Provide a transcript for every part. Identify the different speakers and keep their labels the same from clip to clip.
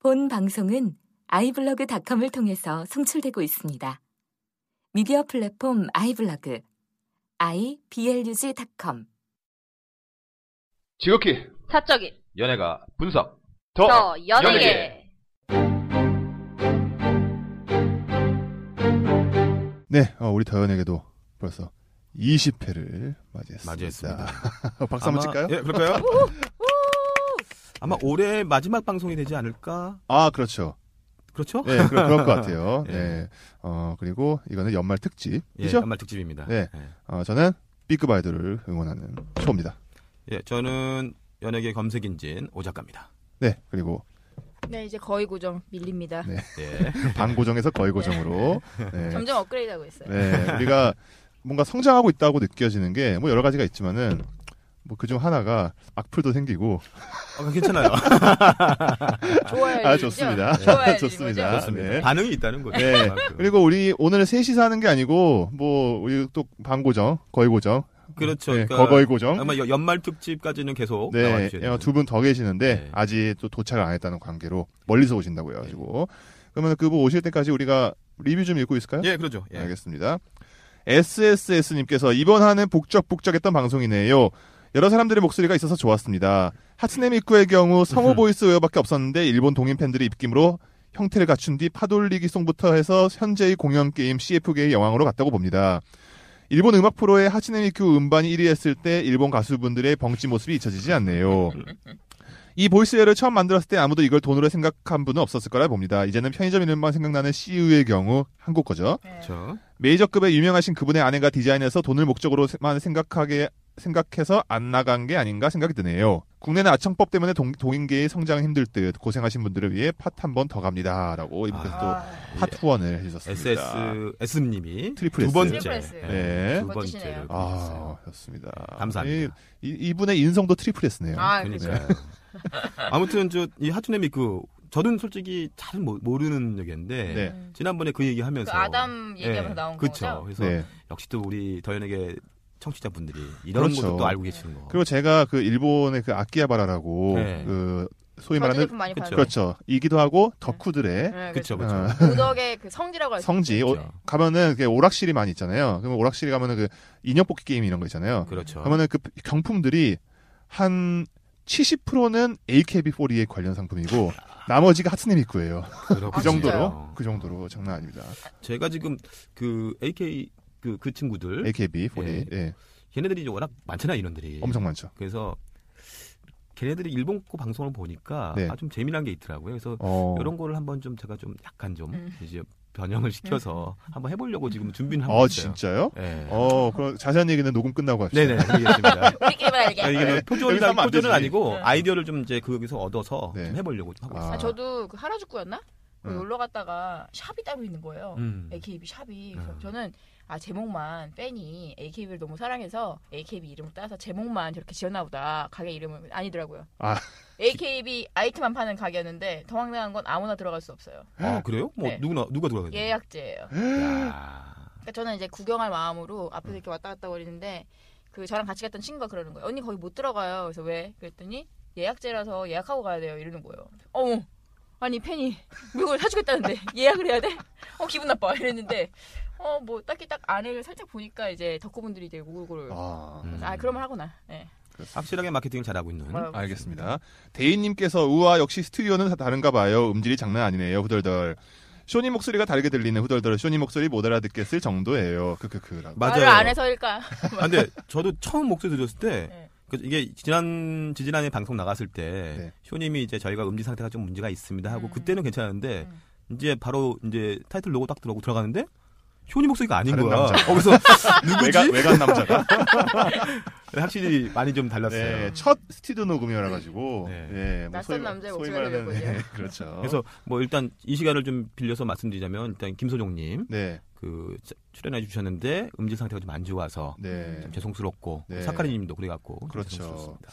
Speaker 1: 본 방송은 아이블로그닷컴을 통해서 송출되고 있습니다. 미디어 플랫폼 아이블로그 iblog.com
Speaker 2: 지극히
Speaker 3: 사적인
Speaker 2: 연예가 분석 더,
Speaker 3: 저
Speaker 2: 연예계.
Speaker 3: 연예계
Speaker 4: 네, 어, 우리 더현에게도 벌써 20회를 맞이했습니다.
Speaker 5: 맞이했습니다.
Speaker 4: 박수 한번
Speaker 5: 아마-
Speaker 4: 칠까요?
Speaker 5: 예, 그럴까요? 아마 올해 마지막 방송이 되지 않을까?
Speaker 4: 아, 그렇죠.
Speaker 5: 그렇죠?
Speaker 4: 예, 그럴, 그럴 것 같아요.
Speaker 5: 예.
Speaker 4: 네. 어, 그리고 이거는 연말
Speaker 5: 예,
Speaker 4: 특집이죠?
Speaker 5: 한말 특집입니다.
Speaker 4: 네.
Speaker 5: 예.
Speaker 4: 어, 저는 B급 아이돌을 응원하는 초입니다.
Speaker 5: 예, 저는 연예계 검색인진 오 작가입니다.
Speaker 4: 네, 그리고
Speaker 3: 네 이제 거의 고정 밀립니다
Speaker 4: 네.
Speaker 5: 예.
Speaker 4: 반고정에서 거의 고정으로. 네.
Speaker 3: 점점 업그레이드하고 있어요
Speaker 4: 네, 우리가 뭔가 성장하고 있다고 느껴지는 게 뭐 여러 가지가 있지만은 뭐 그중 하나가 악플도 생기고
Speaker 5: 어, 괜찮아요.
Speaker 3: 좋아요
Speaker 4: 아 좋습니다.
Speaker 3: 좋아요
Speaker 4: 좋습니다.
Speaker 5: 좋습니다.
Speaker 4: 네.
Speaker 5: 반응이 있다는 거죠.
Speaker 4: 네.
Speaker 5: 그만큼.
Speaker 4: 그리고 우리 오늘 셋이서 하는 게 아고 뭐 우리 또 반고정, 거의 고정,
Speaker 5: 그렇죠.
Speaker 4: 네,
Speaker 5: 그러니까
Speaker 4: 거거의 고정.
Speaker 5: 아마 여- 연말 특집까지는 계속
Speaker 4: 네,
Speaker 5: 나와주셔야 돼요.
Speaker 4: 두 분 더 계시는데
Speaker 5: 네.
Speaker 4: 아직 또 도착을 안 했다는 관계로 멀리서 오신다고 해가지고 그러면 그분 오실 때까지 우리가 리뷰 좀 읽고 있을까요?
Speaker 5: 네. 예, 그러죠. 예.
Speaker 4: 알겠습니다. SSS님께서 이번 한은 북적북적했던 방송이네요. 여러 사람들의 목소리가 있어서 좋았습니다. 하츠네미쿠의 경우 성우 보이스 웨어밖에 없었는데 일본 동인 팬들의 입김으로 형태를 갖춘 뒤 파돌리기 송부터 해서 현재의 공연 게임 CF계의 영향으로 갔다고 봅니다. 일본 음악 프로의 하츠네미쿠 음반이 1위 했을 때 일본 가수분들의 벙찌 모습이 잊혀지지 않네요. 이 보이스웨어를 처음 만들었을 때 아무도 이걸 돈으로 생각한 분은 없었을 거라 봅니다. 이제는 편의점 이름만 생각나는 CU의 경우 한국 거죠.
Speaker 5: 그렇죠.
Speaker 4: 메이저급의 유명하신 그분의 아내가 디자인해서 돈을 목적으로만 생각하게 생각해서 안 나간 게 아닌가 생각이 드네요. 국내는 아청법 때문에 동, 인계의 성장 힘들 듯 고생하신 분들을 위해 팟 한 번 더 갑니다라고 이분께서
Speaker 3: 아,
Speaker 5: 아, 예.
Speaker 4: 또팟 후원을 해주셨습니다.
Speaker 5: SSS님이
Speaker 4: 트리플
Speaker 5: 두
Speaker 4: S.
Speaker 5: 번째.
Speaker 3: 트리플 S.
Speaker 4: 네.
Speaker 5: 두 번째.
Speaker 3: 멋지시네요.
Speaker 4: 아, 좋습니다.
Speaker 5: 예, 감사합니다.
Speaker 4: 이, 이, 분의 인성도 트리플했네요.
Speaker 3: 아 그렇죠
Speaker 5: 그러니까 아무튼 저 이 하츠네 미쿠 그, 저는 솔직히 잘 모, 모르는 얘기인데
Speaker 4: 네.
Speaker 3: 음.
Speaker 5: 지난번에 그 얘기하면서
Speaker 3: 그 아담 얘기하면서
Speaker 5: 예,
Speaker 3: 나온
Speaker 5: 그쵸.
Speaker 3: 거죠
Speaker 5: 그래서
Speaker 4: 네.
Speaker 5: 역시 또 우리 더현에게 청취자분들이 이런
Speaker 4: 그렇죠.
Speaker 5: 것도 또 알고 계시는 거.
Speaker 4: 그리고 제가 그 일본의 그 아키하바라라고
Speaker 5: 네.
Speaker 4: 그 소위
Speaker 3: 저
Speaker 4: 말하는
Speaker 3: 제품 많이
Speaker 5: 그쵸.
Speaker 3: 팔아요
Speaker 4: 그렇죠. 이기도 하고 덕후들의
Speaker 3: 네,
Speaker 5: 그렇죠,
Speaker 4: 어,
Speaker 5: 그렇죠.
Speaker 3: 도덕의 그 성지라고 할수
Speaker 4: 성지 오-
Speaker 5: 그렇죠.
Speaker 4: 가면은 그 오락실이 많이 있잖아요. 그러면 오락실에 가면은 그 인형 뽑기 게임 이런 거 있잖아요.
Speaker 5: 그렇죠.
Speaker 4: 그러면은 그 경품들이 한 70%는 AKB48에 관련 상품이고 나머지가 하츠네미쿠예요.
Speaker 5: 그렇군요.
Speaker 4: 그 정도로
Speaker 5: 아, 진짜요?
Speaker 4: 그 정도로 장난 아닙니다.
Speaker 5: 제가 지금 그 AK 그 그 친구들
Speaker 4: AKB48 예.
Speaker 5: 걔네들이 이제 워낙 많잖아 요 이런들이.
Speaker 4: 엄청 많죠.
Speaker 5: 그래서 걔네들이 일본 거 방송을 보니까
Speaker 4: 네.
Speaker 5: 아, 좀 재미난 게 있더라고요. 그래서
Speaker 4: 어,
Speaker 5: 이런 거를 한번 좀 제가 좀 약간 좀
Speaker 3: 음.
Speaker 5: 이제 변형을 시켜서 한번 해보려고 지금 준비는 하고
Speaker 4: 어
Speaker 5: 있어요.
Speaker 4: 진짜요?
Speaker 5: 예.
Speaker 4: 어 그럼 자세한 얘기는 녹음 끝나고 합시다.
Speaker 5: 네네 알겠습니다.
Speaker 3: 우리끼리만 알게
Speaker 5: 아, 이게 뭐
Speaker 4: 네. 여기서
Speaker 5: 표준이나
Speaker 4: 하면 안
Speaker 5: 표준은
Speaker 4: 되지.
Speaker 5: 아니고
Speaker 3: 네.
Speaker 5: 아이디어를 좀 이제 거기서 얻어서
Speaker 4: 네.
Speaker 5: 좀 해보려고 좀 하고
Speaker 4: 아.
Speaker 5: 있어요.
Speaker 3: 아, 저도 그 하라주쿠였나? 그
Speaker 4: 응.
Speaker 3: 놀러 갔다가 샵이 따로 있는 거예요.
Speaker 5: 음.
Speaker 3: AKB 샵이. 그래서
Speaker 5: 아.
Speaker 3: 저는 아 제목만 팬이 AKB를 너무 사랑해서 AKB 이름을 따서 제목만 저렇게 지었나 보다. 가게 이름은 아니더라고요.
Speaker 4: 아.
Speaker 3: AKB 아이템만 파는 가게였는데 더 황당한 건 아무나 들어갈 수 없어요.
Speaker 5: 아 그래요? 뭐
Speaker 3: 네.
Speaker 5: 누구나 누가 들어가요?
Speaker 3: 예약제예요.
Speaker 5: 야.
Speaker 3: 그러니까 저는 이제 구경할 마음으로 앞에서 이렇게 왔다 갔다 거리는데 그 저랑 같이 갔던 친구가 그러는 거예요. 언니 거기 못 들어가요. 그래서 왜? 그랬더니 예약제라서 예약하고 가야 돼요. 이러는 거예요. 어머. 아니 팬이 물건을 사주겠다는데 예약을 해야 돼? 어 기분 나빠 이랬는데 어 뭐 딱히 딱 안을 살짝 보니까 이제 덕후분들이 이제 우글우글
Speaker 4: 아
Speaker 5: 음.
Speaker 3: 아 그러면 하구나 예
Speaker 5: 확실하게 마케팅 을 잘하고 있는.
Speaker 4: 아,
Speaker 3: 뭐라고
Speaker 4: 알겠습니다. 대인님께서 우와 역시 스튜디오는 다 다른가 봐요. 음질이 장난 아니네요. 후덜덜. 쇼니 목소리가 다르게 들리는 후덜덜. 쇼니 목소리 못 알아듣겠을 정도예요. 크크크라고.
Speaker 5: 맞아요.
Speaker 3: 말을 안 해서일까
Speaker 5: 아, 근데 저도 처음 목소리 들었을 때
Speaker 3: 네.
Speaker 5: 그 이게 지난 지난해 방송 나갔을 때
Speaker 4: 네.
Speaker 5: 쇼님이 이제 저희가 음질 상태가 좀 문제가 있습니다 하고
Speaker 3: 음.
Speaker 5: 그때는 괜찮았는데
Speaker 3: 음.
Speaker 5: 이제 바로 이제 타이틀 로고 딱 들어오고 들어가는데 쇼님 목소리가 아닌
Speaker 4: 다른
Speaker 5: 거야.
Speaker 4: 남자.
Speaker 5: 어, 그래서
Speaker 4: 외간,
Speaker 5: 누구지?
Speaker 4: 외간 남자가.
Speaker 5: 확실히 많이 좀 달랐어요.
Speaker 4: 네, 첫 스튜디오 녹음이라 가지고. 뭐
Speaker 5: 네.
Speaker 3: 낯선 남자의 목소리가 들려요,
Speaker 4: 네, 그렇죠.
Speaker 5: 그래서 뭐 일단 이 시간을 좀 빌려서 말씀드리자면 일단 김소정님
Speaker 4: 네,
Speaker 5: 그 출연해 주셨는데 음질 상태가 좀 안 좋아서
Speaker 4: 네.
Speaker 5: 좀 죄송스럽고
Speaker 4: 네.
Speaker 5: 사카리님도 그래갖고 좀
Speaker 4: 그렇죠.
Speaker 5: 죄송스럽습니다.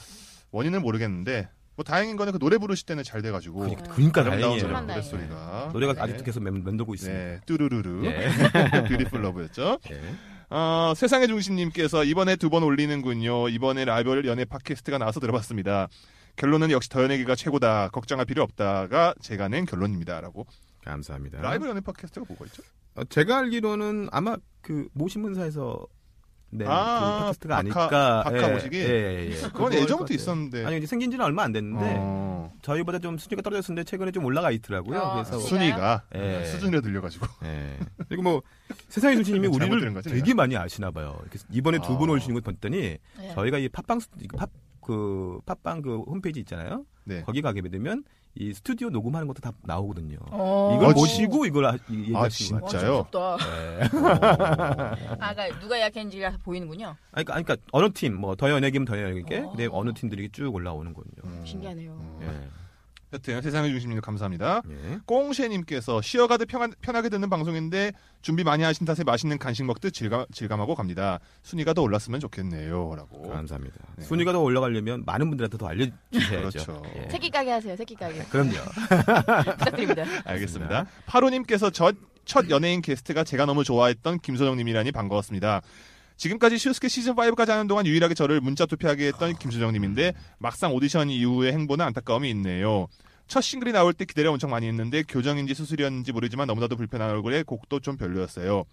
Speaker 4: 원인은 모르겠는데 뭐 다행인 거는 그 노래 부르실 때는 잘 돼가지고.
Speaker 5: 그러니까, 그러니까
Speaker 4: 아름다운
Speaker 5: 다행이에요.
Speaker 3: 정말
Speaker 4: 노래 소리가.
Speaker 5: 노래가
Speaker 4: 네.
Speaker 5: 아직도 계속 맴- 맴돌고 있습니다.
Speaker 4: 네, 뚜루루루.
Speaker 5: 네.
Speaker 4: 뷰티풀 러브였죠.
Speaker 5: 네.
Speaker 4: 어, 세상의 중심님께서 이번에 두 번 올리는군요. 이번에 라이벌 연애 팟캐스트가 나와서 들어봤습니다. 결론은 역시 더연에게가 최고다. 걱정할 필요 없다가 제가 낸 결론입니다라고.
Speaker 5: 감사합니다.
Speaker 4: 라이브 연애 팟캐스트가 뭐가 있죠?
Speaker 5: 어, 제가 알기로는 아마 그 모신문사에서 네,
Speaker 4: 아,
Speaker 5: 그 팟캐스트가
Speaker 4: 박하-
Speaker 5: 아닐까.
Speaker 4: 박하 모시기?
Speaker 5: 예, 예, 예.
Speaker 4: 그건
Speaker 5: 그거일 것
Speaker 4: 예전부터
Speaker 5: 같아요.
Speaker 4: 있었는데.
Speaker 5: 아니 이제 생긴 지는 얼마 안 됐는데
Speaker 4: 어,
Speaker 5: 저희보다 좀 수준이 떨어졌는데 최근에 좀 올라가 있더라고요.
Speaker 3: 아,
Speaker 5: 그래서
Speaker 3: 수준.
Speaker 4: 순위가 네,
Speaker 5: 예.
Speaker 4: 수준이라 들려가지고.
Speaker 5: 예. 그리고 뭐 세상의 순신님이
Speaker 4: 잘못
Speaker 5: 우리를
Speaker 4: 들은 거지,
Speaker 5: 되게
Speaker 4: 내가?
Speaker 5: 많이 아시나 봐요. 이렇게 이번에 두 번
Speaker 4: 아.
Speaker 5: 오시는 거 봤더니
Speaker 3: 네.
Speaker 5: 저희가 이 팟빵 수- 팟, 그 팟빵 그 홈페이지 있잖아요.
Speaker 4: 네.
Speaker 5: 거기 가게 되면 이 스튜디오 녹음하는 것도 다 나오거든요.
Speaker 3: 어.
Speaker 5: 이걸
Speaker 4: 아,
Speaker 5: 모시고 이걸 하- 이-
Speaker 4: 아,
Speaker 5: 얘기하시는 거예요.
Speaker 3: 와,
Speaker 4: 진짜요?
Speaker 3: 진짜 무섭다.
Speaker 5: 예.
Speaker 3: 아, 그러니까 누가 예약했는지가 보이는군요.
Speaker 5: 아니, 그러니까, 아니, 그러니까 어느 팀, 뭐 더 연예기면 더 연예기게,
Speaker 3: 어.
Speaker 5: 네 어느 팀들이 쭉 올라오는군요.
Speaker 4: 음.
Speaker 3: 신기하네요.
Speaker 5: 예.
Speaker 4: 여튼 세상의 중심님 감사합니다.
Speaker 5: 예.
Speaker 4: 꽁쉐님께서 쉬어가듯 평안, 편하게 듣는 방송인데 준비 많이 하신 탓에 맛있는 간식 먹듯 질감, 질감하고 갑니다. 순위가 더 올랐으면
Speaker 3: 어.
Speaker 4: 좋겠네요라고.
Speaker 5: 감사합니다.
Speaker 4: 네.
Speaker 5: 순위가 더 올라가려면 많은 분들한테 더 알려주셔야죠.
Speaker 4: 그렇죠.
Speaker 5: 예.
Speaker 3: 새끼 가게 하세요. 새끼 가게
Speaker 5: 그럼요.
Speaker 3: 부탁드립니다.
Speaker 4: 알겠습니다. 파로님께서 저- 첫 연예인 게스트가 제가 너무 좋아했던 김소정님이라니 반가웠습니다. 지금까지 슈스케 시즌5까지 하는 동안 유일하게 저를 문자 투표하게 했던 김소정님인데 막상 오디션 이후의 행보는 안타까움이 있네요. 첫 싱글이 나올 때 기대를 엄청 많이 했는데 교정인지 수술이었는지 모르지만 너무나도 불편한 얼굴에 곡도 좀 별로였어요.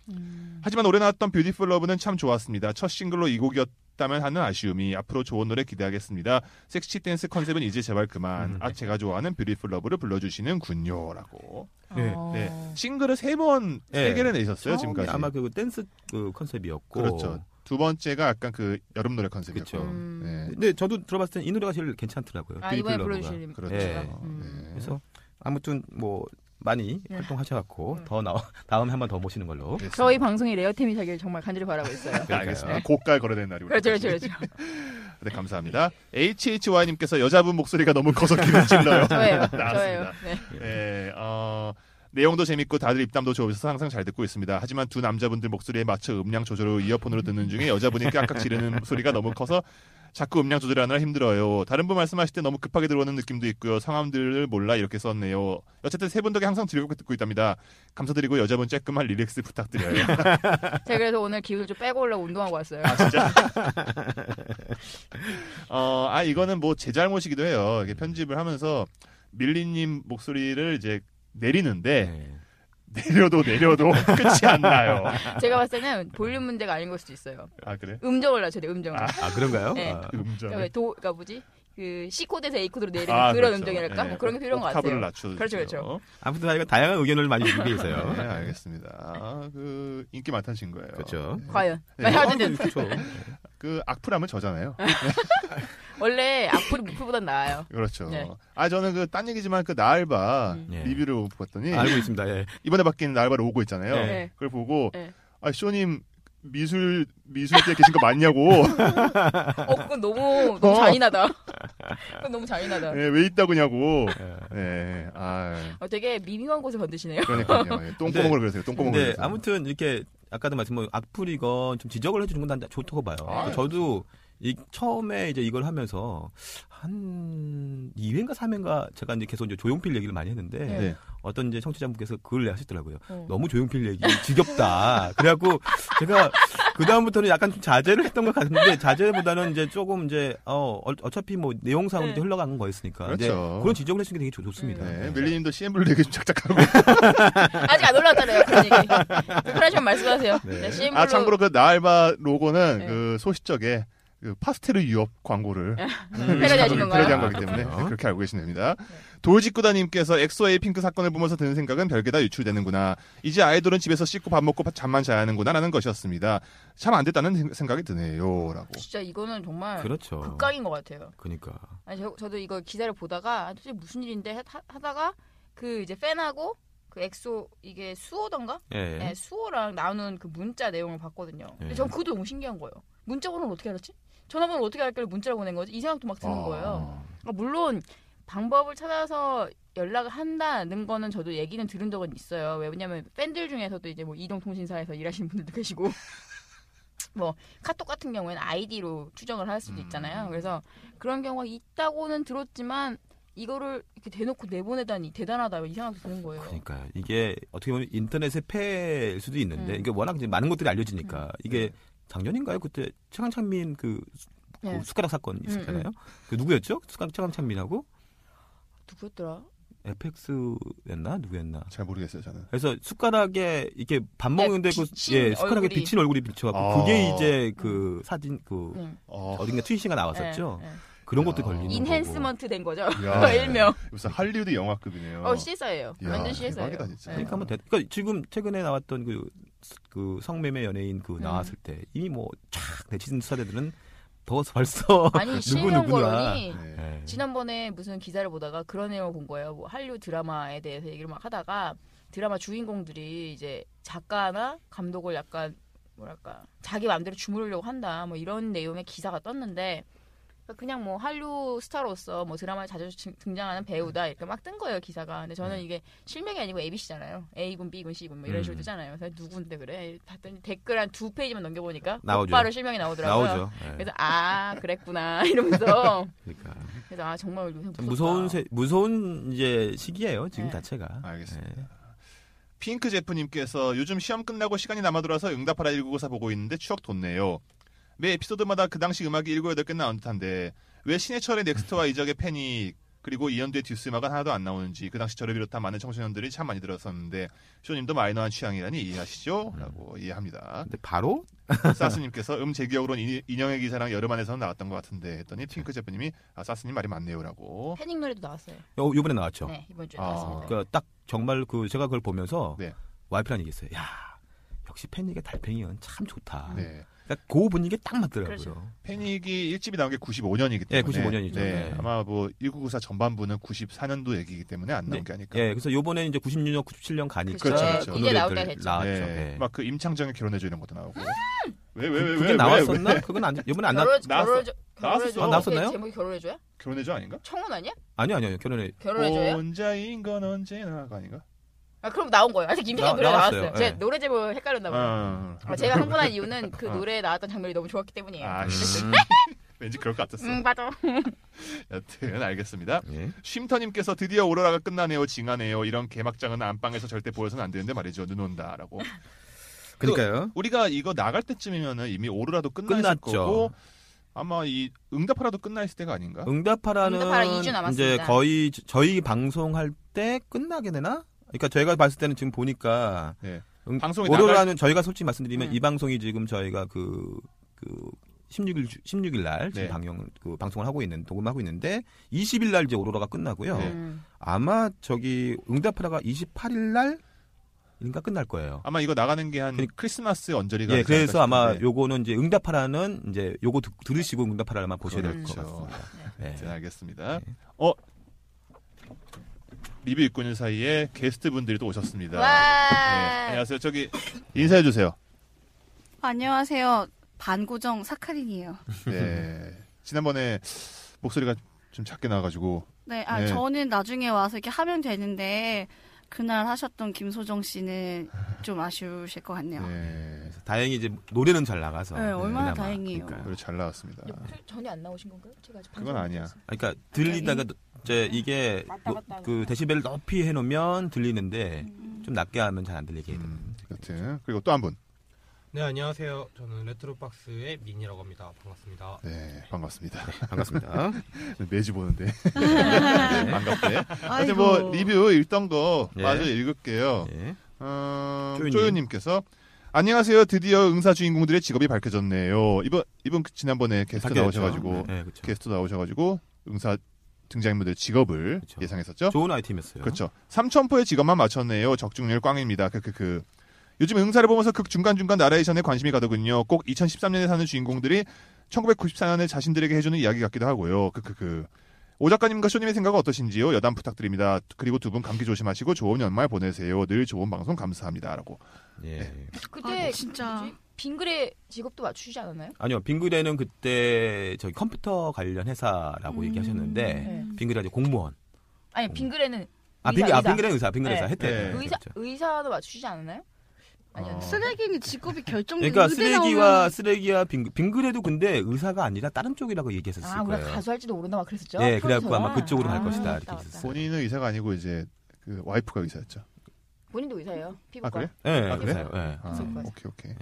Speaker 4: 하지만 올해 나왔던 뷰티풀 러브는 참 좋았습니다. 첫 싱글로 이 곡이었다면 하는 아쉬움이 앞으로 좋은 노래 기대하겠습니다. 섹시 댄스 컨셉은 이제 제발 그만.
Speaker 5: 음.
Speaker 4: 아 제가 좋아하는 뷰티풀 러브를 불러주시는군요라고.
Speaker 5: 네.
Speaker 3: 어.
Speaker 4: 네. 싱글을 세 번, 세
Speaker 5: 네.
Speaker 4: 개를 내셨어요, 지금까지.
Speaker 5: 아마 그 댄스 그 컨셉이었고.
Speaker 4: 그렇죠. 두 번째가 약간 그 여름 노래 컨셉이었죠.
Speaker 5: 그쵸.
Speaker 3: 음.
Speaker 4: 네.
Speaker 5: 근데 저도 들어봤을 땐 이 노래가 제일 괜찮더라고요.
Speaker 3: 아, 이번에
Speaker 5: 드리플러브가.
Speaker 3: 불러주실
Speaker 4: 그렇죠.
Speaker 5: 예.
Speaker 3: 음.
Speaker 4: 네.
Speaker 5: 그래서 아무튼 뭐 많이
Speaker 3: 네.
Speaker 5: 활동하셔갖고
Speaker 3: 음.
Speaker 5: 더 나와 다음에 한 번 더 모시는 걸로.
Speaker 3: 저희 방송의 레어템이 자기를 정말 간절히 바라고 있어요.
Speaker 4: 네, 알겠습니다. 고깔 걸어낸 날이 오죠.
Speaker 3: 그렇죠, 그렇죠, 그렇죠.
Speaker 4: 네, 감사합니다. HHY님께서 여자분 목소리가 너무 커서 귀를
Speaker 3: 저예요,
Speaker 4: 찔러요.
Speaker 3: 저예요.
Speaker 4: 나왔습니다.
Speaker 3: 네.
Speaker 4: 네, 어, 내용도 재밌고 다들 입담도 좋으셔서 항상 잘 듣고 있습니다. 하지만 두 남자분들 목소리에 맞춰 음량 조절을 이어폰으로 듣는 중에 여자분이 깍깍 지르는 소리가 너무 커서 자꾸 음량 조절하느라 힘들어요. 다른 분 말씀하실 때 너무 급하게 들어오는 느낌도 있고요. 성함들을 몰라 이렇게 썼네요. 어쨌든 세 분 덕에 항상 즐겁게 듣고 있답니다. 감사드리고 여자분 쬐끔한 릴렉스 부탁드려요.
Speaker 3: 제가 그래서 오늘 기운을 좀 빼고 올라 운동하고 왔어요.
Speaker 4: 아, 어, 아 이거는 뭐 제 잘못이기도 해요. 이게 편집을 하면서 밀리님 목소리를 이제 내리는데
Speaker 5: 네.
Speaker 4: 내려도 내려도 끝이 안 나요.
Speaker 3: 제가 봤을 때는 볼륨 문제가 아닌 걸 수도 있어요.
Speaker 4: 아 그래?
Speaker 3: 음정을 낮춰야 돼요, 음정을.
Speaker 4: 아,
Speaker 5: 아 그런가요?
Speaker 3: 네.
Speaker 5: 아,
Speaker 4: 음정.
Speaker 3: 그러니까 왜 도, 그러니까 뭐지? 그 C 코드에서 A 코드로 내리는
Speaker 4: 아,
Speaker 3: 그런
Speaker 4: 그렇죠.
Speaker 3: 음정이랄까?
Speaker 4: 예,
Speaker 3: 뭐 그런 게 필요한 것
Speaker 4: 옥타브를
Speaker 3: 같아요.
Speaker 4: 낮춰.
Speaker 3: 그렇죠, 그렇죠.
Speaker 5: 아무튼 저희가 다양한 의견을 많이 준비해서요
Speaker 4: 네, 알겠습니다. 아, 그 인기 많다는 친구예요.
Speaker 5: 어? 그렇죠.
Speaker 3: 과연.
Speaker 4: 네.
Speaker 3: 아니, 어쨌든
Speaker 5: 그렇죠.
Speaker 4: 그 악플하면 저잖아요.
Speaker 3: 원래 악플이 무플보단 나아요.
Speaker 4: 그렇죠.
Speaker 3: 네.
Speaker 4: 아 저는 그 딴 얘기지만 그 나알바
Speaker 3: 음.
Speaker 5: 예.
Speaker 4: 리뷰를 못 봤더니
Speaker 5: 알고 있습니다. 예.
Speaker 4: 이번에 바뀐 나알바 로고 있잖아요.
Speaker 5: 네.
Speaker 3: 네.
Speaker 4: 그걸 보고
Speaker 3: 네.
Speaker 4: 아 쇼님 미술 미술界계신 거 맞냐고
Speaker 3: 어, 그건 너무 너무
Speaker 4: 어.
Speaker 3: 잔인하다. 그건 너무 잔인하다.
Speaker 4: 네, 왜 있다고냐고.
Speaker 5: 예.
Speaker 4: 네, 아
Speaker 3: 어, 되게 미묘한 곳을 건드시네요.
Speaker 4: 그러니까요. 예, 똥구멍을 그러세요. 똥구멍을
Speaker 5: 근데
Speaker 4: 그러세요.
Speaker 5: 아무튼 이렇게 아까도 말씀드린 뭐 악플이건 좀 지적을 해주는 건 난 좋다고 봐요.
Speaker 4: 아,
Speaker 5: 그러니까 저도 이 처음에 이제 이걸 하면서 한 2회인가 3회인가 제가 이제 계속 이제 조용필 얘기를 많이 했는데
Speaker 4: 네.
Speaker 5: 어떤 이제 청취자분께서 글을 하시더라고요.
Speaker 3: 어.
Speaker 5: 너무 조용필 얘기 지겹다. 그래갖고 제가 그 다음부터는 약간 좀 자제를 했던 것 같은데 자제보다는 이제 조금 이제 어 어- 어차피 뭐 내용상으로
Speaker 3: 네.
Speaker 5: 이제 흘러간 거였으니까
Speaker 4: 그렇죠.
Speaker 5: 이제 그런 지적을 해주는 게 되게 좋, 습니다
Speaker 4: 네, 밀리님도 CM블 되게 좀 착착하고.
Speaker 3: 아직 안 올라왔잖아요. 그런 얘기. 불편하시면 말씀하세요.
Speaker 5: 네.
Speaker 3: 네. CM으로
Speaker 4: 아, 참고로 그 나알바 로고는
Speaker 3: 네.
Speaker 4: 그 소시적에 그 파스텔의 유업 광고를
Speaker 3: 패러디하신
Speaker 4: 음,
Speaker 3: 건가요?
Speaker 4: 패러디한 거기 때문에
Speaker 5: 아, 그렇군요.
Speaker 4: 그렇게 알고 계시면 됩니다.
Speaker 3: 네.
Speaker 4: 돌직구다님께서 엑소의 핑크 사건을 보면서 드는 생각은 별게 다 유출되는구나. 이제 아이돌은 집에서 씻고 밥 먹고 잠만 자야 하는구나라는 것이었습니다. 참 안 됐다는 생- 생각이 드네요라고.
Speaker 3: 진짜 이거는 정말
Speaker 5: 그렇죠.
Speaker 3: 극강인 것 같아요.
Speaker 5: 그러니까
Speaker 3: 아니 저, 저도 이거 기사를 보다가 아, 도대체 무슨 일인데 하, 하다가 그 이제 팬하고 그 엑소 이게 수호던가?
Speaker 5: 예.
Speaker 3: 네. 수호랑 나눈 그 문자 내용을 봤거든요. 근데
Speaker 5: 예.
Speaker 3: 전 그것도 너무 신기한 거예요. 문자 번호를 어떻게 알았지? 전화번호를 어떻게 알길래 문자를 보낸 거지? 이 생각도 막 드는
Speaker 4: 아,
Speaker 3: 거예요. 그러니까 물론 방법을 찾아서 연락을 한다는 거는 저도 얘기는 들은 적은 있어요. 왜냐면 팬들 중에서도 이제 뭐 이동통신사에서 일하시는 분들도 계시고 뭐 카톡 같은 경우에는 아이디로 추정을 할
Speaker 5: 음.
Speaker 3: 수도 있잖아요. 그래서 그런 경우가 있다고는 들었지만 이거를 이렇게 대놓고 내보내다니 대단하다 이 생각도 드는 거예요.
Speaker 5: 그러니까 이게 어떻게 보면 인터넷의 폐일 수도 있는데
Speaker 3: 음.
Speaker 4: 네.
Speaker 5: 이게 워낙 이제 많은 것들이 알려지니까 이게 작년인가요 그때 최강창민 그
Speaker 3: 네. 음.
Speaker 5: 그 숟가락 사건 있었잖아요. 그 누구였죠? 숟가락 최강창민하고
Speaker 3: 누구였더라?
Speaker 5: 어, FX였나 누구였나?
Speaker 4: 아, 잘 모르겠어요 저는.
Speaker 5: 그래서 숟가락에 이렇게 밥
Speaker 3: 네,
Speaker 5: 먹는데 그
Speaker 3: 비친
Speaker 5: 예, 숟가락에
Speaker 3: 얼굴이. 음.
Speaker 5: 비친 얼굴이 비쳐갖고
Speaker 4: 아.
Speaker 5: 그게 이제 그 사진 그
Speaker 3: 응.
Speaker 4: 어,
Speaker 5: 어딘가 트윗인가 나왔었죠.
Speaker 3: 예, 예.
Speaker 5: 그런
Speaker 4: 야.
Speaker 5: 것도 뭐. 걸리는 거고.
Speaker 3: 인핸스먼트 된 거죠.
Speaker 4: 야.
Speaker 3: 일명.
Speaker 4: 무슨 할리우드 영화급이네요.
Speaker 3: 어, 시사예요.
Speaker 4: 야,
Speaker 3: 완전 시사예요.
Speaker 4: 대박이다, 진짜.
Speaker 3: 예.
Speaker 5: 그러니까 뭐 대- 그러니까 지금 최근에 나왔던 그, 스- 그 성매매 연예인
Speaker 3: 음.
Speaker 5: 그 나왔을 때 이미 뭐쫙 내치는 수사대들은 더 벌써
Speaker 3: 아니
Speaker 5: 누구
Speaker 3: 실명
Speaker 5: 누구야.
Speaker 3: 거론이
Speaker 4: 네.
Speaker 5: 예.
Speaker 3: 지난번에 무슨 기사를 보다가 그런 내용을 본 거예요. 뭐 한류 드라마에 대해서 얘기를 막 하다가 드라마 주인공들이 이제 작가나 감독을 약간 뭐랄까 자기 마음대로 주무르려고 한다 뭐 이런 내용의 기사가 떴는데 그냥 뭐 한류 스타로서 뭐 드라마에 자주 지- 등장하는 배우다 이렇게 막 뜬 거예요 기사가. 근데 저는 이게 실명이 아니고 ABC잖아요. A군, B군, C군 뭐 이런 식으로
Speaker 5: 네. 음.
Speaker 3: 뜨잖아요. 그래서 누군데 그래? 봤더니 댓글 한 두 페이지만 넘겨보니까
Speaker 5: 나오죠.
Speaker 3: 바로 실명이 나오더라고요.
Speaker 5: 나오죠. 예.
Speaker 3: 그래서 아 그랬구나 이러면서
Speaker 5: 그러니까
Speaker 3: 그래서 아 정말 요새 무섭다.
Speaker 5: 참 무서운 세, 무서운 이제 시기예요 지금
Speaker 3: 네.
Speaker 5: 자체가. 예.
Speaker 4: 알겠습니다. 핑크 제프님께서 요즘 시험 끝나고 시간이 남아 돌아서 응답하라 1994 보고 있는데 추억 돋네요. 매 에피소드마다 그 당시 음악이 7, 8개 나온 듯한데 왜 신해철의 넥스트와 이적의 패닉 그리고 이현두의 듀스 음악은 하나도 안 나오는지 그 당시 저를 비롯한 많은 청소년들이 참 많이 들었었는데 쇼님도 마이너한 취향이라니 이해하시죠? 라고 이해합니다.
Speaker 5: 근데 바로
Speaker 4: 사스님께서 음 제 기억으로는 인- 인형의 기사랑 여름 안에서는 나왔던 것 같은데 했더니 핑크 제프님이 아, 사스님 말이 맞네요 라고
Speaker 3: 패닉 노래도 나왔어요.
Speaker 5: 요, 요번에 나왔죠.
Speaker 3: 네 이번 주에
Speaker 4: 아.
Speaker 3: 나왔습니다.
Speaker 5: 그러니까 딱 정말 그 제가 그걸 보면서
Speaker 4: 네.
Speaker 5: 와이프랑 얘기했어요. 야 역시 패닉의 달팽이는 참 좋다.
Speaker 4: 네.
Speaker 5: 그러니까 그 분위기 딱 맞더라고요.
Speaker 3: 그렇죠.
Speaker 4: 패닉이 1집이 나온 게 95년이기 때문에
Speaker 5: 예, 95 년이죠.
Speaker 4: 네,
Speaker 5: 네.
Speaker 4: 아마 뭐 1994 전반부는 94년도 얘기이기 때문에 안 나온
Speaker 5: 네.
Speaker 4: 게 아닐까.
Speaker 5: 예, 그래서 요번에 이제 96년, 97년 가니까
Speaker 4: 그렇죠, 그렇죠.
Speaker 5: 그
Speaker 3: 이제 나올 때가
Speaker 5: 노래들
Speaker 3: 됐죠.
Speaker 5: 나왔죠.
Speaker 4: 네.
Speaker 5: 예.
Speaker 4: 막그 임창정의 결혼해줘 이런 것도 나오고. 왜 왜 왜 왜
Speaker 5: 그게
Speaker 4: 왜,
Speaker 5: 나왔었나?
Speaker 4: 왜?
Speaker 5: 그건 안 요번에 안 아, 나.
Speaker 3: 결혼
Speaker 4: 나왔어.
Speaker 3: 결혼해줘
Speaker 4: 나왔었어.
Speaker 3: 결혼해줘
Speaker 5: 아, 나왔었나요?
Speaker 3: 제목이 결혼해줘야?
Speaker 4: 결혼해줘 아닌가?
Speaker 3: 청혼 아니야?
Speaker 5: 아니요, 아니요. 결혼에
Speaker 3: 결혼해줘요?
Speaker 4: 혼자인 건 언제나가 그 아닌가?
Speaker 3: 아 그럼 나온 거예요. 아직 김태형
Speaker 5: 나-
Speaker 3: 노래 나왔어요.
Speaker 5: 나왔어요.
Speaker 3: 제
Speaker 5: 네.
Speaker 3: 노래 제목 헷갈렸나 봐요.
Speaker 4: 아,
Speaker 3: 아, 제가 흥분한 이유는 그
Speaker 4: 어.
Speaker 3: 노래에 나왔던 장면이 너무 좋았기 때문이에요.
Speaker 5: 음,
Speaker 4: 아, 씨. 왠지 그럴 것 같았어.
Speaker 3: 음 맞아.
Speaker 5: 네.
Speaker 4: 여튼 알겠습니다.
Speaker 5: 예.
Speaker 4: 쉼터님께서 드디어 오로라가 끝나네요, 징하네요. 이런 개막장은 안방에서 절대 보여서는 안 되는데 말이죠. 눈 온다라고.
Speaker 5: 그러니까요.
Speaker 4: 우리가 이거 나갈 때쯤이면은 이미 오로라도 끝나 있을
Speaker 5: 끝났죠.
Speaker 4: 거고 아마 이 응답하라도 끝나 있을 때가 아닌가?
Speaker 5: 응답하라는
Speaker 3: 응답하라 이주 남았습니다.
Speaker 5: 이제 거의 저- 저희 방송할 때 끝나게 되나? 그러니까 저희가 봤을 때는 지금 보니까
Speaker 4: 네.
Speaker 5: 응,
Speaker 4: 방송이
Speaker 5: 오로라는 저희가 솔직히 말씀드리면
Speaker 3: 음.
Speaker 5: 이 방송이 지금 저희가 그, 그 16일 주- 16일 날 지금
Speaker 4: 네.
Speaker 5: 방영 그 방송을 하고 있는 녹음하고 있는데 20일 날 이제 오로라가 끝나고요.
Speaker 4: 네.
Speaker 3: 음.
Speaker 5: 아마 저기 응답하라가 28일 날 인가 끝날 거예요.
Speaker 4: 아마 이거 나가는 게 한
Speaker 5: 그러니까-
Speaker 4: 크리스마스 언저리가
Speaker 5: 예,
Speaker 4: 되지 않을까
Speaker 5: 그래서 아마
Speaker 4: 싶은데.
Speaker 5: 요거는 이제 응답하라는 이제 요거 듣- 들으시고 응답하라만 보셔야 될 것
Speaker 4: 그렇죠.
Speaker 5: 같습니다. 네.
Speaker 4: 네, 알겠습니다. 어 리뷰 입고 있는 사이에 게스트 분들이 또 오셨습니다.
Speaker 3: 와.
Speaker 4: 네, 안녕하세요. 저기 인사해 주세요.
Speaker 6: 안녕하세요. 반고정 사카린이에요.
Speaker 4: 네. 지난번에 목소리가 좀 작게 나와가지고
Speaker 6: 네, 아,
Speaker 4: 네.
Speaker 6: 저는 나중에 와서 이렇게 하면 되는데 그날 하셨던 김소정 씨는 좀 아쉬우실 것 같네요.
Speaker 4: 네.
Speaker 5: 다행히 이제 노래는 잘 나가서.
Speaker 6: 네, 얼마나
Speaker 5: 그나마.
Speaker 6: 다행이에요.
Speaker 5: 그러니까요.
Speaker 4: 그래도 잘 나왔습니다.
Speaker 3: 목소리 전혀 안 나오신 건가요? 제가 아직
Speaker 4: 그건
Speaker 3: 방송을 못
Speaker 4: 아니야. 뭐,
Speaker 3: 들었어요.
Speaker 5: 아니, 그러니까 들리다가 이제 이게
Speaker 3: 왔다
Speaker 5: 노-
Speaker 3: 갔다
Speaker 5: 그 데시벨 높이 해놓으면 들리는데 좀 낮게 하면 잘 안 들리게 되는.
Speaker 4: 음, 여튼 그리고 또 한 분.
Speaker 7: 네 안녕하세요. 저는 레트로박스의 민이라고 합니다. 반갑습니다.
Speaker 4: 네, 반갑습니다.
Speaker 5: 반갑습니다.
Speaker 4: 매주 보는데 네, 반갑대. 하여튼
Speaker 6: 아이고.
Speaker 4: 뭐 리뷰 읽던 거
Speaker 5: 예.
Speaker 4: 마저 읽을게요.
Speaker 5: 예.
Speaker 4: 어,
Speaker 5: 쪼요님.
Speaker 4: 쪼요님께서 안녕하세요. 드디어 응사 주인공들의 직업이 밝혀졌네요. 이번 이번 그- 지난번에 게스트
Speaker 5: 밝게 됐죠.
Speaker 4: 나오셔가지고
Speaker 5: 네, 그렇죠.
Speaker 4: 게스트 나오셔가지고 응사 등장인물들의 직업을
Speaker 5: 그쵸.
Speaker 4: 예상했었죠.
Speaker 5: 좋은 아이템이었어요.
Speaker 4: 그렇죠. 삼천포의 직업만 맞췄네요. 적중률 꽝입니다. 크크크. 요즘 응사를 보면서 극 중간중간 나레이션에 관심이 가더군요. 꼭 2013년에 사는 주인공들이 1994년에 자신들에게 해주는 이야기 같기도 하고요. 크크크. 오 작가님과 쇼님의 생각은 어떠신지요? 여담 부탁드립니다. 그리고 두 분 감기 조심하시고 좋은 연말 보내세요. 늘 좋은 방송 감사합니다라고. 네.
Speaker 5: 예.
Speaker 3: 그때
Speaker 6: 아, 진짜.
Speaker 3: 뭐지? 빙그레 직업도 맞추지 않았나요?
Speaker 5: 아니요, 빙그레는 그때 저기 컴퓨터 관련 회사라고
Speaker 6: 음.
Speaker 5: 얘기하셨는데
Speaker 3: 네.
Speaker 5: 빙그레 아니 공무원.
Speaker 3: 아니 빙그레는
Speaker 5: 아,
Speaker 3: 의사,
Speaker 5: 빙그레, 아,
Speaker 3: 의사.
Speaker 5: 빙그레 의사, 빙그레
Speaker 3: 네.
Speaker 5: 의사 혜택.
Speaker 4: 네.
Speaker 3: 의사
Speaker 5: 그렇죠.
Speaker 3: 의사도 맞추지 않았나요? 아니었나?
Speaker 6: 쓰레기는 직업이 결정되는
Speaker 5: 그러니까
Speaker 6: 의대
Speaker 5: 쓰레기와
Speaker 6: 나오면-
Speaker 5: 쓰레기와 빙, 빙그레도 근데 의사가 아니라 다른 쪽이라고 얘기했었을
Speaker 3: 아, 우리가
Speaker 5: 거예요.
Speaker 3: 가수 할지도 모른다 막 그랬었죠.
Speaker 5: 예, 그래갖고
Speaker 3: 프로듀서가?
Speaker 5: 아마 그쪽으로 갈 것이다,
Speaker 3: 맞다,
Speaker 5: 이렇게
Speaker 3: 맞다.
Speaker 5: 있었어요.
Speaker 4: 본인은 의사가 아니고 이제 그 와이프가 의사였죠.
Speaker 3: 본인도 의사예요. 피부과.
Speaker 4: 아 그래?
Speaker 5: 예,
Speaker 4: 아, 그래?
Speaker 5: 의사요. 예.
Speaker 4: 아,
Speaker 3: 그래서
Speaker 4: 오케이 오케이.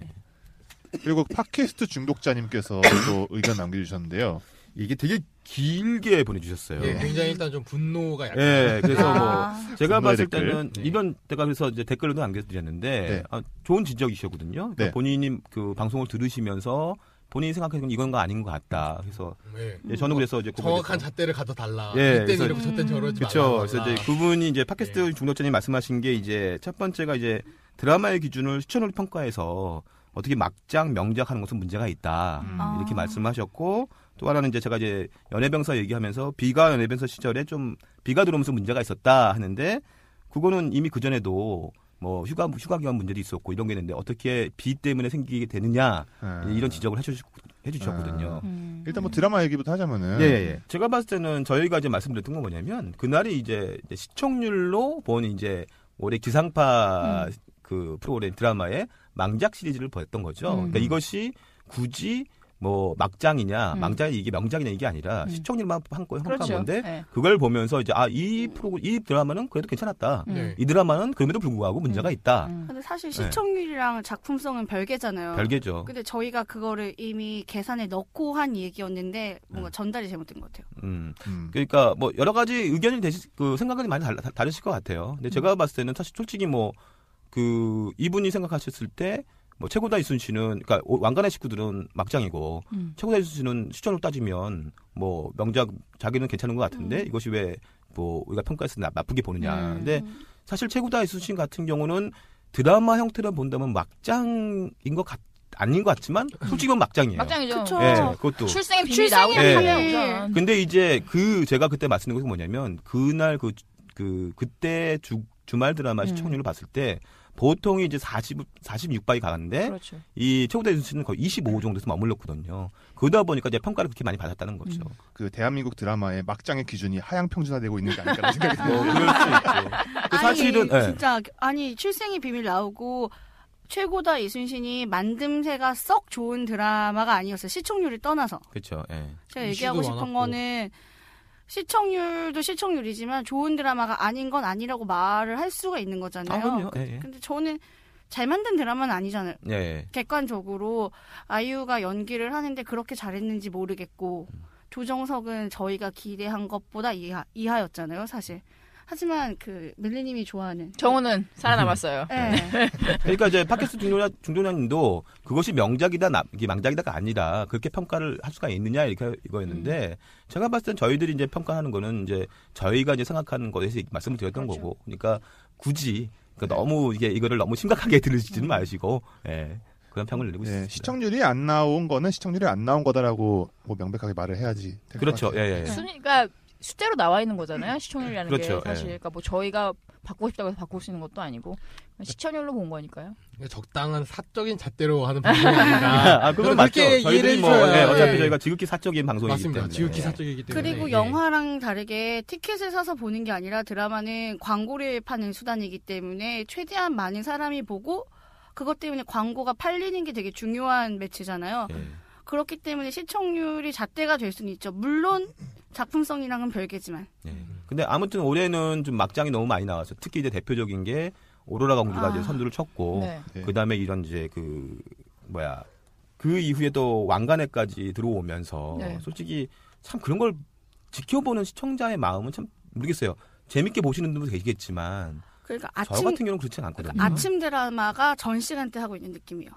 Speaker 4: 그리고 팟캐스트 중독자님께서 또 의견 남겨주셨는데요.
Speaker 5: 이게 되게 길게 보내주셨어요.
Speaker 7: 예,
Speaker 5: 예,
Speaker 7: 굉장히 일단 좀 분노가 약간
Speaker 5: 그래서 뭐
Speaker 6: 아,
Speaker 5: 제가
Speaker 4: 분노의
Speaker 5: 봤을
Speaker 4: 댓글.
Speaker 5: 때는
Speaker 7: 네.
Speaker 5: 이런 댓글에서 이제 댓글로 남겨드렸는데
Speaker 4: 네.
Speaker 5: 아, 좋은 지적이시거든요. 그러니까
Speaker 4: 네.
Speaker 5: 본인이 그 방송을 들으시면서 본인이 생각하기엔 이건 거 아닌 것 같다. 그래서
Speaker 7: 예.
Speaker 5: 예, 저는 그래서 이제 그거에
Speaker 7: 정확한
Speaker 5: 대해서-
Speaker 7: 잣대를 갖다 달라.
Speaker 5: 예,
Speaker 7: 이때는
Speaker 5: 그래서-
Speaker 7: 이렇고 저때는 저러지
Speaker 5: 그렇죠.
Speaker 7: 말라.
Speaker 5: 그래서 이제 그분이 이제 팟캐스트 중독자님 말씀하신 게 이제 첫 번째가 이제 드라마의 기준을 시청률 평가해서 어떻게 막장 명작하는 것은 문제가 있다
Speaker 6: 아.
Speaker 5: 음, 이렇게 말씀하셨고 또 하나는 이제 제가 이제 연애병사 얘기하면서 비가 연애병사 시절에 좀 비가 들어오면서 문제가 있었다 하는데 그거는 이미 그 전에도 뭐 휴가 휴가 기간 문제도 있었고 이런 게 있는데 어떻게 비 때문에 생기게 되느냐
Speaker 4: 예.
Speaker 5: 네, 이런 지적을 해주시, 해주셨거든요.
Speaker 6: 음.
Speaker 4: 일단 뭐 드라마 얘기부터 하자면은
Speaker 5: 예, 예. 제가 봤을 때는 저희가 이제 말씀드렸던 건 뭐냐면 그날이 이제 이제 시청률로 본 이제 올해 기상파
Speaker 3: 음.
Speaker 5: 그 프로그램 드라마의 망작 시리즈를 보였던 거죠.
Speaker 3: 음.
Speaker 5: 그러니까 이것이 굳이 뭐 막장이냐,
Speaker 3: 음.
Speaker 5: 망작이 이게 명작이냐 이게 아니라
Speaker 3: 음.
Speaker 5: 시청률만 한거 에
Speaker 3: 그렇죠.
Speaker 5: 한건데
Speaker 3: 네.
Speaker 5: 그걸 보면서 이제 아 이 프로 이 드라마는 그래도 괜찮았다.
Speaker 6: 음.
Speaker 7: 네.
Speaker 5: 이 드라마는 그럼에도 불구하고 문제가
Speaker 6: 아.
Speaker 5: 있다.
Speaker 3: 음.
Speaker 6: 근데 사실
Speaker 5: 네.
Speaker 6: 시청률이랑 작품성은 별개잖아요.
Speaker 5: 별개죠.
Speaker 6: 근데 저희가 그거를 이미 계산에 넣고 한 얘기였는데 뭔가
Speaker 5: 음.
Speaker 6: 전달이 잘못된 것 같아요.
Speaker 5: 음.
Speaker 4: 음.
Speaker 5: 그러니까 뭐 여러 가지 의견이 되시 그 생각이 많이 달라, 다- 다르실 것 같아요. 근데 제가 봤을 때는 사실 솔직히 뭐 그 이분이 생각하셨을 때 뭐 최고다 이순 씨는 그러니까 오- 왕관의 식구들은 막장이고
Speaker 3: 음.
Speaker 5: 최고다 이순 씨는 시청률 따지면 뭐 명작 자기는 괜찮은 것 같은데
Speaker 6: 음.
Speaker 5: 이것이 왜 뭐 우리가 평가해서 나- 나쁘게 보느냐.
Speaker 3: 음.
Speaker 5: 근데 사실 최고다 이순 씨 같은 경우는 드라마 형태로 본다면 막장인 것 같, 아닌 것 같지만 솔직히 보면 막장이에요.
Speaker 3: 막장이죠. 네.
Speaker 6: 그쵸.
Speaker 5: 예,
Speaker 6: 어.
Speaker 5: 그것도.
Speaker 3: 출생의 네. 비밀이
Speaker 6: 출생의
Speaker 5: 비밀.
Speaker 3: 나오잖아요. 우선.
Speaker 5: 근데 이제 그 제가 그때 말씀드린 것이 뭐냐면 그날 그, 그 그때 주, 주말 드라마
Speaker 3: 음.
Speaker 5: 시청률을 봤을 때 보통이 이제 40 46바이 가는데
Speaker 3: 그렇죠.
Speaker 5: 이 최고대 수치는 거의 25 정도에서 머물렀거든요. 그러다 보니까 이제 평가를 그렇게 많이 받았다는 거죠.
Speaker 3: 음.
Speaker 4: 그 대한민국 드라마의 막장의 기준이 하향 평준화되고 있는 게 아닐까 생각이 듭니다.
Speaker 5: 뭐 그럴 수 있죠. 그
Speaker 6: 아니,
Speaker 5: 사실은 예.
Speaker 6: 진짜 아니 출생의 비밀 나오고 최고다 이순신이 만듦새가 썩 좋은 드라마가 아니었어요. 시청률을 떠나서
Speaker 5: 그렇죠. 예.
Speaker 6: 제가
Speaker 7: 이슈도
Speaker 6: 얘기하고 싶은
Speaker 7: 많았고.
Speaker 6: 거는 시청률도 시청률이지만 좋은 드라마가 아닌 건 아니라고 말을 할 수가 있는
Speaker 5: 아,
Speaker 6: 거잖아요.
Speaker 5: 그럼요. 예, 예.
Speaker 6: 근데 저는 잘 만든 드라마는 아니잖아요.
Speaker 5: 예, 예.
Speaker 6: 객관적으로 아이유가 연기를 하는데 그렇게 잘했는지 모르겠고 조정석은 저희가 기대한 것보다 이하, 이하였잖아요, 사실. 하지만 그 밀리님이 좋아하는
Speaker 3: 정우는 살아남았어요.
Speaker 5: 음.
Speaker 6: 예.
Speaker 3: 네.
Speaker 5: 그러니까 이제 팟캐스트 중조자 중조자님도 그것이 명작이다 나- 이게 망작이다가 아니라 그렇게 평가를 할 수가 있느냐 이렇게 이거였는데
Speaker 7: 음.
Speaker 5: 제가 봤을 땐 저희들이 이제 평가하는 거는 이제 저희가 이제 생각하는 거에 대해서 말씀을 드렸던
Speaker 6: 그렇죠.
Speaker 5: 거고 그러니까 굳이 그러니까
Speaker 7: 네.
Speaker 5: 너무 이게 이거를 너무 심각하게 들으시지는
Speaker 7: 음.
Speaker 5: 마시고 예, 그런 평을 내리고
Speaker 4: 예,
Speaker 5: 있습니다.
Speaker 4: 시청률이 안 나온 거는 시청률이 안 나온 거다라고 뭐 명백하게 말을 해야지. 될것
Speaker 5: 그렇죠.
Speaker 4: 같아요.
Speaker 7: 네.
Speaker 5: 예, 예.
Speaker 3: 순위, 그러니까 숫자로 나와 있는 거잖아요. 시청률이라는
Speaker 5: 그렇죠,
Speaker 3: 게 사실
Speaker 5: 예.
Speaker 3: 그러니까 뭐 저희가 바꾸고 싶다고 해서 바꿀 수 있는 것도 아니고 그냥 시청률로 본 거니까요.
Speaker 7: 적당한 사적인 잣대로 하는 방송이 아닌가.
Speaker 5: 아, 그건 맞죠.
Speaker 7: 그렇게 이해를
Speaker 5: 저희들이 뭐
Speaker 7: 해줘야
Speaker 5: 예, 어차피
Speaker 7: 예.
Speaker 5: 저희가 지극히 사적인 방송이기
Speaker 7: 맞습니다.
Speaker 5: 때문에
Speaker 7: 지극히
Speaker 5: 예.
Speaker 7: 사적이기 때문에.
Speaker 6: 그리고
Speaker 7: 예.
Speaker 6: 영화랑 다르게 티켓을 사서 보는 게 아니라 드라마는 광고를 파는 수단이기 때문에 최대한 많은 사람이 보고 그것 때문에 광고가 팔리는 게 되게 중요한 매체잖아요.
Speaker 5: 예.
Speaker 6: 그렇기 때문에 시청률이 잣대가 될 수는 있죠. 물론 작품성이랑은 별개지만.
Speaker 5: 예. 근데 아무튼 올해는 좀 막장이 너무 많이 나와서 특히 이제 대표적인 게 오로라 공주가
Speaker 6: 아.
Speaker 5: 이제 선두를 쳤고
Speaker 3: 네.
Speaker 4: 예.
Speaker 5: 그 다음에 이런 이제 그 뭐야 그 이후에 또 왕관에까지 들어오면서
Speaker 3: 네.
Speaker 5: 솔직히 참 그런 걸 지켜보는 시청자의 마음은 참 모르겠어요. 재밌게 보시는 분도 계시겠지만
Speaker 6: 그러니까
Speaker 5: 저
Speaker 6: 아침
Speaker 5: 같은 경우는 그렇지 않거든요.
Speaker 6: 그러니까 아침 드라마가 전 시간대 하고 있는 느낌이에요.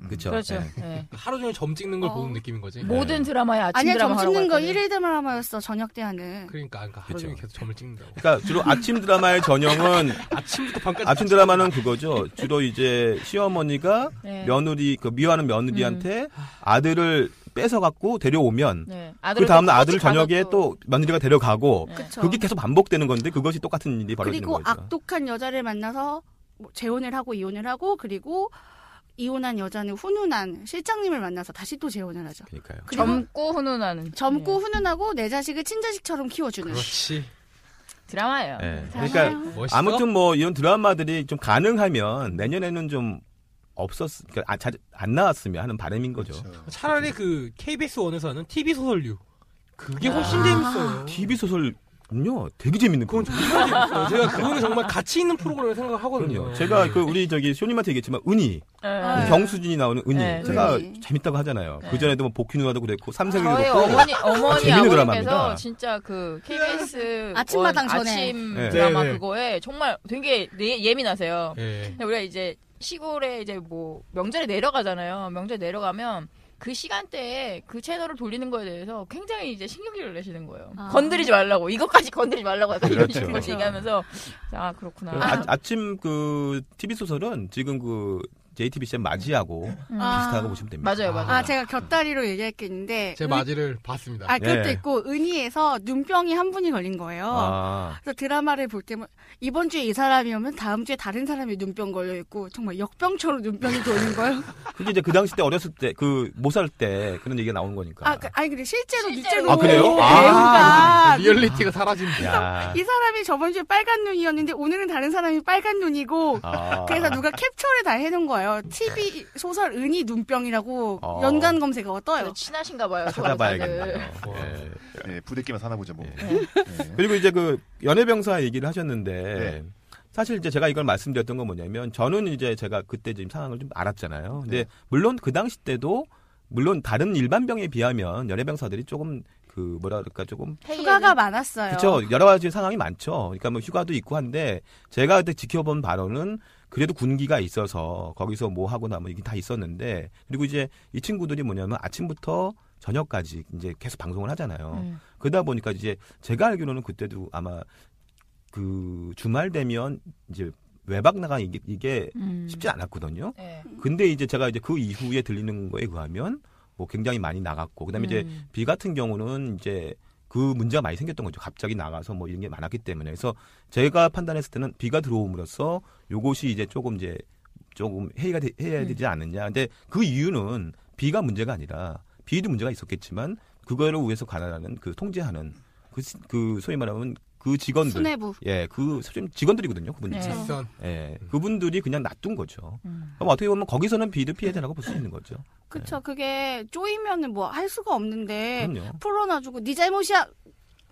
Speaker 4: 음.
Speaker 5: 그렇죠. 네.
Speaker 3: 그렇죠. 예.
Speaker 7: 하루 종일 점 찍는 걸
Speaker 6: 어.
Speaker 7: 보는 느낌인 거지. 예.
Speaker 3: 모든 드라마에 아침
Speaker 6: 아니야
Speaker 3: 드라마
Speaker 6: 점
Speaker 3: 하러
Speaker 6: 찍는
Speaker 3: 갈
Speaker 6: 거
Speaker 3: 거예요.
Speaker 6: 일일 드라마였어 저녁 때 하는.
Speaker 7: 그러니까, 그러니까 하루
Speaker 5: 그쵸.
Speaker 7: 종일 계속 점을 찍는다고.
Speaker 5: 그러니까 주로 아침 드라마의 전형은 그렇죠.
Speaker 7: 아침부터 밤까지.
Speaker 5: 아침 드라마는 그거죠. 주로 이제 시어머니가
Speaker 3: 네. 음.
Speaker 5: 며느리 그 미워하는 며느리한테 아들을 뺏어 갖고 데려오면
Speaker 3: 네.
Speaker 5: 그
Speaker 3: 아들을
Speaker 5: 다음 날
Speaker 3: 또
Speaker 5: 아들 을
Speaker 3: 가서
Speaker 5: 저녁에 또 며느리가 데려가고
Speaker 3: 네.
Speaker 6: 그쵸.
Speaker 5: 그게 계속 반복되는 건데 그것이 똑같은 일이 벌어지는
Speaker 6: 그렇죠. 그리고
Speaker 5: 거죠.
Speaker 6: 악독한 여자를 만나서 뭐 재혼을 하고 이혼을 하고 그리고 이혼한 여자는 훈훈한 실장님을 만나서 다시 또 재혼을 하죠.
Speaker 5: 그러니까요.
Speaker 6: 그리고
Speaker 3: 젊고 훈훈하는
Speaker 6: 젊고
Speaker 3: 예.
Speaker 6: 훈훈하고 내 자식을 친자식처럼 키워주는.
Speaker 7: 그렇지.
Speaker 3: 드라마예요.
Speaker 6: 네,
Speaker 5: 예. 그러니까
Speaker 6: 드라마예요.
Speaker 7: 멋있어.
Speaker 5: 아무튼 뭐 이런 드라마들이 좀 가능하면 내년에는 좀 없었 그러니까 아, 자- 안 나왔으면 하는 바람인 거죠.
Speaker 4: 그렇죠.
Speaker 6: 아.
Speaker 7: 차라리 그 KBS 원에서는 TV 소설류. 그게 훨씬 재밌어요.
Speaker 5: TV 소설 그럼요. 되게 재밌는
Speaker 7: 그건
Speaker 5: 프로그램.
Speaker 7: 정말 재밌어요. 제가 그거는 정말 가치 있는 프로그램을 생각하거든요. 네. 예.
Speaker 5: 그럼요. 제가 그 우리 저기 쇼님한테 얘기했지만 은희
Speaker 6: 네.
Speaker 5: 경수진이 나오는 은희
Speaker 3: 네.
Speaker 5: 제가
Speaker 6: 은희. 아,
Speaker 5: 재밌다고 하잖아요.
Speaker 3: 네.
Speaker 5: 그 전에도 뭐 복희 누나도 그랬고 삼성이도
Speaker 3: 저희
Speaker 5: 그랬고
Speaker 3: 어머니 어머니
Speaker 5: 재밌는
Speaker 3: 아버님께서
Speaker 5: 드라마입니다.
Speaker 3: 진짜 그 KBS
Speaker 6: 아침마당
Speaker 3: 원
Speaker 6: 전에.
Speaker 3: 아침
Speaker 5: 네.
Speaker 3: 드라마
Speaker 7: 네, 네.
Speaker 3: 그거에 정말 되게 예- 예민하세요.
Speaker 7: 예.
Speaker 3: 근데 우리가 이제 시골에 이제 뭐 명절에 내려가잖아요. 명절에 내려가면 그 시간대에 그 채널을 돌리는 거에 대해서 굉장히 이제 신경질을 내시는 거예요.
Speaker 6: 아.
Speaker 3: 건드리지 말라고 이것까지 건드리지 말라고 약간
Speaker 5: 그렇죠.
Speaker 3: 이런 식으로 얘기하면서 아 그렇구나.
Speaker 5: 아, 아침 그 TV 소설은 지금 그 JTBC 맞이하고
Speaker 3: 음.
Speaker 6: 아.
Speaker 5: 비슷하고 보시면 됩니다.
Speaker 3: 맞아요, 맞아요.
Speaker 6: 아, 제가 곁다리로 얘기할 게 있는데.
Speaker 7: 제
Speaker 6: 은-
Speaker 7: 마지를 봤습니다.
Speaker 6: 아, 그것도
Speaker 5: 네.
Speaker 6: 있고, 은희에서 눈병이 한 분이 걸린 거예요.
Speaker 5: 아,
Speaker 6: 그래서 드라마를 볼 때면, 이번 주에 이 사람이 오면 다음 주에 다른 사람이 눈병 걸려있고, 정말 역병처럼 눈병이 도는 거예요.
Speaker 5: 그게 이제 그 당시 때 어렸을 때 그 못 살 때 그런 얘기가 나온 거니까.
Speaker 6: 아, 그, 아니, 근데 실제로,
Speaker 3: 실제로.
Speaker 6: 실제로.
Speaker 5: 아, 그래요?
Speaker 7: 아,
Speaker 6: 배우가.
Speaker 7: 리얼리티가 사라진다.
Speaker 5: 아, 네. 야.
Speaker 6: 이 사람이 저번 주에 빨간 눈이었는데, 오늘은 다른 사람이 빨간 눈이고,
Speaker 5: 아.
Speaker 6: 그래서 누가 캡처를 다 해놓은 거예요. TV 소설 은희 눈병이라고
Speaker 5: 어.
Speaker 6: 연관 검색어가 떠요.
Speaker 3: 그래서 아, 친하신가 봐요.
Speaker 5: 찾아봐야겠네요.
Speaker 3: 그
Speaker 7: 와.
Speaker 5: 예.
Speaker 4: 예, 부대끼면 사나 보자 뭐.
Speaker 5: 그리고 이제 그 연애병사 얘기를 하셨는데
Speaker 4: 네.
Speaker 5: 사실 이제 제가 이걸 말씀드렸던 건 뭐냐면 저는 이제 제가 그때 지금 상황을 좀 알았잖아요. 근데 물론 그 당시 때도 물론 다른 일반 병에 비하면 연애병사들이 조금 그 뭐라 그럴까 조금
Speaker 3: 회의에는
Speaker 6: 휴가가 많았어요.
Speaker 5: 그렇죠 여러 가지 상황이 많죠. 그러니까 뭐 휴가도 있고 한데 제가 그때 지켜본 바로는 그래도 군기가 있어서 거기서 뭐 하고 나면 이게 다 있었는데 그리고 이제 이 친구들이 뭐냐면 아침부터 저녁까지 이제 계속 방송을 하잖아요.
Speaker 3: 음.
Speaker 5: 그러다 보니까 이제 제가 알기로는 그때도 아마 그 주말 되면 이제 외박 나가 이게, 이게
Speaker 3: 음.
Speaker 5: 쉽지 않았거든요.
Speaker 3: 예.
Speaker 6: 음.
Speaker 5: 근데 이제 제가 이제 그 이후에 들리는 거에 의하면 뭐 굉장히 많이 나갔고 그다음에 이제
Speaker 3: 음.
Speaker 5: 비 같은 경우는 이제 그 문제가 많이 생겼던 거죠. 갑자기 나가서 뭐 이런 게 많았기 때문에 그래서 제가 판단했을 때는 비가 들어옴으로써 요것이 이제 조금 이제 조금 해야, 되, 해야 되지 않느냐. 근데 그 이유는 비가 문제가 아니라 비도 문제가 있었겠지만 그거를 위해서 관할하는 그 통제하는 그, 시- 그 소위 말하면 그 직원들
Speaker 6: 수뇌부.
Speaker 5: 예, 그 소위 직원들이거든요. 그분들.
Speaker 3: 네.
Speaker 7: 일선
Speaker 5: 예. 그분들이 그냥 놔둔 거죠.
Speaker 3: 음.
Speaker 5: 그럼 어떻게 보면 거기서는 비도 피해자라고 볼 수 있는 거죠.
Speaker 6: 그렇죠. 그게 쪼이면은 뭐 할 수가
Speaker 3: 네.
Speaker 6: 없는데
Speaker 5: 그럼요.
Speaker 6: 풀어놔주고 네 잘못이야.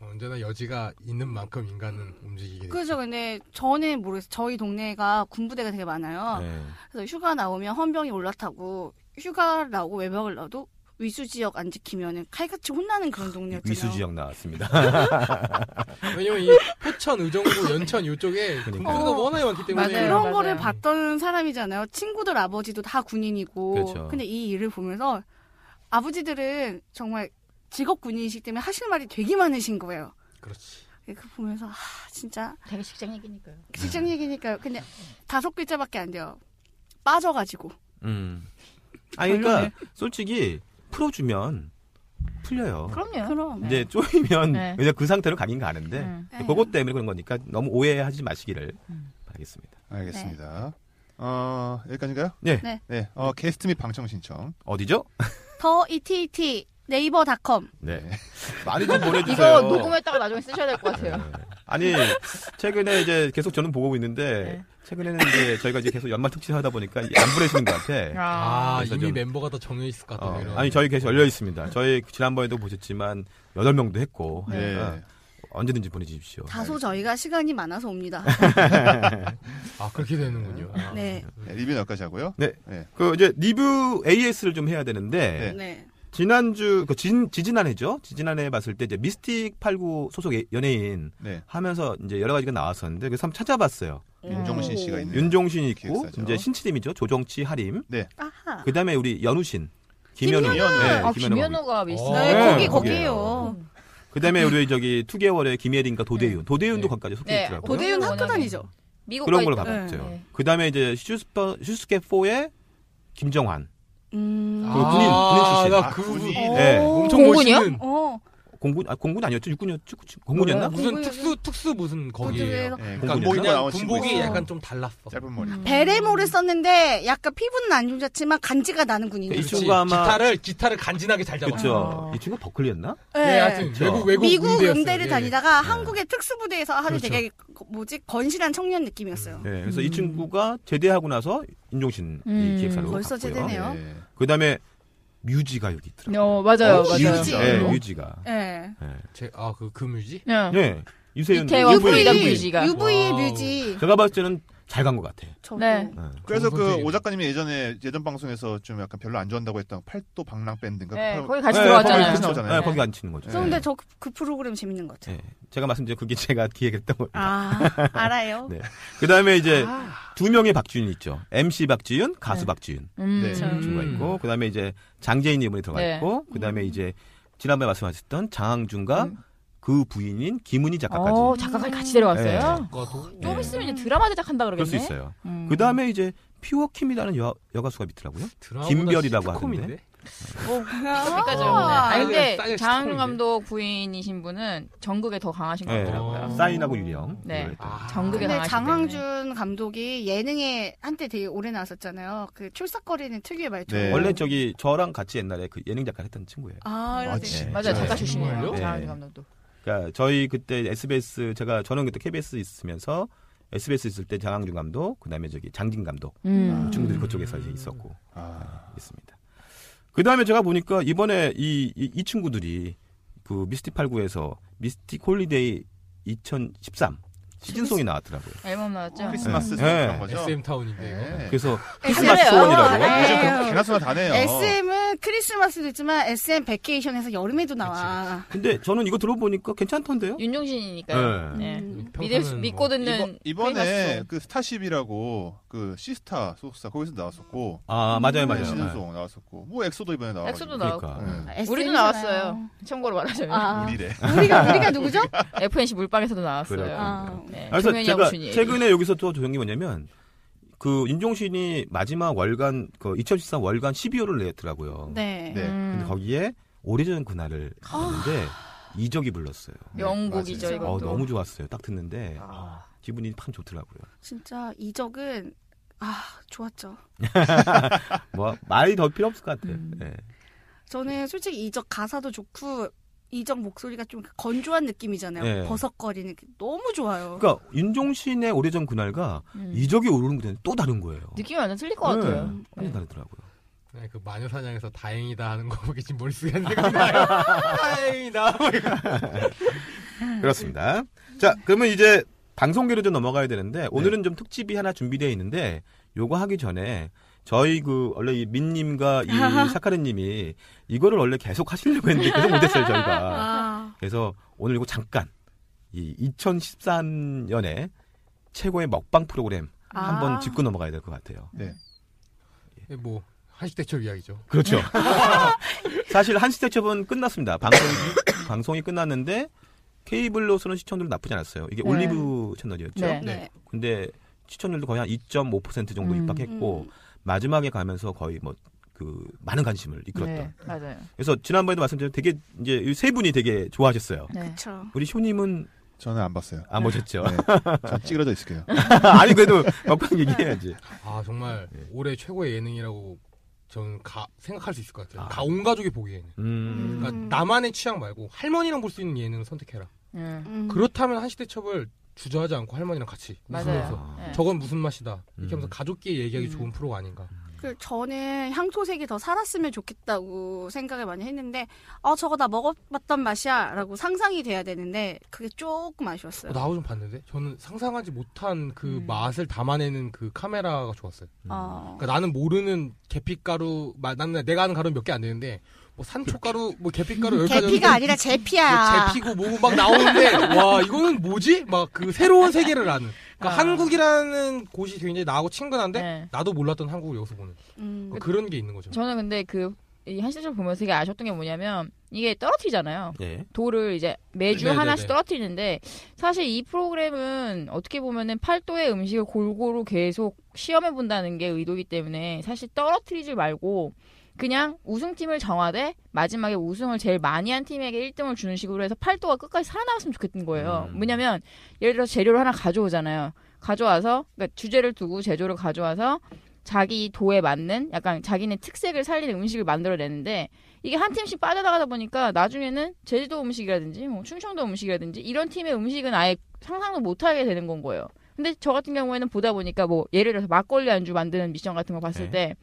Speaker 7: 언제나 여지가 있는 만큼 인간은 움직이게 돼.
Speaker 6: 그죠. 근데 저는 모르겠어요. 저희 동네가 군부대가 되게
Speaker 3: 어.
Speaker 6: 많아요.
Speaker 5: 예.
Speaker 6: 그래서 휴가 나오면 헌병이 올라타고 휴가 나오고 외벽을 넣어도 위수 지역 안 지키면은 칼같이 혼나는 그런 동네였잖아요.
Speaker 5: 위수 지역 나왔습니다.
Speaker 7: 왜냐면 이 포천, 의정부, 연천 이쪽에
Speaker 5: 그러니까요. 어.
Speaker 7: 군부대가 워낙에 많기 때문에
Speaker 3: 맞아요.
Speaker 6: 그런
Speaker 3: 맞아요.
Speaker 6: 거를 봤던 사람이잖아요. 친구들 아버지도 다 군인이고.
Speaker 5: 그렇죠.
Speaker 6: 근데 이 일을 보면서 아버지들은 정말 직업 군인이시기 때문에 하실 말이 되게 많으신 거예요.
Speaker 7: 그렇지.
Speaker 6: 그 보면서 아 진짜
Speaker 3: 되게 직장 얘기니까요.
Speaker 6: 직장 얘기니까요. 근데 다섯 글자밖에 안 돼요. 빠져가지고.
Speaker 5: 음. 아, 그러니까 솔직히 풀어주면 풀려요.
Speaker 3: 그럼요.
Speaker 6: 그럼.
Speaker 3: 네.
Speaker 5: 이제 쪼이면
Speaker 3: 네.
Speaker 5: 그냥 그 상태로 가긴 가는데
Speaker 3: 음.
Speaker 6: 네.
Speaker 5: 그것 때문에 그런 거니까 너무 오해하지 마시기를
Speaker 3: 음.
Speaker 5: 바라겠습니다.
Speaker 4: 알겠습니다. 어, 여기까지인가요?
Speaker 5: 네.
Speaker 6: 네.
Speaker 4: 네. 어, 게스트 및 방청 신청.
Speaker 5: 어디죠?
Speaker 6: 더 E 이티이티 네이버닷컴.
Speaker 5: 네. 많이 좀 보내주세요.
Speaker 3: 이거 녹음했다가 나중에 쓰셔야 될 것 같아요.
Speaker 5: 네. 아니 최근에 이제 계속 저는 보고 있는데
Speaker 3: 네.
Speaker 5: 최근에는 이제 저희가 이제 계속 연말 특집 하다 보니까 안 보내시는 것 네.
Speaker 3: 네.
Speaker 5: 같아.
Speaker 7: 아,
Speaker 5: 그래서
Speaker 7: 이미
Speaker 5: 좀-
Speaker 7: 멤버가 더 정해 있을 것 같아요.
Speaker 5: 어,
Speaker 7: 뭐 이런.
Speaker 5: 아니 저희 계속 열려 있습니다. 저희 지난번에도 보셨지만 여덟 명도 했고
Speaker 4: 네.
Speaker 5: 하니까 언제든지 보내주십시오.
Speaker 6: 다소 저희가 시간이 많아서 옵니다.
Speaker 7: 아 그렇게 되는군요. 아.
Speaker 6: 네.
Speaker 4: 네, 리뷰는 여기까지 하고요.
Speaker 5: 네.
Speaker 4: 네.
Speaker 5: 그 이제 리뷰 AS를 좀 해야 되는데
Speaker 4: 네.
Speaker 6: 네.
Speaker 5: 지난주 그 진, 지지난해죠. 지지난해 봤을 때 이제 미스틱 89 소속 예- 연예인
Speaker 4: 네.
Speaker 5: 하면서 이제 여러 가지가 나왔었는데 그래서 한번 찾아봤어요.
Speaker 4: 윤종신 씨가 있네요.
Speaker 5: 윤종신 있고
Speaker 4: 기획사죠.
Speaker 5: 이제 신치림이죠. 조정치, 하림.
Speaker 6: 아하.
Speaker 5: 그다음에 우리 연우신, 김연우.
Speaker 4: 김연우!
Speaker 5: 네,
Speaker 3: 아,
Speaker 5: 김연우가
Speaker 3: 김현우가 미스.
Speaker 7: 어.
Speaker 6: 네,
Speaker 5: 네,
Speaker 6: 거기
Speaker 5: 거기예요.
Speaker 6: 거기예요.
Speaker 5: 그다음에 우리 저기 2개월의 김예린과 도대윤. 도대윤도
Speaker 7: 네.
Speaker 5: 거기까지 속해
Speaker 3: 네,
Speaker 5: 있더라고요.
Speaker 6: 도대윤
Speaker 3: 거기는
Speaker 6: 학교
Speaker 3: 워낙에-
Speaker 6: 다니죠.
Speaker 3: 미국
Speaker 5: 그런 걸로
Speaker 3: 가 있다.
Speaker 5: 가봤죠.
Speaker 3: 네.
Speaker 5: 그다음에 이제 슈스퍼 슈스케 4의 김정환.
Speaker 6: 음.
Speaker 5: 그 군인, 군인 출신.
Speaker 7: 아, 나
Speaker 4: 아,
Speaker 7: 그 분.
Speaker 4: 군인.
Speaker 5: 네.
Speaker 7: 엄청
Speaker 3: 공군이요?
Speaker 7: 멋있는
Speaker 6: 어.
Speaker 5: 공군 아 공군 아니었죠. 육군이었죠. 공군이었나?
Speaker 7: 무슨
Speaker 6: 공군이요?
Speaker 7: 특수 특수 무슨 거기에요.
Speaker 6: 그쪽에서
Speaker 4: 네.
Speaker 7: 그러니까
Speaker 4: 군복 입고
Speaker 7: 그냥
Speaker 4: 나온 친구
Speaker 7: 군복이
Speaker 4: 있어요.
Speaker 7: 약간 좀 음, 달랐어.
Speaker 4: 짧은 머리.
Speaker 3: 음.
Speaker 6: 베레모를 썼는데 약간 피부는 안 좋았지만 간지가 나는
Speaker 5: 이
Speaker 6: 군인이죠.
Speaker 7: 그렇지.
Speaker 5: 친구가 아마-
Speaker 7: 기타를 기타를 간지나게 잘 잡아.
Speaker 5: 그렇죠. 이 친구 버클리였나?
Speaker 7: 네, 하여튼
Speaker 5: 그렇죠.
Speaker 7: 외국 외국
Speaker 6: 미국
Speaker 7: 음대였어요.
Speaker 6: 음대를
Speaker 7: 예.
Speaker 6: 다니다가 한국의 특수부대에서 하루
Speaker 7: 그렇죠.
Speaker 6: 되게 뭐지 건실한 청년 느낌이었어요.
Speaker 5: 네, 그래서 이 친구가 제대하고 나서 임종신
Speaker 3: 음,
Speaker 5: 이 기획사로
Speaker 6: 벌써
Speaker 5: 갔고요.
Speaker 6: 제대네. 있네요.
Speaker 4: 네.
Speaker 5: 그다음에 뮤지가 여기 있더라고요.
Speaker 3: 어, 맞아요,
Speaker 4: 어,
Speaker 3: 맞아요.
Speaker 6: 뮤지.
Speaker 5: 네,
Speaker 6: 어.
Speaker 5: 뮤지가.
Speaker 6: 예.
Speaker 5: 네.
Speaker 7: 아, 그, 제아그 금유지?
Speaker 3: 네.
Speaker 5: 네. 유세윤
Speaker 3: 이태원
Speaker 5: 유부인.
Speaker 3: 프리덤
Speaker 5: 유부인.
Speaker 3: 뮤직. 뮤지가.
Speaker 6: UV의
Speaker 7: 와우.
Speaker 6: 뮤지.
Speaker 5: 제가 봤을 때는 잘 간 것 같아.
Speaker 6: 저도.
Speaker 3: 네.
Speaker 5: 네.
Speaker 4: 그래서 그
Speaker 7: 선택이네.
Speaker 4: 오 작가님이 예전에 예전 방송에서 좀 약간 별로 안 좋아한다고 했던 팔도 방랑 밴드인가?
Speaker 3: 네,
Speaker 4: 그
Speaker 3: 거기 같이
Speaker 5: 네,
Speaker 3: 들어왔잖아요.
Speaker 4: 거기
Speaker 5: 네,
Speaker 4: 나오잖아요.
Speaker 5: 거기 앉히는 거죠.
Speaker 6: 저 근데 저 그 프로그램 재밌는 것 같아요.
Speaker 5: 네. 제가 말씀드린 그게 제가 기획했던
Speaker 7: 네.
Speaker 5: 거예요.
Speaker 6: 아, 알아요.
Speaker 5: 네. 그 다음에 이제 두 명의 박지윤이 있죠. MC 박지윤,
Speaker 3: 아.
Speaker 5: 가수
Speaker 3: 네.
Speaker 5: 박지윤
Speaker 3: 음.
Speaker 4: 네.
Speaker 3: 참.
Speaker 5: 친구가
Speaker 7: 음.
Speaker 5: 있고, 그 다음에 이제 장재인 이분이 들어가
Speaker 3: 네.
Speaker 5: 있고, 그 다음에
Speaker 6: 음.
Speaker 5: 이제 지난번에 말씀하셨던 장항준과
Speaker 3: 음.
Speaker 5: 그 부인인 김은희 작가까지.
Speaker 3: 어, 작가까지 같이 데려왔어요. 좀
Speaker 7: 그것도
Speaker 5: 네.
Speaker 3: 있으면 이제 드라마 제작 한다
Speaker 5: 그럴
Speaker 3: 그러겠네.
Speaker 5: 수 있어요. 그 다음에 이제 퓨어킴이라는 여, 여가수가 있더라고요.
Speaker 7: 드라마보다
Speaker 5: 김별이라고
Speaker 7: 시트콤인데?
Speaker 5: 하던데.
Speaker 3: 어,
Speaker 7: 네.
Speaker 3: 여기까지
Speaker 7: 아.
Speaker 3: 없네. 아
Speaker 7: 아,
Speaker 3: 근데 장항준
Speaker 7: 이거 시트콤인데.
Speaker 3: 감독 부인이신 분은 전국에 더 강하신 것
Speaker 5: 네.
Speaker 3: 같더라고요. 음.
Speaker 7: 어.
Speaker 5: 사인하고 유령.
Speaker 3: 네.
Speaker 5: 이걸 했던.
Speaker 7: 아.
Speaker 3: 전국에
Speaker 6: 근데
Speaker 3: 강하시기
Speaker 6: 장항준 감독이 예능에 한때 되게 오래 나왔었잖아요. 그 출석거리는 특유의 말투.
Speaker 4: 네.
Speaker 5: 원래 저기 저랑 같이 옛날에 그 예능 작가 했던 친구예요.
Speaker 6: 아,
Speaker 4: 아,
Speaker 6: 이런 데.
Speaker 4: 진짜.
Speaker 3: 맞아요. 작가
Speaker 4: 네.
Speaker 3: 출신이에요.
Speaker 7: 정말요?
Speaker 3: 장항준
Speaker 5: 네.
Speaker 3: 감독도.
Speaker 5: 그러니까 저희 그때 SBS 제가 저는 그때 KBS 있으면서 SBS 있을 때 장항준 감독, 그다음에 저기 장진 감독
Speaker 3: 음.
Speaker 5: 그 친구들이 그쪽에서 이제 있었고
Speaker 4: 아,
Speaker 5: 있습니다. 그다음에 제가 보니까 이번에 이 이 친구들이 그 미스틱 89에서 미스틱 홀리데이 2013 시즌송이 나왔더라고요.
Speaker 3: 앨범 나왔죠.
Speaker 4: 크리스마스
Speaker 5: 네.
Speaker 4: 그런 거죠.
Speaker 7: SM 타운인데 이거.
Speaker 4: 네.
Speaker 5: 그래서
Speaker 6: 그래요?
Speaker 5: 크리스마스 소원이라고.
Speaker 6: 네.
Speaker 4: 요즘 그런 개나소나 다네요.
Speaker 6: SM은 크리스마스도 있지만 SM 베케이션에서 여름에도 나와.
Speaker 5: 근데 저는 이거 들어보니까 괜찮던데요.
Speaker 3: 윤종신이니까요. 네.
Speaker 6: 음.
Speaker 3: 믿을 수,
Speaker 7: 평소는 뭐
Speaker 3: 믿고 듣는
Speaker 4: 이번,
Speaker 3: 페이머스.
Speaker 4: 에그 스타쉽이라고 그 시스타 소속사 거기서 나왔었고
Speaker 5: 아 맞아요 맞아요.
Speaker 4: 음, 시즌송 나왔었고 뭐 엑소도 이번에 나와.
Speaker 3: 엑소도
Speaker 5: 그러니까.
Speaker 3: 나왔고.
Speaker 4: 네.
Speaker 6: SM
Speaker 3: 우리도
Speaker 6: 잖아요.
Speaker 3: 나왔어요. 참고로 말하자면
Speaker 6: 아,
Speaker 4: 우리래.
Speaker 6: 우리가 우리가 누구죠?
Speaker 3: FNC 물방에서도 나왔어요.
Speaker 5: 그래요.
Speaker 6: 아,
Speaker 3: 네.
Speaker 5: 그래서
Speaker 3: 정현이
Speaker 5: 제가
Speaker 3: 영춘이.
Speaker 5: 최근에 여기서 또 조정이 뭐냐면 그 윤종신이 마지막 월간 그 2014 월간 12호를 냈더라고요.
Speaker 6: 네.
Speaker 3: 음,
Speaker 4: 네.
Speaker 5: 근데 거기에 오래전 그날을 봤는데
Speaker 3: 아.
Speaker 5: 이적이 불렀어요.
Speaker 3: 명곡이죠
Speaker 4: 맞아요.
Speaker 3: 이것도.
Speaker 5: 어, 네, 너무 좋았어요. 딱 듣는데
Speaker 3: 아.
Speaker 5: 기분이 참 좋더라고요.
Speaker 6: 진짜 이적은 아 좋았죠.
Speaker 5: 뭐 말이 더 필요 없을 것 같아요.
Speaker 3: 음.
Speaker 5: 예.
Speaker 6: 저는 솔직히 이적 가사도 좋고 이적 목소리가 좀 건조한 느낌이잖아요.
Speaker 5: 네.
Speaker 6: 버석거리는 게 너무 좋아요.
Speaker 5: 그러니까 윤종신의 오래전 그날과
Speaker 3: 음.
Speaker 5: 이적이 오르는 그날은 또 다른 거예요.
Speaker 3: 느낌이 완전 틀릴 것 같아요.
Speaker 5: 네, 완전 다르더라고요.
Speaker 7: 네, 그 마녀 사냥에서 다행이다 하는 거보기 지금 머릿속에 안 생각나요. 다행이다. 뭐 이거.
Speaker 3: 네.
Speaker 5: 그렇습니다. 자, 그러면 이제 방송계로 좀 넘어가야 되는데 오늘은 좀 특집이 하나 준비되어 있는데 요거 하기 전에 저희 그 원래 이 민님과 이 사카르님이 이거를 원래 계속 하시려고 했는데 계속 못했어요 저희가.
Speaker 6: 아,
Speaker 5: 그래서 오늘 이거 잠깐 이 2013년에 최고의 먹방 프로그램
Speaker 3: 아.
Speaker 5: 한번 짚고 넘어가야 될 것 같아요.
Speaker 4: 네.
Speaker 7: 네, 뭐 한식대첩 이야기죠.
Speaker 5: 그렇죠. 사실 한시대첩은 끝났습니다. 방송이 방송이 끝났는데 케이블로서는 시청률 나쁘지 않았어요. 이게
Speaker 3: 네.
Speaker 5: 올리브 채널이었죠.
Speaker 3: 네.
Speaker 6: 네.
Speaker 5: 근데 시청률도 거의 한 2.5% 정도
Speaker 3: 음.
Speaker 5: 입박했고
Speaker 6: 음.
Speaker 5: 마지막에 가면서 거의 뭐 그 많은 관심을 이끌었던.
Speaker 3: 네, 맞아요.
Speaker 5: 그래서 지난번에도 말씀드린 되게 이제 이세 분이 되게 좋아하셨어요.
Speaker 3: 네.
Speaker 6: 그렇죠.
Speaker 5: 우리 쇼님은
Speaker 4: 저는 안 봤어요.
Speaker 5: 안 보셨죠?
Speaker 4: 네. 전 찌그러져 있을게요.
Speaker 5: 아니 그래도 막판 얘기해야지.
Speaker 7: 아 정말
Speaker 5: 네.
Speaker 7: 올해 최고의 예능이라고 저는 가, 생각할 수 있을 것 같아요.
Speaker 5: 아.
Speaker 7: 다 온 가족이 보기에는.
Speaker 5: 음.
Speaker 7: 그러니까
Speaker 6: 음.
Speaker 7: 나만의 취향 말고 할머니랑 볼 수 있는 예능을 선택해라.
Speaker 3: 음.
Speaker 6: 음.
Speaker 7: 그렇다면 한식대첩을 주저하지 않고 할머니랑 같이 웃으면서
Speaker 3: 맞아요. 네.
Speaker 7: 저건 무슨 맛이다. 이렇게 하면서
Speaker 5: 음.
Speaker 7: 가족끼리 얘기하기
Speaker 3: 음.
Speaker 7: 좋은 프로가 아닌가.
Speaker 6: 그 저는 향토색이 더 살았으면 좋겠다고 생각을 많이 했는데 아 저거 나 먹어봤던 맛이야라고 상상이 돼야 되는데 그게 조금 아쉬웠어요.
Speaker 7: 어, 나하고 좀 봤는데 저는 상상하지 못한 그
Speaker 3: 음.
Speaker 7: 맛을 담아내는 그 카메라가 좋았어요.
Speaker 6: 어.
Speaker 7: 그러니까 나는 모르는 계피가루, 마- 나는 내가 아는 가루는 몇 개 안 되는데 뭐 산초가루, 뭐 계피가루 열 가지
Speaker 6: 계피가 아니라 제피야.
Speaker 7: 제피고 뭐고 막 나오는데 와 이거는 뭐지? 막 그 새로운 세계를 아는. 그러니까
Speaker 3: 아.
Speaker 7: 한국이라는 곳이 굉장히 나하고 친근한데
Speaker 3: 네.
Speaker 7: 나도 몰랐던 한국을 여기서 보는
Speaker 6: 음.
Speaker 7: 그런게 있는 거죠.
Speaker 3: 저는 근데 그 이 한시절 보면서 되게 아쉬웠던 게 뭐냐면 이게 떨어뜨리잖아요.
Speaker 5: 예.
Speaker 3: 돌을 이제 매주
Speaker 7: 네네네.
Speaker 3: 하나씩 떨어뜨리는데 사실 이 프로그램은 어떻게 보면은 팔도의 음식을 골고루 계속 시험해 본다는 게 의도이기 때문에 사실 떨어뜨리지 말고 그냥 우승팀을 정하되 마지막에 우승을 제일 많이 한 팀에게 1등을 주는 식으로 해서 팔도가 끝까지 살아남았으면 좋겠는 거예요.
Speaker 5: 음.
Speaker 3: 왜냐면 예를 들어 서 재료를 하나 가져오잖아요. 가져와서 그러니까 주제를 두고 제조를 가져와서 자기 도에 맞는 약간 자기네 특색을 살리는 음식을 만들어내는데 이게 한 팀씩 빠져나가다 보니까 나중에는 제주도 음식이라든지 뭐 충청도 음식이라든지 이런 팀의 음식은 아예 상상도 못하게 되는 건 거예요. 근데 저 같은 경우에는 보다 보니까 뭐 예를 들어서 막걸리 안주 만드는 미션 같은 거 봤을
Speaker 5: 네.
Speaker 3: 때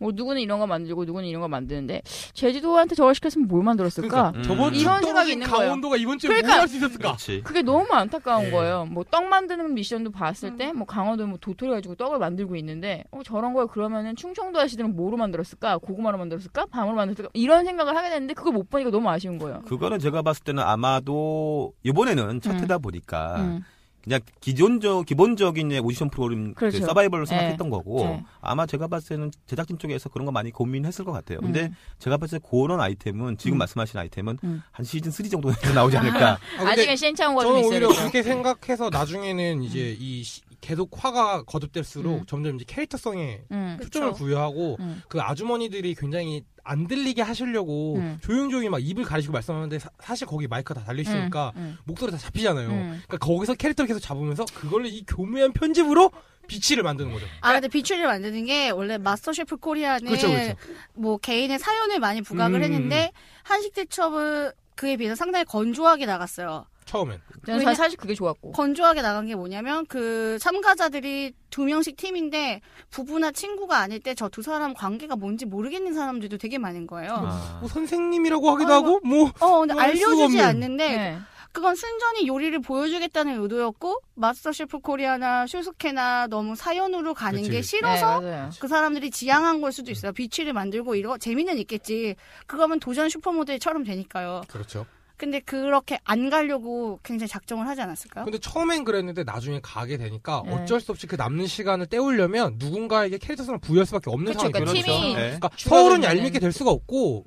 Speaker 3: 뭐 누구는 이런 거 만들고 누구는 이런 거 만드는데 제주도한테 저걸 시켰으면 뭘 만들었을까?
Speaker 5: 그러니까. 음.
Speaker 7: 저번 주
Speaker 3: 이런 생각이
Speaker 7: 떨어진
Speaker 3: 있는 거예요.
Speaker 7: 강원도가 이번 주에
Speaker 3: 그러니까.
Speaker 7: 뭘 할 수 있었을까?
Speaker 5: 그렇지.
Speaker 3: 그게 너무 안타까운
Speaker 5: 네.
Speaker 7: 예.
Speaker 3: 거예요. 뭐 떡 만드는 미션도 봤을 때, 뭐 강원도 뭐 도토리 가지고 떡을 만들고 있는데, 어 저런 걸 그러면은 충청도 아저씨들은 뭐로 만들었을까? 고구마로 만들었을까? 밤으로 만들었을까? 이런 생각을 하게 되는데 그걸 못 보니까 너무 아쉬운 거예요.
Speaker 5: 그거는 제가 봤을 때는 아마도 이번에는 차트다 보니까
Speaker 3: 음.
Speaker 5: 그냥 기존적 기본적인 이제 오디션 프로그램 그
Speaker 3: 그렇죠.
Speaker 5: 서바이벌로 생각했던 거고
Speaker 3: 네.
Speaker 5: 아마 제가 봤을 때는 제작진 쪽에서 그런 거 많이 고민했을 것 같아요. 근데
Speaker 3: 음.
Speaker 5: 제가 봤을 때 그런 아이템은 지금
Speaker 3: 음.
Speaker 5: 말씀하신 아이템은
Speaker 3: 음.
Speaker 5: 한 시즌 3 정도 나오지 않을까.
Speaker 7: 아, 근데
Speaker 3: 아직은 시행착오가 좀
Speaker 7: 저는
Speaker 3: 있어요.
Speaker 7: 오히려
Speaker 3: 그죠?
Speaker 7: 그렇게 생각해서 나중에는 이제 이 시- 계속 화가 거듭될수록
Speaker 3: 음.
Speaker 7: 점점 이제 캐릭터성에
Speaker 3: 음.
Speaker 7: 초점을
Speaker 6: 그쵸.
Speaker 7: 부여하고
Speaker 3: 음.
Speaker 7: 그 아주머니들이 굉장히 안 들리게 하시려고
Speaker 3: 음.
Speaker 7: 조용조용히 막 입을 가리시고 말씀하는데 사, 실 거기 마이크 가 다 달려 있으니까
Speaker 3: 음.
Speaker 7: 목소리 다 잡히잖아요.
Speaker 3: 음.
Speaker 7: 그러니까 거기서 캐릭터를 계속 잡으면서 그걸 이 교묘한 편집으로 비치를 만드는 거죠.
Speaker 6: 아, 근데 비추를 만드는 게 원래 마스터 셰프
Speaker 3: 네.
Speaker 6: 코리아는
Speaker 7: 그렇죠, 그렇죠.
Speaker 6: 뭐 개인의 사연을 많이 부각을
Speaker 7: 음.
Speaker 6: 했는데 한식 대첩은 그에 비해서 상당히 건조하게 나갔어요.
Speaker 7: 처음엔
Speaker 3: 저는 사- 사실 그게 좋았고.
Speaker 6: 건조하게 나간 게 뭐냐면 그 참가자들이 두 명씩 팀인데 부부나 친구가 아닐 때 저 두 사람 관계가 뭔지 모르겠는 사람들도 되게 많은 거예요.
Speaker 5: 아.
Speaker 7: 뭐 선생님이라고 하기도
Speaker 6: 아,
Speaker 7: 하고 뭐
Speaker 6: 어, 근데
Speaker 7: 뭐알 수가
Speaker 6: 알려주지
Speaker 7: 없는.
Speaker 6: 않는데
Speaker 3: 네.
Speaker 6: 그건 순전히 요리를 보여주겠다는 의도였고 마스터 셰프 코리아나 쇼스케나 너무 사연으로 가는
Speaker 7: 그치,
Speaker 6: 게
Speaker 7: 그치.
Speaker 6: 싫어서
Speaker 3: 네, 맞아요.
Speaker 6: 그 사람들이 지향한 걸 수도 있어요. 비치를 만들고 이거 재미는 있겠지. 그거면 도전 슈퍼모델처럼 되니까요.
Speaker 7: 그렇죠.
Speaker 6: 근데 그렇게 안 가려고 굉장히 작정을 하지 않았을까요?
Speaker 7: 근데 처음엔 그랬는데 나중에 가게 되니까
Speaker 3: 네.
Speaker 7: 어쩔 수 없이 그 남는 시간을 때우려면 누군가에게 캐릭터성을 부여할 수밖에 없는
Speaker 3: 그쵸,
Speaker 7: 상황이
Speaker 3: 그러니까
Speaker 7: 되는 거죠.
Speaker 3: 팀이
Speaker 5: 네.
Speaker 7: 그러니까
Speaker 3: 줄어드는
Speaker 7: 서울은
Speaker 3: 거는.
Speaker 7: 얄밉게 될 수가 없고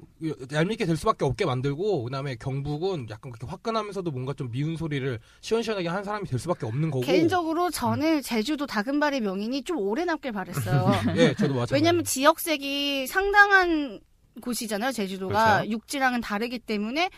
Speaker 7: 얄밉게 될 수밖에 없게 만들고 그다음에 경북은 약간 그렇게 화끈하면서도 뭔가 좀 미운 소리를 시원시원하게 하는 사람이 될 수밖에 없는 거고
Speaker 6: 개인적으로 저는 제주도 다금발의 명인이 좀 오래 남길 바랬어요.
Speaker 7: 예 저도 마찬가지
Speaker 6: 왜냐면 지역색이 상당한 곳이잖아요. 제주도가
Speaker 5: 그렇죠.
Speaker 6: 육지랑은 다르기 때문에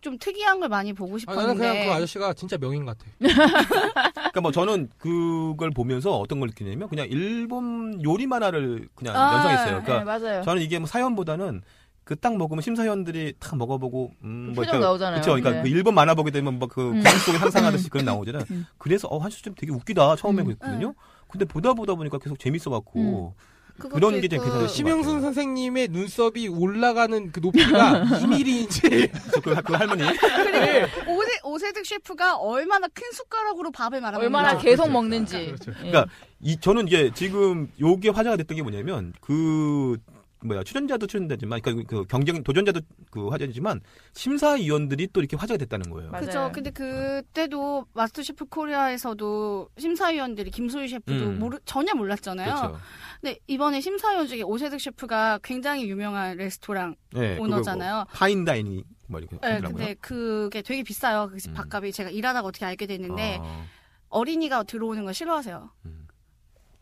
Speaker 6: 좀 특이한 걸 많이 보고
Speaker 7: 아,
Speaker 6: 싶었는데
Speaker 7: 나는 그냥 그 아저씨가 진짜 명인 같아
Speaker 5: 그러니까 뭐 저는 그걸 보면서 어떤 걸 느끼냐면 그냥 일본 요리 만화를 그냥
Speaker 6: 아,
Speaker 5: 연상했어요. 그러니까
Speaker 3: 네, 맞아요.
Speaker 5: 저는 이게 뭐 사연보다는 그 딱 먹으면 심사위원들이 딱 먹어보고 음뭐
Speaker 3: 표정 나오잖아요.
Speaker 5: 그렇죠. 그러니까
Speaker 3: 네.
Speaker 5: 그 일본 만화 보게 되면 막그
Speaker 3: 음.
Speaker 5: 음. 속에 상상하듯이 그런 나오잖아요.
Speaker 3: 음.
Speaker 5: 그래서 어 한수 좀 되게 웃기다 처음에
Speaker 3: 음.
Speaker 5: 그랬거든요. 근데 보다 보다 보니까 계속 재밌어갖고
Speaker 6: 그것도
Speaker 5: 그런 게
Speaker 6: 있고
Speaker 5: 되게 괜찮았어요.
Speaker 7: 심영순
Speaker 5: 맞아요.
Speaker 7: 선생님의 눈썹이 올라가는 그 높이가 2mm인지
Speaker 5: 그래서 그, 그 할머니
Speaker 6: 그리고
Speaker 3: 네.
Speaker 6: 오세, 오세득 셰프가 얼마나 큰 숟가락으로 밥을 말아
Speaker 3: 얼마나
Speaker 6: 먹는지.
Speaker 3: 계속 먹는지. 예.
Speaker 5: 그렇죠. 그러니까 이 저는 이게 지금 요게 화제가 됐던 게 뭐냐면 그 뭐야 출연자도 출연자지만 그러니까 그 경쟁 도전자도 그 화제지만 심사위원들이 또 이렇게 화제가 됐다는 거예요.
Speaker 3: 맞아요.
Speaker 6: 그죠. 근데 그때도 마스터셰프 코리아에서도 심사위원들이 김소희 셰프도
Speaker 5: 음.
Speaker 6: 모르, 전혀 몰랐잖아요.
Speaker 5: 그렇죠.
Speaker 6: 근데 이번에 심사위원 중에 오세득 셰프가 굉장히 유명한 레스토랑
Speaker 5: 네, 그거
Speaker 6: 오너잖아요.
Speaker 5: 뭐 파인 다이닝 뭐 이렇게
Speaker 6: 네,
Speaker 5: 하더라고요.
Speaker 6: 근데 그게 되게 비싸요. 그
Speaker 5: 음.
Speaker 6: 밥값이 제가 일하다가 어떻게 알게 됐는데
Speaker 5: 아.
Speaker 6: 어린이가 들어오는 걸 싫어하세요.
Speaker 5: 음.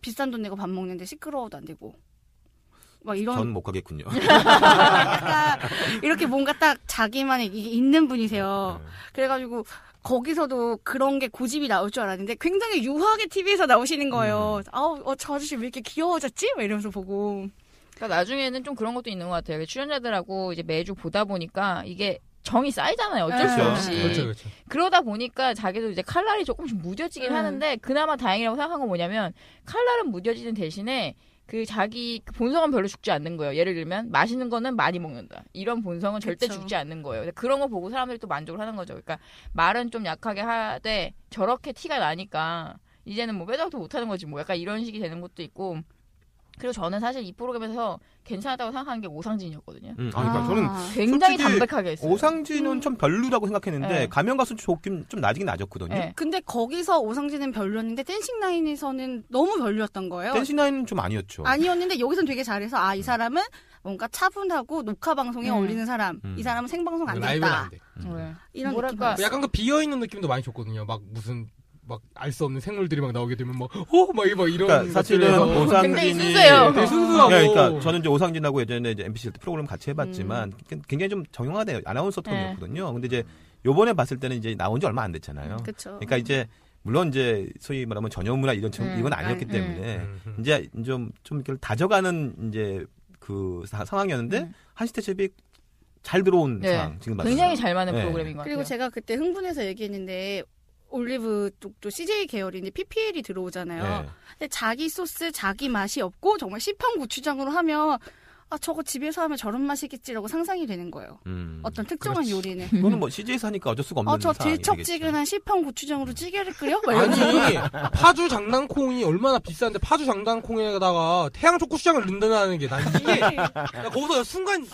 Speaker 6: 비싼 돈 내고 밥 먹는데 시끄러워도 안 되고. 막 이런
Speaker 5: 전 못 가겠군요.
Speaker 6: 약간 이렇게 뭔가 딱 자기만의 이게 있는
Speaker 3: 어.
Speaker 6: 분이세요.
Speaker 5: 네.
Speaker 6: 그래가지고 거기서도 그런 게 고집이 나올 줄 알았는데 굉장히 유하게 TV에서 나오시는
Speaker 5: 음.
Speaker 6: 거예요. 아우 어, 저 아저씨 왜 이렇게 귀여워졌지? 막 이러면서 보고
Speaker 3: 그러니까 나중에는 좀 그런 것도 있는 것 같아요. 출연자들하고 이제 매주 보다 보니까 이게 정이 쌓이잖아요. 어쩔 수
Speaker 6: 그렇죠.
Speaker 3: 없이.
Speaker 7: 그렇죠 그렇죠
Speaker 3: 그러다 보니까 자기도 이제 칼날이 조금씩 무뎌지긴
Speaker 6: 음.
Speaker 3: 하는데 그나마 다행이라고 생각한 건 뭐냐면 칼날은 무뎌지는 대신에 그 자기 그 본성은 별로 죽지 않는 거예요. 예를 들면 맛있는 거는 많이 먹는다. 이런 본성은 절대
Speaker 6: 그쵸.
Speaker 3: 죽지 않는 거예요. 근데 그런 거 보고 사람들이 또 만족을 하는 거죠. 그러니까 말은 좀 약하게 하되 저렇게 티가 나니까 이제는 뭐 빼닥도 못하는 거지 뭐 약간 이런 식이 되는 것도 있고 그리고 저는 사실 이 프로그램에서 괜찮았다고 생각한 게 오상진이었거든요.
Speaker 5: 음, 아니, 그러니까 저는
Speaker 3: 굉장히
Speaker 5: 솔직히
Speaker 3: 담백하게 했어요.
Speaker 5: 오상진은 좀 별로라고 생각했는데
Speaker 3: 네.
Speaker 5: 가면 가수 조금 좀 낮이긴 낮았거든요.
Speaker 3: 네.
Speaker 6: 근데 거기서 오상진은 별로였는데 댄싱 라인에서는 너무 별로였던 거예요.
Speaker 5: 댄시나인은 좀 아니었죠.
Speaker 6: 아니었는데 여기선 되게 잘해서 아 이 사람은 뭔가 차분하고 녹화 방송에
Speaker 3: 음.
Speaker 6: 어울리는 사람.
Speaker 5: 음.
Speaker 6: 이 사람은 생방송 안
Speaker 7: 라이브는
Speaker 6: 된다.
Speaker 7: 안돼
Speaker 3: 네.
Speaker 6: 이런
Speaker 3: 뭐랄까.
Speaker 6: 느낌.
Speaker 7: 약간 그 비어있는 느낌도 많이 줬거든요 막 무슨 막 알 수 없는 생물들이 막 나오게 되면 뭐, 막어막 이막 이런
Speaker 5: 그러니까 사실은
Speaker 7: 것들에서
Speaker 3: 굉장히
Speaker 5: 오상진이
Speaker 3: 순수해요.
Speaker 7: 되게 순수하고
Speaker 5: 네, 그러니까 저는 이제 오상진하고 예전에 이제 MBC 때 프로그램
Speaker 3: 음.
Speaker 5: 같이 해봤지만 그, 굉장히 좀 정형화돼요. 아나운서
Speaker 3: 네.
Speaker 5: 톤이었거든요. 근데 이제 요번에 봤을 때는 이제 나온 지 얼마 안
Speaker 3: 음,
Speaker 5: 됐잖아요.
Speaker 6: 그렇죠.
Speaker 5: 그러니까 이제 물론 이제 소위 말하면 전혀문화 이런 청-
Speaker 3: 음,
Speaker 5: 이건 아니었기
Speaker 3: 음.
Speaker 5: 때문에
Speaker 7: 음.
Speaker 5: 이제 좀좀 이렇게 다져가는 이제 그 사- 상황이었는데
Speaker 3: 음.
Speaker 5: 한시태첩이 잘 들어온
Speaker 3: 네.
Speaker 5: 상황 지금 봤어요.
Speaker 3: 굉장히 잘 맞는
Speaker 5: 네.
Speaker 3: 프로그램인 것 같아요.
Speaker 6: 그리고 제가 그때 흥분해서 얘기했는데 올리브 쪽도 CJ 계열인데 PPL이 들어오잖아요.
Speaker 5: 예.
Speaker 6: 근데 자기 소스 자기 맛이 없고 정말 시판 고추장으로 하면 아 저거 집에서 하면 저런 맛이겠지라고 상상이 되는 거예요.
Speaker 5: 음.
Speaker 6: 어떤 특정한 요리는.
Speaker 5: 그거는 뭐 CJ에서 하니까 어쩔 수가 없는
Speaker 6: 아저
Speaker 5: 상황이 되겠죠.
Speaker 6: 들척지근한 시판 고추장으로 찌개를 끓여? 막 이런
Speaker 7: 아니 파주 장난콩이 얼마나 비싼데 파주 장난콩에다가 태양 초코 시장을 넣는다는 게 나 이게 나 거기서 순간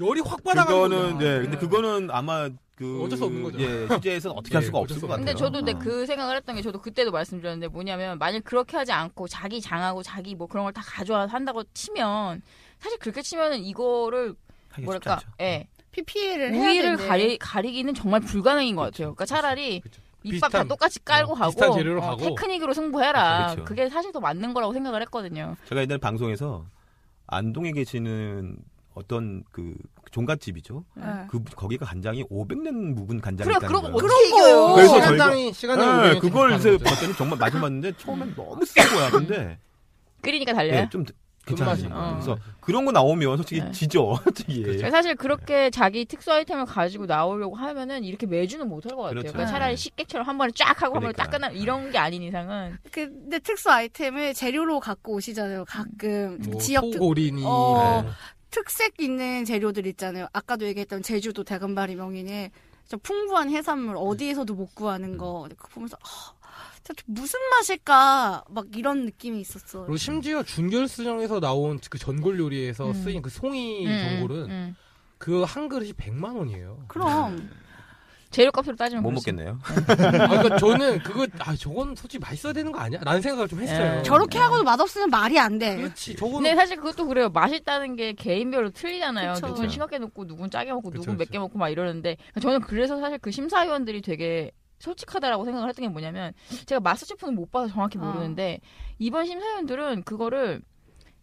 Speaker 7: 열이 확 받아가지고
Speaker 5: 그거는 네, 근데 그거는 아마 그
Speaker 7: 어쩔 수 없는 거죠.
Speaker 5: 예, CJ에서는 어떻게 할
Speaker 7: 예,
Speaker 5: 수가 없을
Speaker 7: 어쩔 수
Speaker 5: 것 같아요.
Speaker 7: 없는
Speaker 3: 근데 저도 근데
Speaker 5: 어.
Speaker 3: 그 생각을 했던 게 저도 그때도 말씀드렸는데 뭐냐면 만약 그렇게 하지 않고 자기 장하고 자기 뭐 그런 걸 다 가져와서 한다고 치면 사실 그렇게 치면은 이거를
Speaker 5: 아, 하기가 쉽지
Speaker 3: 뭐랄까
Speaker 5: 않죠.
Speaker 3: 예
Speaker 6: PPL을 해야 네.
Speaker 3: 우위를
Speaker 6: 되는데.
Speaker 3: 가리, 가리기는 정말 불가능인 것 같아요. 그러니까 차라리
Speaker 7: 그쵸.
Speaker 3: 밑밥 다
Speaker 7: 비슷한-
Speaker 3: 똑같이 깔고
Speaker 7: 어,
Speaker 3: 가고
Speaker 7: 비슷한 재료로
Speaker 3: 어,
Speaker 7: 가고.
Speaker 3: 테크닉으로 승부해라.
Speaker 5: 그쵸, 그쵸.
Speaker 3: 그게 사실 더 맞는 거라고 생각을 했거든요.
Speaker 5: 제가 옛날 방송에서 안동에 계시는 어떤 그 종갓집이죠.
Speaker 6: 예.
Speaker 5: 그 거기가 간장이 500년 묵은 간장이
Speaker 3: 네. 그래
Speaker 5: 있다는
Speaker 3: 그런 거
Speaker 5: 거예요.
Speaker 3: 어떻게 이겨요?
Speaker 5: 그래서 저희가-
Speaker 7: 시간당이 시간당
Speaker 5: 네, 그걸 이제 봤더니 정말 맛을 봤는데 처음엔 너무 쓴 거야. 근데
Speaker 3: 끓이니까
Speaker 5: 예,
Speaker 3: 달려요.
Speaker 5: 좀 괜찮아요.
Speaker 3: 어.
Speaker 5: 그래서 그런 거 나오면 솔직히
Speaker 3: 네.
Speaker 5: 지죠. 솔직히. 예.
Speaker 3: 그러니까 사실 그렇게 자기 특수 아이템을 가지고 나오려고 하면은 이렇게 매주는 못할 것 같아요.
Speaker 5: 그렇죠.
Speaker 3: 그러니까
Speaker 5: 네.
Speaker 3: 차라리 식객처럼 한 번에 쫙 하고 한 번에 딱
Speaker 5: 그러니까요.
Speaker 3: 끝나 이런 게 아닌 이상은
Speaker 6: 그, 근데 특수 아이템을 재료로 갖고 오시잖아요. 가끔
Speaker 7: 음.
Speaker 6: 그 지역
Speaker 7: 뭐
Speaker 6: 특,
Speaker 7: 고린이
Speaker 6: 어, 특색 있는 재료들 있잖아요. 아까도 얘기했던 제주도 대금바리 명인의 저 풍부한
Speaker 7: 네.
Speaker 6: 해산물 어디에서도 못 구하는 거. 그거 보면서 아, 진짜 무슨 맛일까 막 이런 느낌이 있었어요.
Speaker 7: 그리고 심지어 준결수정에서 나온 그 전골 요리에서
Speaker 3: 음.
Speaker 7: 쓰인 그 송이
Speaker 3: 음,
Speaker 7: 전골은
Speaker 3: 음.
Speaker 7: 그 한 그릇이 100만 원이에요. 어.
Speaker 6: 그럼
Speaker 3: 재료값으로 따지면
Speaker 5: 못
Speaker 3: 그렇지.
Speaker 5: 먹겠네요. 예,
Speaker 7: 아, 그러니까 저는 그거 아 저건 솔직히 맛있어야 되는 거 아니야? 라는 생각을 좀 했어요.
Speaker 3: 예. 네.
Speaker 6: 저렇게 하고도 맛없으면 말이 안 돼.
Speaker 7: 그렇지. 저거는
Speaker 3: 근데 사실 그것도 그래요. 맛있다는 게 개인별로 틀리잖아요.
Speaker 6: 그쵸.
Speaker 3: 누군
Speaker 5: 그쵸.
Speaker 3: 싱겁게 먹고 누군 짜게 먹고
Speaker 7: 그쵸,
Speaker 3: 누군
Speaker 7: 그쵸.
Speaker 3: 맵게 먹고 막 이러는데 저는 그래서 사실 그 심사위원들이 되게 솔직하다라고 생각을 했던 게 뭐냐면 제가 마스터셰프는 못 봐서 정확히
Speaker 6: 아.
Speaker 3: 모르는데 이번 심사위원들은 그거를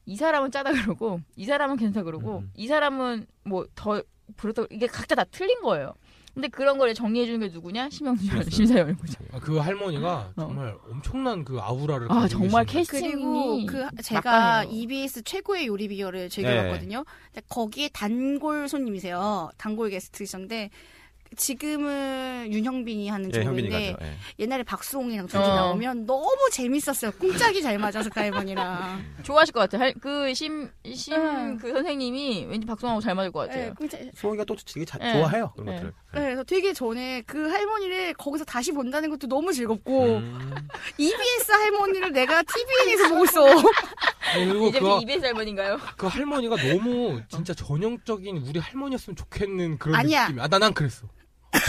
Speaker 3: 이 사람은 짜다 그러고 이 사람은 괜찮다 그러고
Speaker 5: 음.
Speaker 3: 이 사람은 뭐 더 부르다 이게 각자 다 틀린 거예요. 근데 그런 거를 정리해 주는 게 누구냐? 심영준 심사위원.
Speaker 7: 아, 그 할머니가
Speaker 3: 어.
Speaker 7: 정말 엄청난 그 아우라를
Speaker 3: 아
Speaker 7: 가지고
Speaker 3: 정말
Speaker 7: 계신
Speaker 3: 캐스팅이 음,
Speaker 6: 그리고 그 제가
Speaker 3: 막강해요.
Speaker 6: EBS 최고의 요리 비결을
Speaker 5: 네.
Speaker 6: 즐겨봤거든요. 근데 거기에 단골 손님이세요. 단골 게스트이셨는데 지금은 윤형빈이 하는
Speaker 3: 그렇죠.
Speaker 5: 예, 현빈이
Speaker 6: 정도인데
Speaker 5: 가죠. 예.
Speaker 6: 옛날에 박수홍이랑 둘이
Speaker 3: 네, 어.
Speaker 6: 나오면 너무 재밌었어요. 꿍짝이 잘 맞아서 그 가해방이랑.
Speaker 3: 좋아하실 것 같아요. 그 심 심
Speaker 6: 응.
Speaker 3: 그 선생님이 왠지 박성하고 잘 맞을 것 같아요.
Speaker 5: 소희가 또 되게 자-
Speaker 3: 예.
Speaker 5: 좋아해요 그런
Speaker 3: 예.
Speaker 5: 것들을.
Speaker 6: 네, 그래서 되게 전에 그 할머니를 거기서 다시 본다는 것도 너무 즐겁고
Speaker 5: 음.
Speaker 6: EBS 할머니를 내가 TV에서 보고 있어.
Speaker 7: 아니, 그리고
Speaker 3: 이제부터 어.
Speaker 7: 그,
Speaker 3: 이베스 할머니인가요?
Speaker 7: 그 할머니가 너무 진짜 전형적인 우리 할머니였으면 좋겠는 그런
Speaker 6: 아니야.
Speaker 7: 느낌이야. 아, 나- 난 그랬어.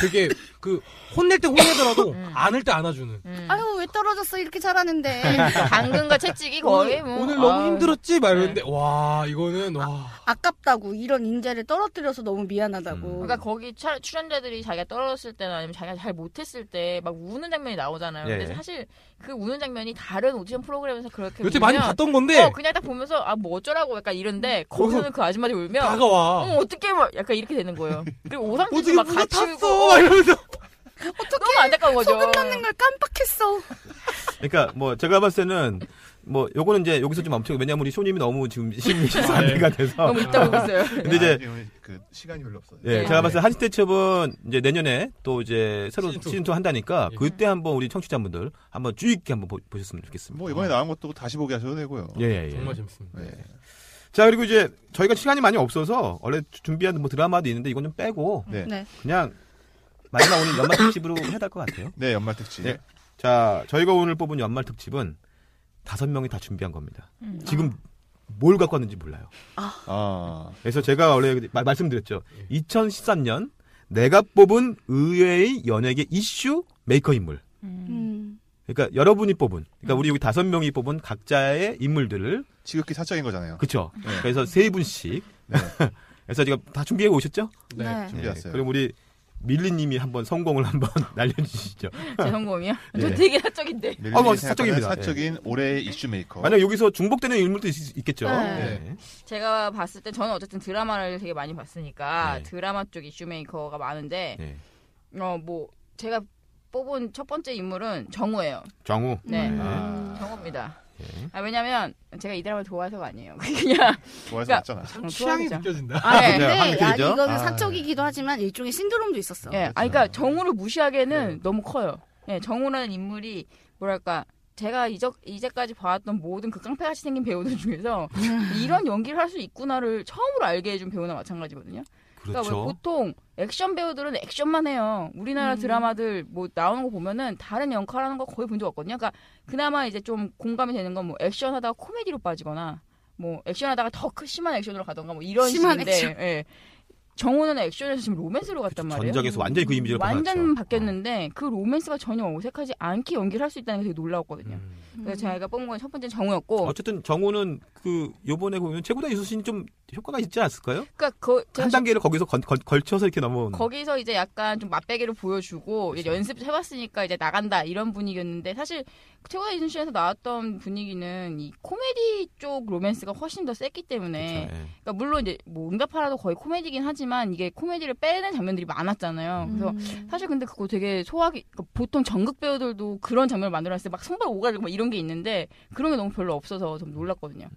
Speaker 7: 되게 그 혼낼 때 혼내더라도
Speaker 3: 음.
Speaker 7: 안을 때 안아주는.
Speaker 6: 아유 왜 떨어졌어 이렇게 잘하는데.
Speaker 3: 당근과 채찍이 거의 뭐
Speaker 7: 오늘 너무
Speaker 3: 아,
Speaker 7: 힘들었지? 막 이러는데 와 이거는 와
Speaker 6: 아깝다고 이런 인재를 떨어뜨려서 너무 미안하다고.
Speaker 3: 그러니까 거기 차- 출연자들이 자기가 떨어졌을 때나 아니면 자기가 잘 못했을 때 막 우는 장면이 나오잖아요.
Speaker 5: 예.
Speaker 3: 근데 사실 그 우는 장면이 다른 오디션 프로그램에서 그렇게
Speaker 7: 여태
Speaker 3: 울면
Speaker 7: 많이 봤던 건데
Speaker 3: 어 그냥 딱 보면서 아 뭐 어쩌라고 약간 이런데 거기서는 그 아줌마들이 울면 어
Speaker 7: 다가와
Speaker 3: 어떻게 막 약간 이렇게 되는 거예요. 그리고
Speaker 7: 어떻게
Speaker 3: 오삼촌이 막
Speaker 7: 누가
Speaker 3: 같이 울고
Speaker 7: 탔어? 막 이러면서
Speaker 3: 너무 안타까운 거죠.
Speaker 6: 소금 넣는 걸 깜빡했어.
Speaker 5: 그러니까 뭐 제가 봤을 때는 뭐 요거는 이제 여기서 좀 엄청 왜냐면 우리 쇼님이 너무 지금 심심한가 돼서
Speaker 3: 아, 예. 너무 있다 보고 있어요.
Speaker 5: 근데 이제
Speaker 8: 그 시간이 별로 없어요.
Speaker 5: 예,
Speaker 3: 네.
Speaker 5: 제가 봤을 때 한시대 첩은 이제 내년에 또 이제 새로
Speaker 7: 시즌 투.
Speaker 5: 시즌2 한다니까
Speaker 7: 예.
Speaker 5: 그때 한번 우리 청취자분들 한번 주의 깊게 한번 보, 셨으면 좋겠습니다.
Speaker 4: 뭐 이번에 나온 것도 다시 보게 하셔도 되고요.
Speaker 5: 예, 예, 예.
Speaker 7: 정말 재밌습니다.
Speaker 5: 자, 그리고 이제 저희가 시간이 많이 없어서 원래 주- 준비한 뭐 드라마도 있는데 이건 좀 빼고
Speaker 4: 네.
Speaker 6: 네.
Speaker 5: 그냥 마지막 오늘 연말 특집으로 해야 될 것 같아요.
Speaker 4: 네, 연말 특집.
Speaker 5: 네. 자, 저희가 오늘 뽑은 연말 특집은 다섯 명이 다 준비한 겁니다. 지금 뭘 갖고 왔는지 몰라요.
Speaker 4: 아,
Speaker 5: 그래서 제가 원래 마- 말씀드렸죠. 2013년 내가 뽑은 의외의 연예계 이슈 메이커 인물.
Speaker 6: 음.
Speaker 5: 그러니까 여러분이 뽑은, 그러니까 우리 여기 다섯 명이 뽑은 각자의 인물들을
Speaker 4: 지극히 사적인 거잖아요.
Speaker 5: 그쵸. 그래서 세 분씩.
Speaker 4: 네.
Speaker 5: 그래서 지금 다 준비해 오셨죠?
Speaker 7: 네.
Speaker 6: 네.
Speaker 4: 준비 왔어요.
Speaker 5: 네. 그럼 우리 밀리님이 한번 성공을 한번 날려주시죠.
Speaker 3: 제 성공이요? 저
Speaker 5: 예.
Speaker 3: 되게 사적인데.
Speaker 4: 밀리
Speaker 5: 아, 뭐,
Speaker 4: 생각하는
Speaker 5: 사적입니다.
Speaker 4: 사적인 올해의 이슈 메이커.
Speaker 5: 만약 여기서 중복되는 인물도 있, 겠죠
Speaker 6: 네.
Speaker 3: 제가 봤을 때 저는 어쨌든 드라마를 되게 많이 봤으니까
Speaker 5: 네.
Speaker 3: 드라마 쪽 이슈메이커가 많은데 어 뭐 제가 뽑은 첫 번째 인물은 정우예요.
Speaker 5: 정우.
Speaker 3: 네.
Speaker 5: 네.
Speaker 4: 아,
Speaker 3: 정우입니다.
Speaker 5: 예.
Speaker 3: 아 왜냐면 제가 이 드라마를 좋아해서가 아니에요. 그냥
Speaker 4: 좋아해서
Speaker 3: 그러니까-
Speaker 4: 맞잖아.
Speaker 7: 참 취향이
Speaker 3: 좋아하죠.
Speaker 7: 느껴진다.
Speaker 3: 아 네. 네.
Speaker 5: 네,
Speaker 6: 근데
Speaker 5: 한국이죠?
Speaker 6: 아, 이거는
Speaker 4: 아,
Speaker 6: 사적이기도 하지만 일종의 신드롬도 있었어.
Speaker 3: 예. 아 그러니까 정우를 무시하기에는 너무 커요. 네, 정우라는 인물이 뭐랄까 제가 이적, 이제까지 봐왔던 모든 그 깡패같이 생긴 배우들 중에서 이런 연기를 할 수 있구나를 처음으로 알게 해준 배우나 마찬가지거든요. 그러니까
Speaker 5: 그렇죠.
Speaker 3: 왜
Speaker 4: 그렇죠.
Speaker 3: 보통 액션 배우들은 액션만 해요. 우리나라
Speaker 6: 음.
Speaker 3: 드라마들 뭐 나오는 거 보면은 다른 역할하는 거 거의 본 적 없거든요. 그러니까 그나마 이제 좀 공감이 되는 건 뭐 액션하다가 코미디로 빠지거나 뭐 액션하다가 더 크- 심한 액션으로 가던가 뭐 이런
Speaker 6: 심한
Speaker 3: 식인데
Speaker 6: 액션.
Speaker 3: 예. 정우는 액션에서 지금 로맨스로 갔단 말이에요.
Speaker 5: 전작에서 완전히 그 이미지를
Speaker 3: 완전
Speaker 5: 벗어났죠.
Speaker 3: 바뀌었는데 그 로맨스가 전혀 어색하지 않게 연기를 할 수 있다는 게 되게 놀라웠거든요.
Speaker 6: 음.
Speaker 3: 그래서 제가 뽑은 건 첫 번째 는 정우였고,
Speaker 5: 음. 어쨌든 정우는 그 요번에 보면 최고다 이수신이 좀 효과가 있지 않았을까요?
Speaker 3: 그러니까 그 제가
Speaker 5: 한 단계를 거기서 건- 걸- 걸쳐서 이렇게 넘어온
Speaker 3: 거기서 이제 약간 좀 맛배기를 보여주고
Speaker 5: 그렇죠.
Speaker 3: 이제 연습해봤으니까 이제 나간다 이런 분위기였는데 사실 최고의 이순신에서 나왔던 분위기는 이 코미디 쪽 로맨스가 훨씬 더 셌기 때문에
Speaker 5: 그렇죠. 예.
Speaker 3: 그러니까 물론 이제 뭐 응답하라도 거의 코미디긴 하지만 이게 코미디를 빼는 장면들이
Speaker 5: 음.
Speaker 3: 많았잖아요.
Speaker 6: 음.
Speaker 3: 그래서 사실 근데 그거 되게 소화기 그러니까 보통 전극 배우들도 그런 장면을 만들어놨을 때 막 손발 오가지고 막 이런 게 있는데 그런 게 너무 별로 없어서 좀 놀랐거든요.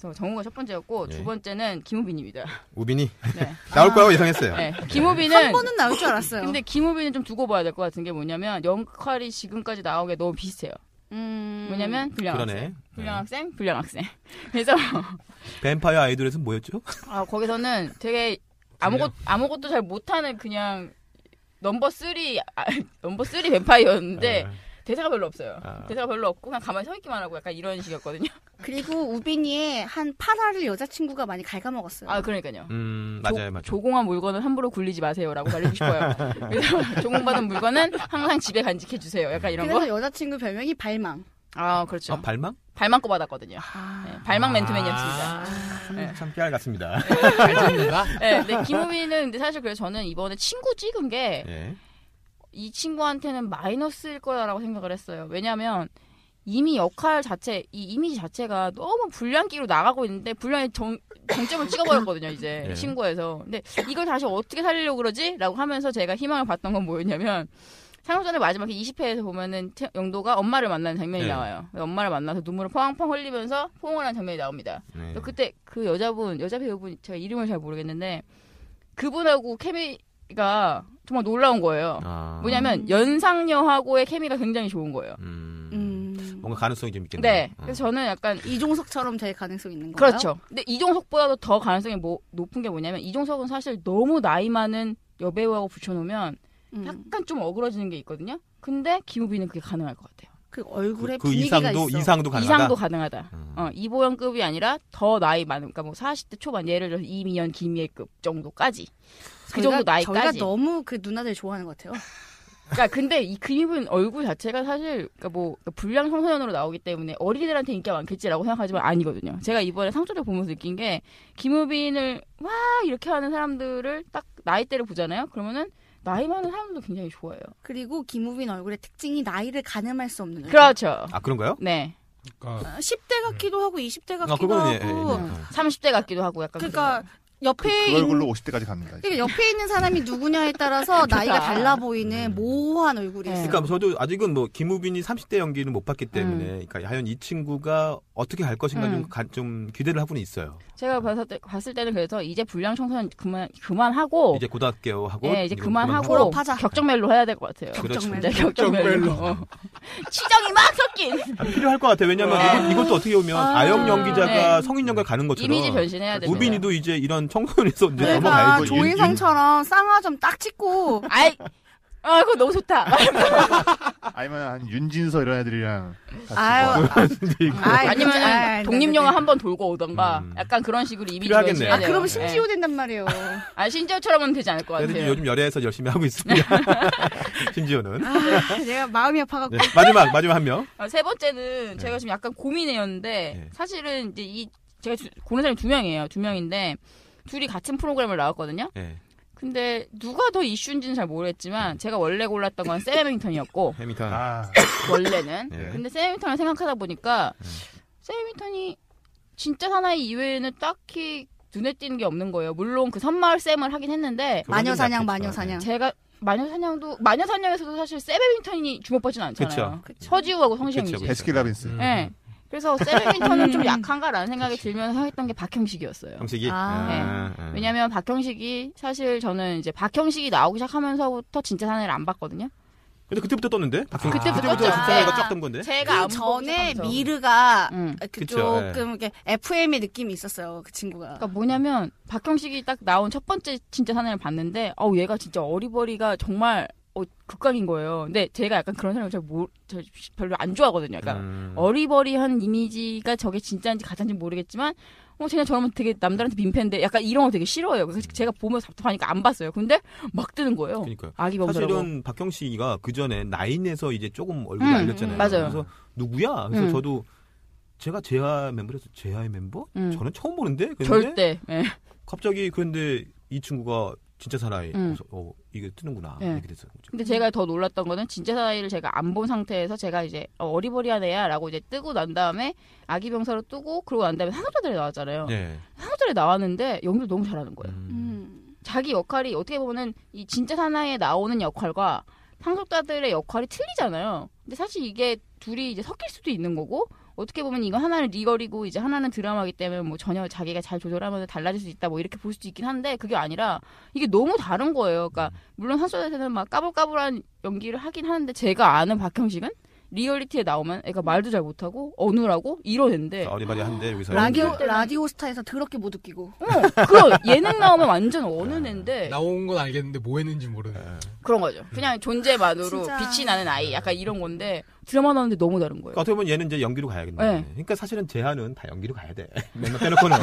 Speaker 3: 그래서 정우가 첫 번째였고
Speaker 5: 네.
Speaker 3: 두 번째는 김우빈입니다.
Speaker 5: 우빈이
Speaker 3: 네.
Speaker 5: 나올 거라고 예상했어요.
Speaker 3: 네.
Speaker 6: 한
Speaker 3: 김우빈은
Speaker 6: 번은 나올 줄 알았어요.
Speaker 3: 근데 김우빈은 좀 두고 봐야 될 것 같은 게 뭐냐면 역할이 지금까지 나오게 너무 비슷해요.
Speaker 6: 음.
Speaker 3: 뭐냐면 불량
Speaker 5: 그러네.
Speaker 3: 학생, 불량 학생, 불량 학생. 그래서
Speaker 5: 뱀파이어 아이돌에서 뭐였죠?
Speaker 3: 아, 거기서는 되게 아무것 아무것도 잘 못하는 그냥 넘버 쓰리 아, 넘버 쓰리 뱀파이어였는데 대사가 별로 없어요.
Speaker 5: 네. 아.
Speaker 3: 대사가 별로 없고 그냥 가만히 서 있기만 하고 약간 이런 식이었거든요.
Speaker 6: 그리고 우빈이의 한 8화를 여자친구가 많이 갉아먹었어요.
Speaker 3: 아 그러니까요.
Speaker 5: 음 맞아요
Speaker 3: 조-
Speaker 5: 맞아요.
Speaker 3: 조공한 물건은 함부로 굴리지 마세요라고 알리고 싶어요. 그래서 조공받은 물건은 항상 집에 간직해 주세요. 약간 이런
Speaker 6: 그래서
Speaker 3: 거.
Speaker 6: 여자친구 별명이 발망.
Speaker 3: 아 그렇죠.
Speaker 5: 어, 발망?
Speaker 3: 발만 꼽아놨거든요. 네, 발망
Speaker 5: 아.
Speaker 3: 맨투맨이었습니다.
Speaker 5: 참,
Speaker 3: 네.
Speaker 5: 참 깨알 같습니다.
Speaker 7: 발전인가?
Speaker 3: 네, 근데 김우빈은 근데 사실 그래서 저는 이번에 친구 찍은 게 이
Speaker 5: 예.
Speaker 3: 친구한테는 마이너스일 거라고 생각을 했어요. 왜냐하면 이미 역할 자체, 이 이미지 자체가 너무 불량기로 나가고 있는데 불량의 정, 정점을 찍어버렸거든요, 이제
Speaker 5: 예.
Speaker 3: 친구에서. 근데 이걸 다시 어떻게 살리려고 그러지? 라고 하면서 제가 희망을 봤던 건 뭐였냐면 상호전에 마지막에 20회에서 보면은 태- 영도가 엄마를 만나는 장면이
Speaker 5: 예.
Speaker 3: 나와요. 엄마를 만나서 눈물을 펑펑 흘리면서 포옹을 하는 장면이 나옵니다.
Speaker 5: 네.
Speaker 3: 그래서 그때 그 여자분 여자 배우분 제가 이름을 잘 모르겠는데 그분하고 케미가 정말 놀라운 거예요.
Speaker 5: 아,
Speaker 3: 뭐냐면
Speaker 6: 음.
Speaker 3: 연상녀하고의 케미가 굉장히 좋은 거예요.
Speaker 5: 음,
Speaker 6: 음.
Speaker 5: 뭔가 가능성이 좀 있겠네요.
Speaker 3: 네,
Speaker 5: 어.
Speaker 3: 그래서 저는 약간
Speaker 6: 이종석처럼 될 가능성이 있는 거예요.
Speaker 3: 그렇죠. 근데 이종석보다도 더 가능성이 뭐- 높은 게 뭐냐면 이종석은 사실 너무 나이 많은 여배우하고 붙여놓으면
Speaker 6: 음.
Speaker 3: 약간 좀 어그러지는 게 있거든요. 근데 김우빈은 그게 가능할 것 같아요.
Speaker 6: 그
Speaker 5: 그,
Speaker 6: 얼굴에
Speaker 5: 그
Speaker 6: 분위기가
Speaker 5: 이상도
Speaker 6: 있어.
Speaker 5: 이상도 가능하다.
Speaker 3: 이상도 가능하다.
Speaker 5: 음.
Speaker 3: 어, 이보영급이 아니라 더 나이 많은, 그러니까 뭐 40대 초반 예를 들어서 이미연, 김예급 정도까지. 그 정도
Speaker 6: 저희가
Speaker 3: 나이까지.
Speaker 6: 너무 그 누나들 좋아하는 것 같아요.
Speaker 3: 그러니까 근데 이 그림은 얼굴 자체가 사실 그러니까 뭐 불량 청소년으로 나오기 때문에 어린이들한테 인기가 많겠지라고 생각하지만 아니거든요. 제가 이번에 상처를 보면서 느낀 게 김우빈을 와 이렇게 하는 사람들을 딱 나이대를 보잖아요. 그러면은 나이 많은 사람들도 굉장히 좋아해요.
Speaker 6: 그리고 김우빈 얼굴의 특징이 나이를 가늠할 수 없는 얼굴.
Speaker 3: 그렇죠.
Speaker 5: 아 그런가요?
Speaker 3: 네.
Speaker 7: 그러니까
Speaker 6: 어, 10대 같기도 하고 20대
Speaker 5: 아
Speaker 6: 같기도
Speaker 5: 그거는 예, 예,
Speaker 6: 하고
Speaker 5: 예.
Speaker 3: 네. 30대 같기도 하고 약간
Speaker 6: 그러니까 옆에
Speaker 4: 그
Speaker 6: 있는
Speaker 4: 얼굴로 50대까지 갑니다. 이제.
Speaker 6: 그러니까 옆에 있는 사람이 누구냐에 따라서 나이가
Speaker 3: 좋다.
Speaker 6: 달라 보이는
Speaker 5: 음.
Speaker 6: 모호한 얼굴이
Speaker 3: 네.
Speaker 6: 있어요.
Speaker 5: 그러니까 저도 아직은 뭐 김우빈이 30대 연기는 못 봤기 때문에 그러니까 하여간 이 친구가 어떻게 갈 것인가 좀,
Speaker 3: 음.
Speaker 5: 가- 좀 기대를 하고는 있어요.
Speaker 3: 제가 봤을, 때, 봤을 때는 그래서 이제 불량 청소년 그만 그만하고
Speaker 5: 이제 고등학교 하고 음,
Speaker 3: 예, 어. 이제 그만하고
Speaker 6: 졸업하자.
Speaker 3: 격정멜로 해야 될 것 같아요.
Speaker 5: 그렇죠.
Speaker 6: 격정멜.
Speaker 3: 네, 격정멜로. 뭐 어. 치정이 막 섞인
Speaker 5: 아, 필요할 것 같아요. 왜냐면 이것도 어떻게 보면 아, 역 연기자가
Speaker 3: 네.
Speaker 5: 성인 연기를 가는 것처럼
Speaker 3: 이미지 그러니까 변신해야 됩니다.
Speaker 5: 우빈이도 이제 이런 청소년에서 이제
Speaker 6: 내가
Speaker 5: 넘어가야죠.
Speaker 6: 그러니까 조인성처럼 쌍화 좀 딱 찍고
Speaker 3: 아이, 아, 그거 너무 좋다.
Speaker 4: 아니면 한 윤진서 이런 애들이랑 같이
Speaker 6: 아유,
Speaker 4: 뭐
Speaker 6: 아이,
Speaker 3: 아니면
Speaker 6: 그치. 아이,
Speaker 3: 은 독립영화
Speaker 6: 네네네.
Speaker 3: 한 번 돌고 오던가
Speaker 5: 음.
Speaker 3: 약간 그런 식으로 이미지
Speaker 5: 필요하겠네.
Speaker 3: 변신해야
Speaker 6: 아
Speaker 3: 돼요.
Speaker 6: 그러면
Speaker 3: 네.
Speaker 6: 심지어 된단 말이에요.
Speaker 3: 아 심지어처럼은 되지 않을 것
Speaker 5: 그래도
Speaker 3: 같아요.
Speaker 5: 네, 요즘 열애에서 열심히 하고 있습니다. 심지어는
Speaker 6: 아, 내가 마음이 아파갖고
Speaker 5: 네, 마지막 마지막 한 명.
Speaker 3: 아, 세 번째는 제가 지금 약간 고민이었는데
Speaker 5: 네.
Speaker 3: 사실은 이제 이 제가 주- 고른 사람이 두 명이에요. 두 명인데 둘이 같은 프로그램을 나왔거든요.
Speaker 5: 예,
Speaker 3: 근데 누가 더 이슈인지는 잘 모르겠지만 제가 원래 골랐던 건 세레밍턴이었고
Speaker 5: 해밍턴.
Speaker 4: 아,
Speaker 3: 원래는.
Speaker 5: 예.
Speaker 3: 근데 세미턴을 생각하다 보니까 세미턴이 진짜 사나이 이외에는 딱히 눈에 띄는 게 없는 거예요. 물론 그 선마을 쌤을 하긴 했는데
Speaker 6: 마녀 사냥, 마녀
Speaker 5: 예.
Speaker 6: 사냥.
Speaker 3: 제가 마녀사냥도 마녀사냥에서도 사실 세베밍턴이 주목받진 않잖아요. 서지우하고
Speaker 5: 그쵸,
Speaker 3: 성시경이지.
Speaker 5: 그쵸. 음.
Speaker 4: 베스킨 라빈스.
Speaker 3: 예. 그래서 세베밍턴은 좀 약한가라는 생각이 들면서 했던 게 박형식이었어요.
Speaker 5: 형식이.
Speaker 6: 아.
Speaker 5: 예.
Speaker 3: 왜냐면 박형식이 사실 저는 이제 박형식이 나오기 시작하면서부터 진짜 사나이를 안 봤거든요.
Speaker 8: 근데 그때부터 떴는데? 박형-
Speaker 3: 그때부터 떴죠.
Speaker 5: 아, 진짜가
Speaker 3: 아.
Speaker 5: 쫙 뜬 건데.
Speaker 3: 제가
Speaker 6: 그
Speaker 3: 안 보고
Speaker 6: 전에
Speaker 3: 시작하면서.
Speaker 6: 미르가
Speaker 3: 음.
Speaker 6: 그
Speaker 5: 그쵸, 예.
Speaker 6: 조금 이렇게 FM의 느낌이 있었어요. 그 친구가.
Speaker 3: 그러니까 뭐냐면 박형식이 딱 나온 첫 번째 진짜 사내를 봤는데 어우 얘가 진짜 어리버리가 정말 어, 극강인 거예요. 근데 제가 약간 그런 사람을 잘, 모, 잘 별로 안 좋아하거든요. 약간
Speaker 8: 음.
Speaker 3: 그러니까. 어리버리한 이미지가 저게 진짜인지 가짜인지 모르겠지만 어 쟤네 저러면 되게 남들한테 민폐인데 약간 이런 거 되게 싫어해요. 그래서 제가 보면서 답답하니까 안 봤어요. 근데 막 뜨는 거예요.
Speaker 5: 그러니까요.
Speaker 3: 아기 범죄라고.
Speaker 5: 사실은 박형식이가 그 전에 나인에서 이제 조금 얼굴
Speaker 3: 음,
Speaker 5: 을 알렸잖아요.
Speaker 3: 음, 맞아요.
Speaker 5: 그래서 누구야? 그래서
Speaker 3: 음.
Speaker 5: 저도 제가 제하 멤버에서 제하의 멤버?
Speaker 3: 음.
Speaker 5: 저는 처음 보는데. 그런데
Speaker 3: 절대. 예.
Speaker 5: 갑자기 그런데 이 친구가 진짜 사나이.
Speaker 3: 음.
Speaker 5: 그래서 어 이게 뜨는구나
Speaker 3: 네.
Speaker 5: 이렇게 됐어요.
Speaker 3: 근데 제가 더 놀랐던 거는 진짜 사이를 제가 안 본 상태에서 제가 이제 어, 어리버리한 애야라고 이제 뜨고 난 다음에 아기 병사로 뜨고 그러고 난 다음에 상업자들이 나왔잖아요.
Speaker 5: 네.
Speaker 3: 상업자들이 나왔는데 연기를 너무 잘하는 거예요.
Speaker 6: 음.
Speaker 3: 자기 역할이 어떻게 보면은 이 진짜 사나이에 나오는 역할과 상속자들의 역할이 틀리잖아요. 근데 사실 이게 둘이 이제 섞일 수도 있는 거고 어떻게 보면 이거 하나는 리얼이고 이제 하나는 드라마이기 때문에 뭐 전혀 자기가 잘 조절하면 달라질 수 있다 뭐 이렇게 볼 수도 있긴 한데 그게 아니라 이게 너무 다른 거예요. 그러니까 물론 상속자들은 막 까불까불한 연기를 하긴 하는데 제가 아는 박형식은 리얼리티에 나오면 애가 말도 잘 못하고 어눌하고 이런 애인데
Speaker 5: 아. 어리바리한데 여기서
Speaker 6: 라디오
Speaker 5: 이제
Speaker 6: 라디오 스타에서 더럽게 못 웃기고.
Speaker 3: 어, 그런 예능 나오면 완전 어느 애인데
Speaker 7: 나온 건 알겠는데 뭐 했는지 모르네.
Speaker 4: 아,
Speaker 3: 그런 거죠. 그냥 존재만으로
Speaker 6: 진짜.
Speaker 3: 빛이 나는 아이 약간 이런 건데 드라마 나오는데 너무 다른 거예요.
Speaker 5: 그러니까 어떻게 보면 얘는 이제 연기로 가야겠네.
Speaker 3: 네.
Speaker 5: 그러니까 사실은 재한은 다 연기로 가야 돼. 맨날 빼놓고는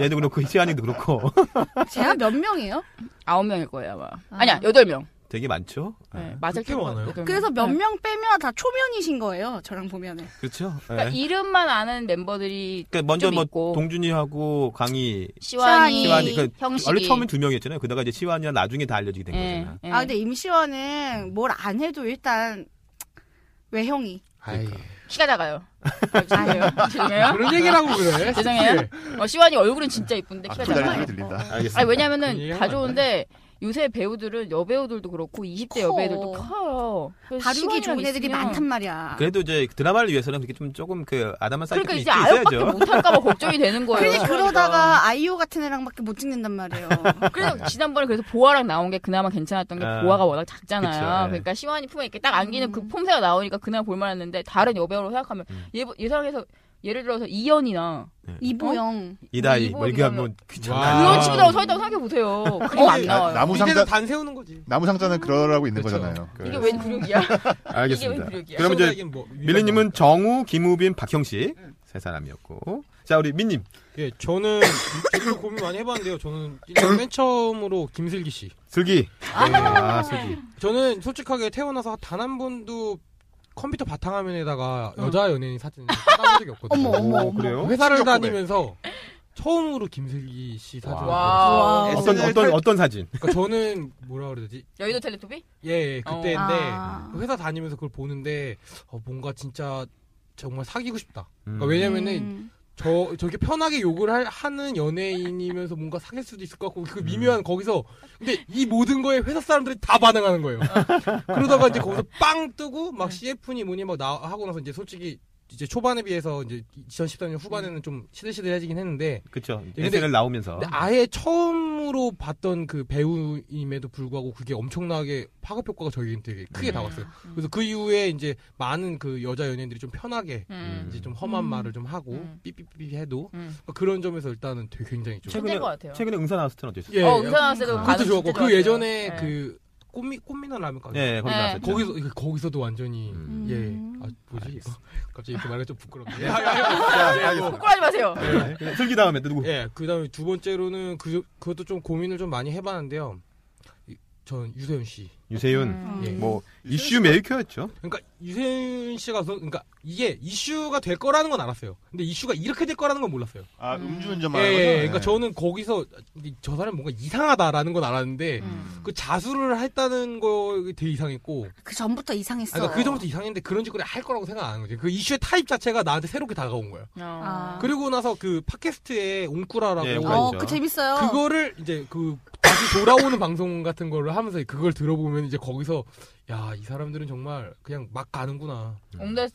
Speaker 5: 얘도 그렇고 재한이도 그렇고
Speaker 6: 제가 몇 명이에요?
Speaker 3: 아홉 명일 거예요 아마. 아니야 여덟 명.
Speaker 5: 되게 많죠.
Speaker 3: 네, 맞을
Speaker 7: 그렇게
Speaker 3: 거예요.
Speaker 7: 많아요?
Speaker 3: 여덟 명.
Speaker 6: 그래서 몇
Speaker 3: 네.
Speaker 6: 명 빼면 다 초면이신 거예요. 저랑 보면은.
Speaker 5: 그렇죠.
Speaker 3: 그러니까 이름만 아는 멤버들이
Speaker 5: 그러니까 먼저
Speaker 3: 좀
Speaker 5: 뭐
Speaker 3: 있고.
Speaker 5: 동준이하고 강희
Speaker 3: 시완이,
Speaker 5: 시완이 그
Speaker 3: 형식이.
Speaker 5: 원래 처음엔 두 명이었잖아요. 그다가 이제 시완이랑 나중에 다 알려지게 된
Speaker 3: 예,
Speaker 5: 거잖아.
Speaker 3: 예.
Speaker 6: 아 근데 임시완은 뭘 안 해도 일단 외형이.
Speaker 7: 아이.
Speaker 3: 키가 작아요. 어, 죄송해요.
Speaker 4: 그러니까.
Speaker 3: 죄송해요.
Speaker 7: 그런 얘기라고 그래.
Speaker 3: 죄송해요. 어, 시완이 얼굴은 진짜 이쁜데 키가
Speaker 4: 불다리 소리
Speaker 3: 작아요.
Speaker 4: 들린다.
Speaker 6: 어,
Speaker 5: 알겠습니다.
Speaker 3: 아니
Speaker 7: 그
Speaker 3: 왜냐면은
Speaker 7: 얘기하면
Speaker 3: 다
Speaker 7: 안
Speaker 3: 좋은데 요새 배우들은 여배우들도 그렇고 20대
Speaker 6: 커.
Speaker 3: 여배우들도 커요. 그래서
Speaker 6: 다루기
Speaker 3: 시완이랑
Speaker 6: 좋은 애들이
Speaker 3: 있으면
Speaker 6: 많단 말이야.
Speaker 5: 그래도 이제 드라마를 위해서는 그렇게 좀 조금 그 아담한 사이트
Speaker 3: 그러니까
Speaker 5: 좀
Speaker 3: 이제
Speaker 5: 있긴
Speaker 3: 아역밖에
Speaker 5: 있어야죠.
Speaker 3: 못할까봐 걱정이 되는 거예요.
Speaker 6: 근데 그러다가 아이오 같은 애랑밖에 못 찍는단 말이에요.
Speaker 3: 그래서 지난번에 그래서 보아랑 나온 게 그나마 괜찮았던 게
Speaker 5: 아.
Speaker 3: 보아가 워낙 작잖아요.
Speaker 5: 그쵸, 예.
Speaker 3: 그러니까 시완이 품에 이렇게 딱 안기는 그
Speaker 6: 음.
Speaker 3: 폼새가 나오니까 그나마 볼만했는데 다른 여배우로 생각하면
Speaker 5: 음.
Speaker 3: 예, 예상해서 예를 들어서 이연이나
Speaker 6: 이보영.
Speaker 7: 어?
Speaker 5: 이다이
Speaker 3: 이거
Speaker 5: 뭐 이렇게
Speaker 3: 그러면-
Speaker 5: 하면
Speaker 7: 와.
Speaker 5: 귀찮아.
Speaker 3: 그런 친구들하고 서 있다고 생각해 보세요. 그게 안 나와요.
Speaker 4: 나무
Speaker 7: 이제는
Speaker 4: 상자
Speaker 7: 단 세우는 거지.
Speaker 4: 나무 상자는 그러라고 있는
Speaker 7: 그렇죠.
Speaker 4: 거잖아요.
Speaker 3: 이게 웬 굴욕이야? 이게
Speaker 5: 알겠습니다.
Speaker 3: 웬 굴욕이야?
Speaker 5: 그럼 이제
Speaker 7: 뭐
Speaker 5: 밀리님은 정우, 김우빈, 박형식 세 사람이었고 자 우리 민님
Speaker 7: 예, 저는 진짜 고민 많이 해봤는데요. 저는 일단 맨 처음으로 김슬기 씨.
Speaker 5: 슬기 아 슬기
Speaker 7: 저는 솔직하게 태어나서 단 한 번도 컴퓨터 바탕화면에다가 여자 연예인 사진을 따본 적이 없거든요.
Speaker 6: 어머 어머.
Speaker 5: 오, 그래요?
Speaker 7: 음, 회사를
Speaker 4: 충격구네.
Speaker 7: 다니면서 처음으로 김슬기 씨 사진을 봤어요.
Speaker 3: 와.
Speaker 7: 와우.
Speaker 5: 어떤 어떤 어떤 사진?
Speaker 7: 그러니까 저는 뭐라 그래야 되지?
Speaker 3: 여의도 텔레토비?
Speaker 7: 예, 예 그때인데
Speaker 6: 아.
Speaker 7: 회사 다니면서 그걸 보는데 어, 뭔가 진짜 정말 사귀고 싶다. 그러니까
Speaker 5: 음.
Speaker 7: 왜냐면은
Speaker 6: 음.
Speaker 7: 저 저렇게 편하게 욕을 할- 하는 연예인이면서 뭔가 사귈 수도 있을 것 같고 그 미묘한 거기서 근데 이 모든 거에 회사 사람들이 다 반응하는 거예요. 그러다가 이제 거기서 빵 뜨고 막 CF니 뭐니 막 나, 하고 나서 이제 솔직히 이제 초반에 비해서 이제 2014년 후반에는 좀 시들시들해지긴 했는데
Speaker 5: 그렇죠.
Speaker 7: 근데-
Speaker 5: 예선을 나오면서
Speaker 7: 근데 아예 처음으로 봤던 그 배우임에도 불구하고 그게 엄청나게 파급 효과가 저에게는 되게 크게 다가왔어요.
Speaker 3: 음.
Speaker 7: 그래서 그 이후에 이제 많은 그 여자 연예인들이 좀 편하게
Speaker 3: 음.
Speaker 7: 이제 좀 험한
Speaker 6: 음.
Speaker 7: 말을 좀 하고
Speaker 3: 음.
Speaker 7: 삐삐삐 해도
Speaker 3: 음.
Speaker 7: 그런 점에서 일단은 되게 굉장히
Speaker 3: 최근에-
Speaker 7: 좀
Speaker 3: 천재인 것 같아요.
Speaker 5: 최근에 응사 나왔을 때는 어땠어요?
Speaker 7: 예,
Speaker 3: 어, 음산한 세도
Speaker 7: 그것도 좋았고 그 예전에 그 꽃미 꽃미나 라면 가게
Speaker 5: 예, 거기
Speaker 3: 네.
Speaker 5: 나왔었죠.
Speaker 7: 거기서 그- 거기서도 완전히
Speaker 5: 음.
Speaker 7: 예, 아 뭐지
Speaker 5: 알겠습니다.
Speaker 7: 갑자기 이렇게 말하기 좀 부끄럽네.
Speaker 5: 예.
Speaker 7: 예, 예,
Speaker 3: 꼬라지 마세요.
Speaker 5: 네. 슬기 다음에 또 누구?
Speaker 7: 예, 예, 그다음에 두 번째로는 그 그것도 좀 고민을 좀 많이 해봤는데요. 이- 전 유세윤 씨.
Speaker 5: 유세윤.
Speaker 3: 음.
Speaker 7: 예.
Speaker 5: 뭐 이슈 메이커였죠.
Speaker 7: 그러니까 유세윤 씨가 서- 그러니까 이게 이슈가 될 거라는 건 알았어요. 근데 이슈가 이렇게 될 거라는 건 몰랐어요.
Speaker 4: 아 음주운전
Speaker 7: 예,
Speaker 4: 말하는
Speaker 7: 예,
Speaker 4: 거죠?
Speaker 7: 그러니까
Speaker 4: 예.
Speaker 7: 저는 거기서 저 사람 뭔가 이상하다라는 건 알았는데
Speaker 3: 음.
Speaker 7: 그 자수를 했다는 거에 되게 이상했고
Speaker 6: 그 전부터 이상했어.
Speaker 7: 아니, 그러니까 그 전부터 이상했는데 그런 짓거리 할 거라고 생각 안 한 거지. 그 이슈의 타입 자체가 나한테 새롭게 다가온 거예요.
Speaker 3: 아.
Speaker 7: 그리고 나서 그 팟캐스트에 옹꾸라라고
Speaker 5: 예, 옹꾸라
Speaker 6: 어,
Speaker 5: 있죠.
Speaker 6: 그 재밌어요.
Speaker 7: 그거를 이제 그 다시 돌아오는 방송 같은 거를 하면서 그걸 들어보면 이제 거기서 야 이 사람들은 정말 그냥 막 가는구나.
Speaker 3: 옹달쌤.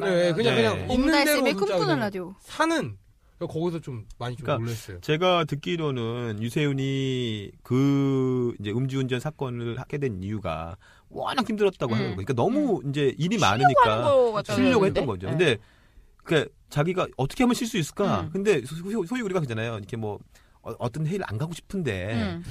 Speaker 7: 네, 그냥
Speaker 5: 네.
Speaker 7: 그냥 있는
Speaker 6: 옹달쌤의
Speaker 7: 대로 진짜
Speaker 6: 꿈꾸는
Speaker 7: 그냥
Speaker 6: 라디오.
Speaker 7: 사는 그러니까 거기서 좀 많이 좀
Speaker 5: 그러니까
Speaker 7: 놀랐어요.
Speaker 5: 제가 듣기로는 유세윤이 그 이제 음주운전 사건을 하게 된 이유가 워낙 힘들었다고
Speaker 3: 음.
Speaker 5: 하는 거니까 너무 이제 일이
Speaker 3: 하는
Speaker 5: 많으니까
Speaker 3: 거 같아요.
Speaker 5: 쉬려고 했던 거죠.
Speaker 3: 네.
Speaker 5: 근데 그 자기가 어떻게 하면 쉴 수 있을까?
Speaker 3: 음.
Speaker 5: 근데 소- 소- 소위 우리가 그잖아요. 이렇게 뭐 어- 어떤 회의를 안 가고
Speaker 7: 예.
Speaker 5: 싶은데
Speaker 3: 음.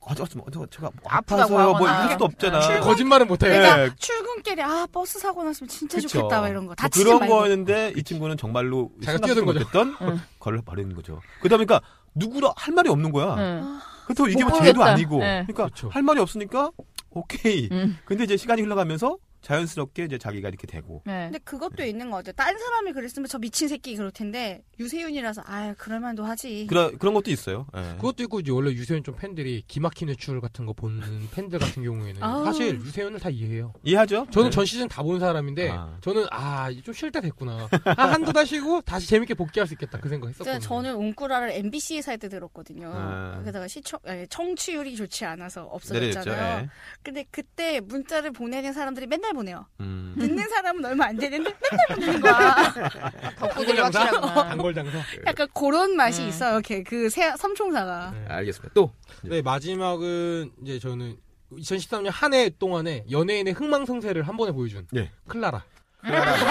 Speaker 5: 어저 어저 어 제가 뭐
Speaker 3: 아프다고
Speaker 5: 아파서요 뭐
Speaker 3: 하거나.
Speaker 5: 이럴 수도 없잖아.
Speaker 3: 음.
Speaker 7: 네, 거짓말은
Speaker 4: 네.
Speaker 7: 못해요.
Speaker 6: 내가
Speaker 5: 예.
Speaker 6: 출근길에 아 버스 사고 났으면 진짜
Speaker 5: 그쵸.
Speaker 6: 좋겠다 막 이런 거
Speaker 5: 뭐
Speaker 6: 다치지
Speaker 5: 그런
Speaker 6: 말고
Speaker 5: 거였는데 이 친구는 정말로
Speaker 7: 자기가
Speaker 5: 생각지도
Speaker 7: 뛰어든 거죠.
Speaker 5: 못했던
Speaker 3: 음.
Speaker 5: 걸로 버리는 거죠. 그러다 보니까 누구라 할 말이 없는
Speaker 7: 아.
Speaker 5: 거야.
Speaker 3: 음.
Speaker 5: 그렇다고 이게
Speaker 3: 못
Speaker 5: 뭐 죄도
Speaker 3: 보겠다.
Speaker 5: 아니고.
Speaker 3: 네.
Speaker 5: 그러니까
Speaker 7: 그쵸.
Speaker 5: 할 말이 없으니까 오케이.
Speaker 3: 음.
Speaker 5: 근데 이제 시간이 흘러가면서 자연스럽게 이제 자기가 이렇게 되고.
Speaker 3: 네.
Speaker 6: 근데 그것도 있는 것 같아요. 딴 사람이 그랬으면 저 미친 새끼 그럴 텐데 유세윤이라서 아 그럴만도 하지.
Speaker 5: 그런 그런 것도 있어요. 예.
Speaker 7: 그것도 있고 이제 원래 유세윤 좀 팬들이 기막힌 외출 같은 거 보는 팬들 같은 경우에는
Speaker 6: 아우.
Speaker 7: 사실 유세윤을 다 이해해요.
Speaker 5: 이해하죠? 네.
Speaker 7: 저는 전 시즌 다 본 사람인데
Speaker 5: 아.
Speaker 7: 저는 아 좀 쉴 때 됐구나. 아, 한두 달 쉬고 다시 재밌게 복귀할 수 있겠다 그 생각
Speaker 6: 그러니까
Speaker 7: 했었거든요.
Speaker 6: 저는 옹꾸라를 MBC에서 할 때 들었거든요.
Speaker 5: 아.
Speaker 6: 그러다가 시청 아니, 청취율이 좋지 않아서
Speaker 5: 내려졌죠.
Speaker 6: 없어졌잖아요.
Speaker 5: 예.
Speaker 6: 근데 그때 문자를 보내는 사람들이 맨날 보내요.
Speaker 5: 음.
Speaker 6: 듣는 사람은 얼마 안 되는데 맨날 보내는 거야.
Speaker 3: 덕후들이 확실하구나.
Speaker 7: 단골 장사.
Speaker 6: 약간 그런 맛이
Speaker 3: 음.
Speaker 6: 있어요. 이렇게 그 세, 삼총사가.
Speaker 7: 네.
Speaker 5: 알겠습니다. 또
Speaker 7: 네 마지막은 이제 저는 2013년 한 해 동안에 연예인의 흥망성쇠를 한 번에 보여준
Speaker 5: 네.
Speaker 7: 클라라.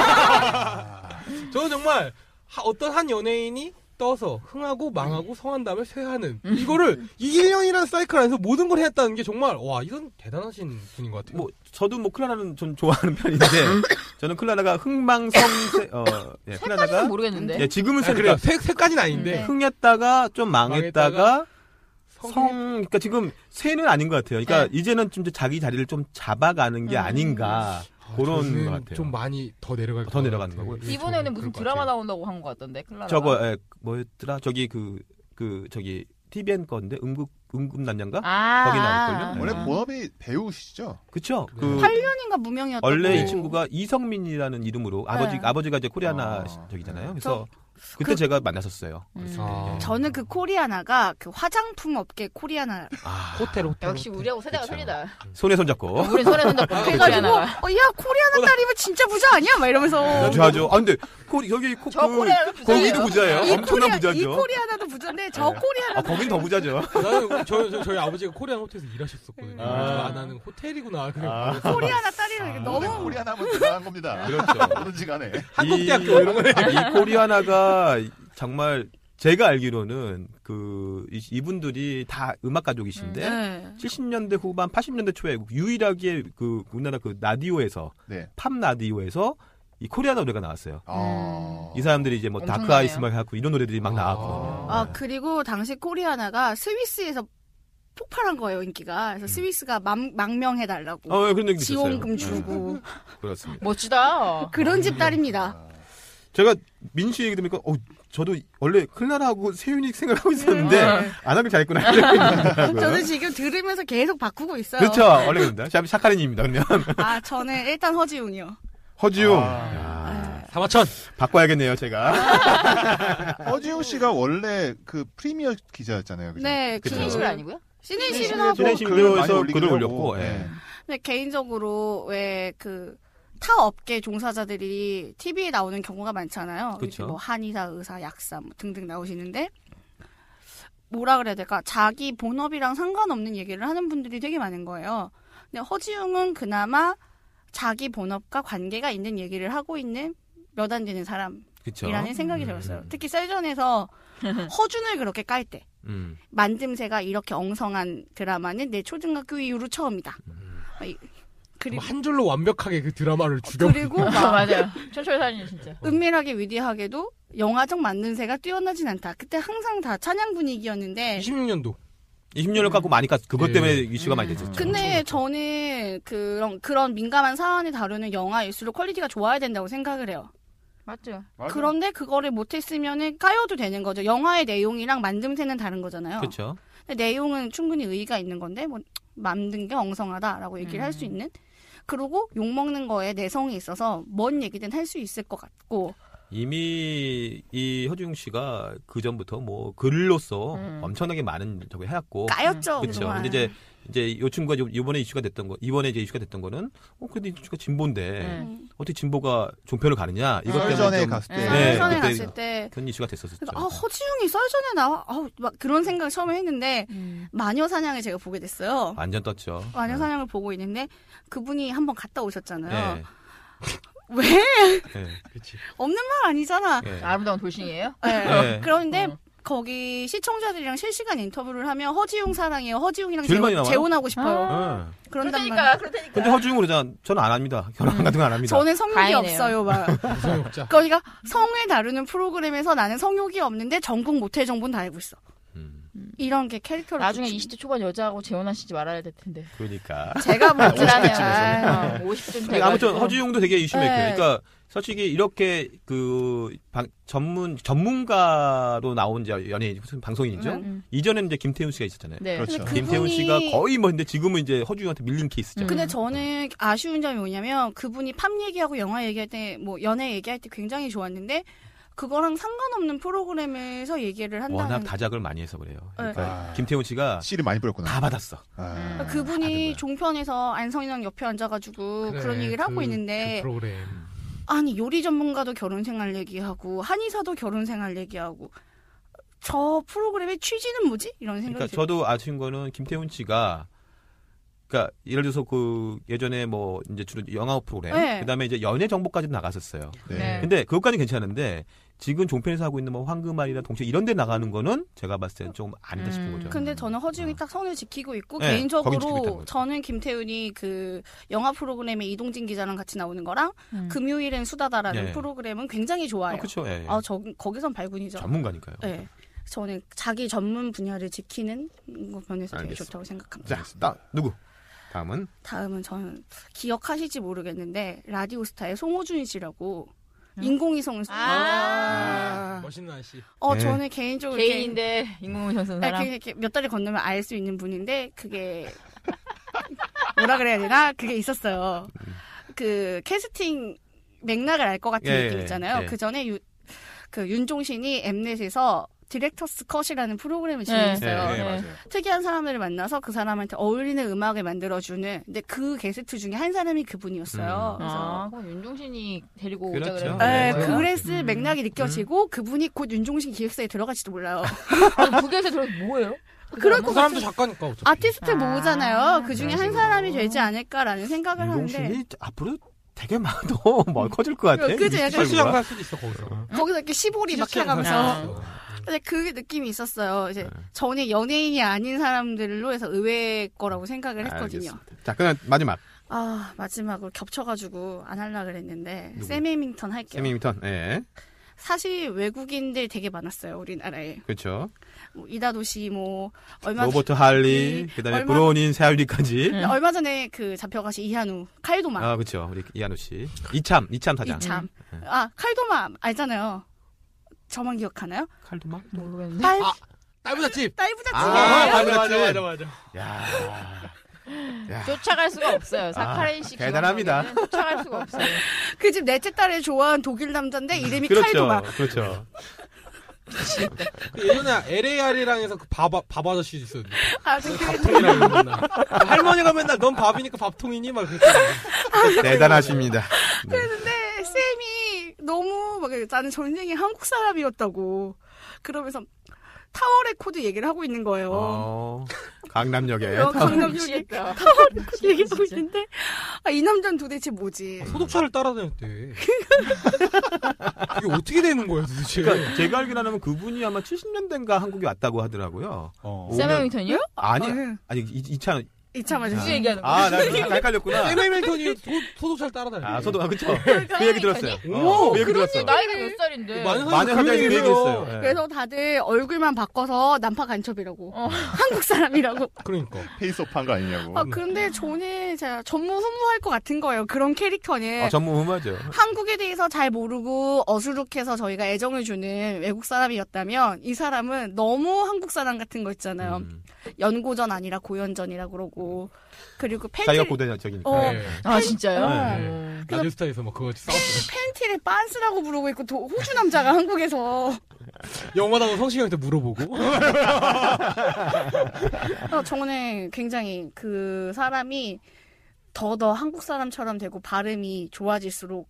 Speaker 7: 저는 정말 하- 어떤 한 연예인이 떠서 흥하고 망하고 성한 다음에 쇠하는 이거를 이 1년이라는 사이클 안에서 모든 걸 해냈다는 게 정말 와 이건 대단하신 분인 것 같아요.
Speaker 5: 뭐 저도 뭐 클라라는 좀 좋아하는 편인데 저는 클라라가 흥망성쇠 어 예,
Speaker 3: 색깔은
Speaker 5: 클라라가
Speaker 3: 모르겠는데.
Speaker 5: 예, 지금은
Speaker 7: 아,
Speaker 5: 쇠
Speaker 7: 그래요. 쇠, 쇠까지는 아닌데
Speaker 3: 네.
Speaker 5: 흥했다가 좀 망했다가
Speaker 7: 성-
Speaker 5: 성, 그러니까 지금 새는 아닌 것 같아요. 그러니까 이제는 좀 이제 자기 자리를 좀 잡아가는 게
Speaker 3: 음.
Speaker 5: 아닌가
Speaker 7: 아,
Speaker 5: 그런
Speaker 7: 저는
Speaker 5: 것 같아요.
Speaker 7: 좀 많이 더 내려갈
Speaker 5: 더
Speaker 7: 것
Speaker 5: 내려가는
Speaker 7: 같아요.
Speaker 5: 거고요.
Speaker 7: 예,
Speaker 3: 이번에는
Speaker 7: 저는
Speaker 3: 무슨
Speaker 7: 그럴 것
Speaker 3: 드라마
Speaker 7: 같아요.
Speaker 3: 나온다고 한 것 같던데 클라라.
Speaker 5: 저거 예, 뭐였더라? 저기 그 그 저기 TVN 건데 음극 음극 남녀인가?
Speaker 3: 아,
Speaker 5: 거기 나올걸요? 네.
Speaker 3: 아,
Speaker 5: 원래
Speaker 7: 음.
Speaker 5: 뭐?
Speaker 3: 아.
Speaker 8: 본업이
Speaker 4: 아,
Speaker 8: 배우시죠?
Speaker 5: 그쵸?
Speaker 7: 네.
Speaker 5: 그
Speaker 6: 8년인가 무명이었다.
Speaker 5: 원래 이 친구가 이성민이라는 이름으로 아버지
Speaker 3: 네.
Speaker 5: 아버지가 이제 코리아나
Speaker 8: 아.
Speaker 5: 저기잖아요. 그래서 그때
Speaker 6: 그-
Speaker 5: 제가 만났었어요.
Speaker 3: 음.
Speaker 7: 아.
Speaker 6: 저는 그 코리아나가 그 화장품 업계 코리아나 어,
Speaker 5: 아,
Speaker 7: 호텔 호텔.
Speaker 3: 역시 우리하고 세대가
Speaker 5: 그쵸.
Speaker 3: 틀리다.
Speaker 5: 손에 손 잡고. 뭐
Speaker 3: 우린 소리 된다.
Speaker 6: 그래가지고
Speaker 3: 그래가지고
Speaker 6: 어야 코리아나 딸이면 진짜 부자 아니야? 막 이러면서
Speaker 5: 좋아 좋아. 아 근데 코 여기 코그
Speaker 3: 저 코리아를
Speaker 5: 거기도
Speaker 3: 부자예요.
Speaker 5: 부자예요.
Speaker 6: 이
Speaker 5: 엄청난
Speaker 6: 코리아 이
Speaker 5: 부자죠.
Speaker 6: 코리아나도 부자인데 저
Speaker 5: 네.
Speaker 6: 코리아나
Speaker 5: 아, 거긴 더 부자죠.
Speaker 7: 나는 그 저, 저 저희 아버지가 코리안 호텔에서
Speaker 6: 음.
Speaker 7: 일하셨었거든요.
Speaker 5: 아.
Speaker 7: 그래서 아 나는 호텔이구나. 그냥
Speaker 5: 아.
Speaker 6: 코리아나 딸이랑 이렇게
Speaker 8: 너무
Speaker 6: 너무
Speaker 8: 우리 하나면 대단한 겁니다.
Speaker 5: 그렇죠.
Speaker 8: 뭐든지 간에.
Speaker 7: 한국대학교
Speaker 5: 이-
Speaker 7: 이런 거네.
Speaker 5: 이 코리아나가 정말 제가 알기로는 그 이- 이분들이 다 음악 가족이신데
Speaker 6: 네.
Speaker 5: 70년대 후반 80년대 초에 유일하게 그 우리나라 그 라디오에서
Speaker 8: 네.
Speaker 5: 팝 라디오에서 이 코리아나 노래가 나왔어요.
Speaker 8: 아.
Speaker 5: 이 사람들이 이제 뭐
Speaker 3: 엄청나네요.
Speaker 5: 다크 아이스 막 하고 이런 노래들이 막
Speaker 7: 아.
Speaker 5: 나왔거든요.
Speaker 6: 아 그리고 당시 코리아나가 스위스에서 폭발한 거예요 인기가. 그래서 스위스가 맘- 망명해달라고
Speaker 5: 음. 어, 예, 그런 얘기
Speaker 6: 지원금 주고
Speaker 5: 그렇습니다. 아,
Speaker 3: 멋지다.
Speaker 6: 그런 집 딸입니다.
Speaker 5: 제가 민수 얘기 들으니까 어, 저도 원래 클라라하고 세윤이 생각을 하고 있었는데
Speaker 3: 네.
Speaker 5: 안 하길 잘했구나. 저는
Speaker 6: 저는 지금 들으면서 계속 바꾸고 있어요.
Speaker 5: 아, 그렇죠. 원래 그런다. 샤- 샤카리님입니다. 그러면
Speaker 6: 아 저는 일단 허지웅이요.
Speaker 5: 허지웅.
Speaker 8: 아.
Speaker 5: 야,
Speaker 7: 4마천.
Speaker 5: 바꿔야겠네요, 제가.
Speaker 8: 허지웅 씨가 원래 그 프리미어 기자였잖아요. 그죠?
Speaker 6: 네, 그
Speaker 5: 그렇죠. 그쵸.
Speaker 3: 신인실 아니고요?
Speaker 6: 신인실은 하고
Speaker 5: 신인실. 신인신문에서 글을
Speaker 8: 많이
Speaker 5: 네, 올렸고,
Speaker 8: 하고.
Speaker 5: 예.
Speaker 6: 근데 개인적으로 왜 그 타 업계 종사자들이 TV에 나오는 경우가 많잖아요.
Speaker 5: 그쵸.
Speaker 6: 이제 뭐 한의사, 의사, 약사 뭐 등등 나오시는데 뭐라 그래야 될까? 자기 본업이랑 상관없는 얘기를 하는 분들이 되게 많은 거예요. 근데 허지웅은 그나마 자기 본업과 관계가 있는 얘기를 하고 있는 몇 안 되는 사람이라는
Speaker 5: 그렇죠.
Speaker 6: 생각이
Speaker 5: 음.
Speaker 6: 들었어요. 특히 셀전에서 허준을 그렇게 깔 때.
Speaker 5: 음.
Speaker 6: 만듦새가 이렇게 엉성한 드라마는 내 초등학교 이후로 처음이다. 이- 그리고
Speaker 7: 뭐
Speaker 6: 어,
Speaker 7: 한 줄로 완벽하게 그 드라마를 죽여.
Speaker 6: 그리고
Speaker 3: 아,
Speaker 6: 막
Speaker 3: 맞아요. 철철산이 진짜.
Speaker 6: 은밀하게 위대하게도 영화적 만듦새가 뛰어나진 않다. 그때 항상 다 찬양 분위기였는데
Speaker 7: 26년도.
Speaker 5: 20년을 갖고 많이 갔. 그것
Speaker 7: 예.
Speaker 5: 때문에 이슈가 많이 됐었죠.
Speaker 6: 근데 저는 그런 그런 민감한 사안을 다루는 영화일수록 퀄리티가 좋아야 된다고 생각을 해요.
Speaker 3: 맞죠.
Speaker 8: 맞아요.
Speaker 6: 그런데 그거를 못했으면은 까여도 되는 거죠. 영화의 내용이랑 만듦새는 다른 거잖아요.
Speaker 5: 그렇죠.
Speaker 6: 근데 내용은 충분히 의의가 있는 건데 뭐 만든 게 엉성하다라고 얘기를 할
Speaker 3: 음.
Speaker 6: 수
Speaker 5: 음.
Speaker 6: 있는 그리고 욕먹는 거에 내성이 있어서 뭔 얘기든 할 수 있을 것 같고
Speaker 5: 이미 이 허주용 씨가 그 전부터 뭐 글로서
Speaker 3: 음.
Speaker 5: 엄청나게 많은 저걸 해왔고
Speaker 6: 까였죠.
Speaker 5: 그렇죠.
Speaker 6: 정말.
Speaker 5: 근데 이제 이제 요 친구가 요- 요번에 이슈가 됐던 거 이번에 이제 이슈가 됐던 거는 어 근데 이 친구가 진보인데
Speaker 3: 음.
Speaker 6: 음.
Speaker 5: 어떻게 진보가 종편을 가느냐 이것 때문에
Speaker 8: 썰전에
Speaker 5: 좀
Speaker 8: 갔을
Speaker 3: 네.
Speaker 8: 때
Speaker 5: 네. 그때-
Speaker 6: 썰전에 음. 갔을 때
Speaker 5: 그런 이슈가 됐었었죠.
Speaker 6: 그래서 아 허지웅이 썰전에 나와 아우 막 그런 생각 처음에 했는데 마녀 사냥을 제가 보게 됐어요.
Speaker 5: 완전 떴죠.
Speaker 6: 마녀 사냥을 보고 있는데 그분이 한번 갔다 오셨잖아요.
Speaker 5: 네.
Speaker 6: 왜
Speaker 5: 네. 네.
Speaker 6: 없는 말 아니잖아.
Speaker 5: 네.
Speaker 3: 아름다운 돌싱이에요?
Speaker 6: 네.
Speaker 5: 네.
Speaker 6: 그런데
Speaker 3: 어.
Speaker 6: 거기 시청자들이랑 실시간 인터뷰를 하면 허지웅 사랑해요. 허지웅이랑
Speaker 5: 제일 많이
Speaker 6: 재혼,
Speaker 5: 나와요?
Speaker 6: 재혼하고
Speaker 3: 아.
Speaker 6: 싶어요.
Speaker 5: 네.
Speaker 6: 그런단 말이야.
Speaker 3: 그러니까 그러니까.
Speaker 5: 근데 허주용 그러잖아. 저는 안 합니다. 결혼 같은 거 안 합니다.
Speaker 6: 음. 저는 성욕이
Speaker 3: 다행이네요.
Speaker 6: 없어요. 막.
Speaker 7: 무서운 역자.
Speaker 6: 그러니까 성을 다루는 프로그램에서 나는 성욕이 없는데 전국 모텔 정보는 다 알고 있어.
Speaker 5: 음,
Speaker 6: 이런 게 캐릭터로.
Speaker 3: 나중에
Speaker 6: 붙인-
Speaker 3: 20대 초반 여자하고 재혼하시지 말아야 될 텐데.
Speaker 5: 그러니까.
Speaker 3: 제가
Speaker 6: 아,
Speaker 3: 볼 때라면 아,
Speaker 6: 때쯤에서는.
Speaker 3: 50쯤
Speaker 5: 근데
Speaker 3: 뭐 돼.
Speaker 5: 아무튼 허지용도 되게 이슈메이커예요.
Speaker 6: 네.
Speaker 5: 그러니까 솔직히 이렇게 그 방- 전문 전문가로 나온 이제 연예인 무슨 방송인이죠. 이전에는 이제 김태훈 씨가 있었잖아요.
Speaker 3: 음, 네.
Speaker 8: 그렇죠.
Speaker 6: 근데
Speaker 5: 김태훈
Speaker 6: 네. 그분이- 그
Speaker 5: 씨가 거의 뭐 근데 지금은 이제 허주용한테 밀린 케이스죠.
Speaker 3: 음.
Speaker 6: 근데 저는 아쉬운 점이 뭐냐면 그분이 팝 얘기하고 영화 얘기할 때 뭐 연애 얘기할 때 굉장히 좋았는데 그거랑 상관없는 프로그램에서 얘기를 한다는 네.
Speaker 5: 워낙 다작을 많이 해서 그래요. 그러니까
Speaker 8: 아.
Speaker 5: 김태훈 씨가
Speaker 8: 씨를 많이 뿌렸구나.
Speaker 5: 다 받았어.
Speaker 8: 아.
Speaker 3: 음.
Speaker 5: 다른 거야.
Speaker 6: 그러니까 그분이 종편에서 안성이랑 옆에 앉아가지고 그런
Speaker 7: 그래,
Speaker 6: 얘기를 하고
Speaker 7: 그-
Speaker 6: 있는데
Speaker 7: 그 프로그램.
Speaker 6: 아니 요리 전문가도 결혼 생활 얘기하고 한의사도 결혼 생활 얘기하고 저 프로그램의 취지는 뭐지? 이런 생각이
Speaker 5: 그러니까 저도 아쉬운 거는 김태훈 씨가 그러니까 예를 들어서 그 예전에 뭐 이제 주로 영화 프로그램
Speaker 6: 네.
Speaker 5: 그다음에 이제 연애 정보까지 도 나갔었어요.
Speaker 3: 네.
Speaker 5: 근데 그것까지 괜찮은데 지금 종편에서 하고 있는 뭐 황금알이나 동체 이런 데 나가는 거는 제가 봤을 때는 좀 아니다 싶은
Speaker 3: 음.
Speaker 5: 거죠.
Speaker 6: 근데 저는 허지웅이
Speaker 5: 어.
Speaker 6: 딱 선을 지키고 있고
Speaker 5: 네, 거긴 지키고 있다는
Speaker 6: 개인적으로
Speaker 5: 거죠.
Speaker 6: 저는 김태훈이 그 영화 프로그램에 이동진 기자랑 같이 나오는 거랑
Speaker 3: 음.
Speaker 6: 금요일엔 수다다라는
Speaker 5: 네.
Speaker 6: 프로그램은 굉장히
Speaker 5: 아,
Speaker 6: 좋아해요.
Speaker 5: 그렇죠. 예. 예.
Speaker 6: 아, 저 거기선 발군이죠.
Speaker 5: 전문가니까요.
Speaker 6: 네. 저는 자기 전문 분야를 지키는 거 면에서 되게
Speaker 5: 알겠습니다.
Speaker 6: 좋다고 생각합니다.
Speaker 5: 자, 나, 누구? 다음은
Speaker 6: 다음은 저는 기억하실지 모르겠는데 라디오스타의 송호준 씨라고
Speaker 3: 응?
Speaker 6: 인공위성을 쏘는
Speaker 3: 음? 아.
Speaker 7: 멋있는 아저씨.
Speaker 6: 어
Speaker 5: 네.
Speaker 6: 저는
Speaker 3: 그
Speaker 6: 개인적으로 이렇게-
Speaker 3: 개인인데 인공위성 쓴
Speaker 6: 아,
Speaker 3: 사람.
Speaker 6: 그게 이렇게 몇 달이 건너면 알 수 있는 분인데 그게 뭐라 그래야 되나 그게 있었어요. 그 캐스팅 맥락을 알 것 같은
Speaker 5: 예,
Speaker 6: 느낌
Speaker 5: 예,
Speaker 6: 있잖아요.
Speaker 5: 예.
Speaker 6: 그 전에 유- 그 윤종신이 엠넷에서 디렉터스 컷이라는 프로그램을 진행했어요.
Speaker 3: 예, 예, 네.
Speaker 5: 맞아요.
Speaker 6: 특이한 사람들을 만나서 그 사람한테 어울리는 음악을 만들어주는 근데 그 게스트 중에 한 사람이 그분이었어요.
Speaker 5: 음.
Speaker 6: 그래서
Speaker 3: 아, 그럼 윤종신이 데리고 오자 그래요.
Speaker 5: 그렇죠.
Speaker 6: 네,
Speaker 5: 네. 음.
Speaker 6: 그랬을
Speaker 3: 음.
Speaker 6: 맥락이 느껴지고 그분이 곧 윤종신 기획사에 들어갈지도 몰라요.
Speaker 5: 아.
Speaker 3: 북에서 들어 뭐예요?
Speaker 6: 그럴
Speaker 7: 그
Speaker 6: 것
Speaker 7: 사람도
Speaker 6: 같은
Speaker 7: 작가니까 어차피.
Speaker 6: 아티스트
Speaker 3: 아,
Speaker 6: 모으잖아요. 그 중에
Speaker 5: 그런
Speaker 6: 한
Speaker 5: 식으로.
Speaker 6: 사람이 되지 않을까라는 생각을 하는데
Speaker 5: 뭐. 윤종신이 앞으로 되게 많도 멀 커질 것 같아.
Speaker 6: 그죠, 약간
Speaker 5: 미스터
Speaker 7: 실시간
Speaker 5: 얼굴아.
Speaker 7: 갈 수도 있어 거기서.
Speaker 6: 거기서 이렇게 시보리 막
Speaker 7: 실시간 갈 수도
Speaker 5: 아.
Speaker 6: 해가면서
Speaker 7: 있어.
Speaker 6: 근데 그 느낌이 있었어요.
Speaker 5: 네.
Speaker 6: 이제 전에 연예인이 아닌 사람들로 해서 의외의 거라고 생각을 했거든요.
Speaker 5: 알겠습니다. 자, 그럼 마지막
Speaker 6: 아 마지막으로 겹쳐가지고 안 할라 그랬는데
Speaker 5: 누구?
Speaker 6: 샘 해밍턴 할게요.
Speaker 5: 세미밍턴. 예.
Speaker 6: 사실 외국인들 되게 많았어요 우리나라에.
Speaker 5: 그렇죠.
Speaker 6: 뭐 이다도시 뭐 얼마
Speaker 5: 로버트 할리,
Speaker 6: 이-
Speaker 5: 그다음에
Speaker 6: 네. 얼마-
Speaker 5: 브로닌 세할리까지.
Speaker 3: 음.
Speaker 6: 얼마 전에 그 잡혀가신 이한우 칼도마
Speaker 5: 아, 그렇죠. 우리 이한우 씨. 이참, 이참 사장.
Speaker 6: 이참
Speaker 5: 음.
Speaker 6: 아 칼도마 알잖아요. 저만 기억하나요?
Speaker 5: 칼도마?
Speaker 3: 모르겠는데.
Speaker 6: 딸
Speaker 7: 아, 딸부잣집.
Speaker 6: 딸부잣집이에요.
Speaker 5: 맞아, 맞아, 맞아,
Speaker 7: 맞아.
Speaker 5: 네. 야.
Speaker 3: 쫓아갈 수가 없어요. 사카린 씨.
Speaker 5: 대단합니다.
Speaker 3: 기억력에는 쫓아갈 수가 없어요.
Speaker 6: 그 집 넷째 딸을 좋아한 독일 남자인데 이름이
Speaker 5: 그렇죠.
Speaker 6: 칼도마.
Speaker 5: 그렇죠.
Speaker 7: 그 예전에 LAR이랑에서 그 바바 바바 아저씨도 있었는데.
Speaker 6: 아, 그, 그,
Speaker 7: 밥통이라고 맨날. 그 할머니가 맨날 넌 밥이니까 밥통이니 막 그랬잖아.
Speaker 5: 대단하십니다. 네.
Speaker 6: 그랬는데 쌤이 너무 막 나는 전생에 한국 사람이었다고 그러면서 타워 레코드 얘기를 하고 있는 거예요.
Speaker 5: 어, 강남역에.
Speaker 6: 어, 강남 쪽에
Speaker 3: 미치겠다.
Speaker 6: 그 얘기하고 있는데 아, 이 남자는 도대체 뭐지?
Speaker 7: 아,
Speaker 5: 어,
Speaker 7: 소독차를 따라다녔대. 이게 어떻게 되는 거야 도대체?
Speaker 5: 그러니까 제가 알기로 하면 그분이 아마 70년대인가 한국에 왔다고 하더라고요.
Speaker 8: 어.
Speaker 5: 오늘-
Speaker 3: 세메밍턴이요?
Speaker 5: 아니,
Speaker 6: 응.
Speaker 5: 아니 이, 이찬.
Speaker 6: 이참
Speaker 3: 무슨
Speaker 6: 네. 아저씨.
Speaker 3: 얘기하는 거야?
Speaker 5: 아, 나 그러니까 헷갈렸구나.
Speaker 7: 샘 해밀턴이 소- 소독차를 따라다녔대.
Speaker 5: 아, 저도 아, 그쵸. 그 얘기 들었어요.
Speaker 7: 오,
Speaker 5: 어, 그 얘기 들었어.
Speaker 3: 나이가 몇 살인데?
Speaker 7: 많은
Speaker 5: 많은
Speaker 7: 그런
Speaker 5: 사장이 그
Speaker 7: 얘기를
Speaker 5: 얘기 했어요.
Speaker 7: 해요.
Speaker 5: 예.
Speaker 6: 그래서 다들 얼굴만 바꿔서 난파 간첩이라고
Speaker 3: 어.
Speaker 6: 한국 사람이라고.
Speaker 7: 그러니까.
Speaker 8: 페이스업 한 거 아니냐고.
Speaker 6: 아
Speaker 5: 네.
Speaker 6: 근데 저는 제가 전무후무할 것 같은 거예요. 그런 캐릭터는.
Speaker 5: 아, 전무후무하죠.
Speaker 6: 한국에 대해서 잘 모르고 어수룩해서 저희가 애정을 주는 외국 사람이었다면 이 사람은 너무 한국 사람 같은 거 있잖아요.
Speaker 5: 음.
Speaker 6: 연고전 아니라 고연전이라 그러고 하고 그리고 팬티
Speaker 5: 자기가
Speaker 6: 를
Speaker 5: 고대 적이니까.
Speaker 6: 어.
Speaker 7: 예.
Speaker 3: 아 진짜요?
Speaker 7: 네.
Speaker 3: 어.
Speaker 7: 라디오스타에서 막 그거 싸웠어요.
Speaker 6: 팬티를 빤스라고 부르고 있고 도- 호주 남자가 한국에서
Speaker 7: 영화다고 성시경한테 물어보고.
Speaker 6: 어, 저는 굉장히 그 사람이 더더 한국 사람처럼 되고 발음이 좋아질수록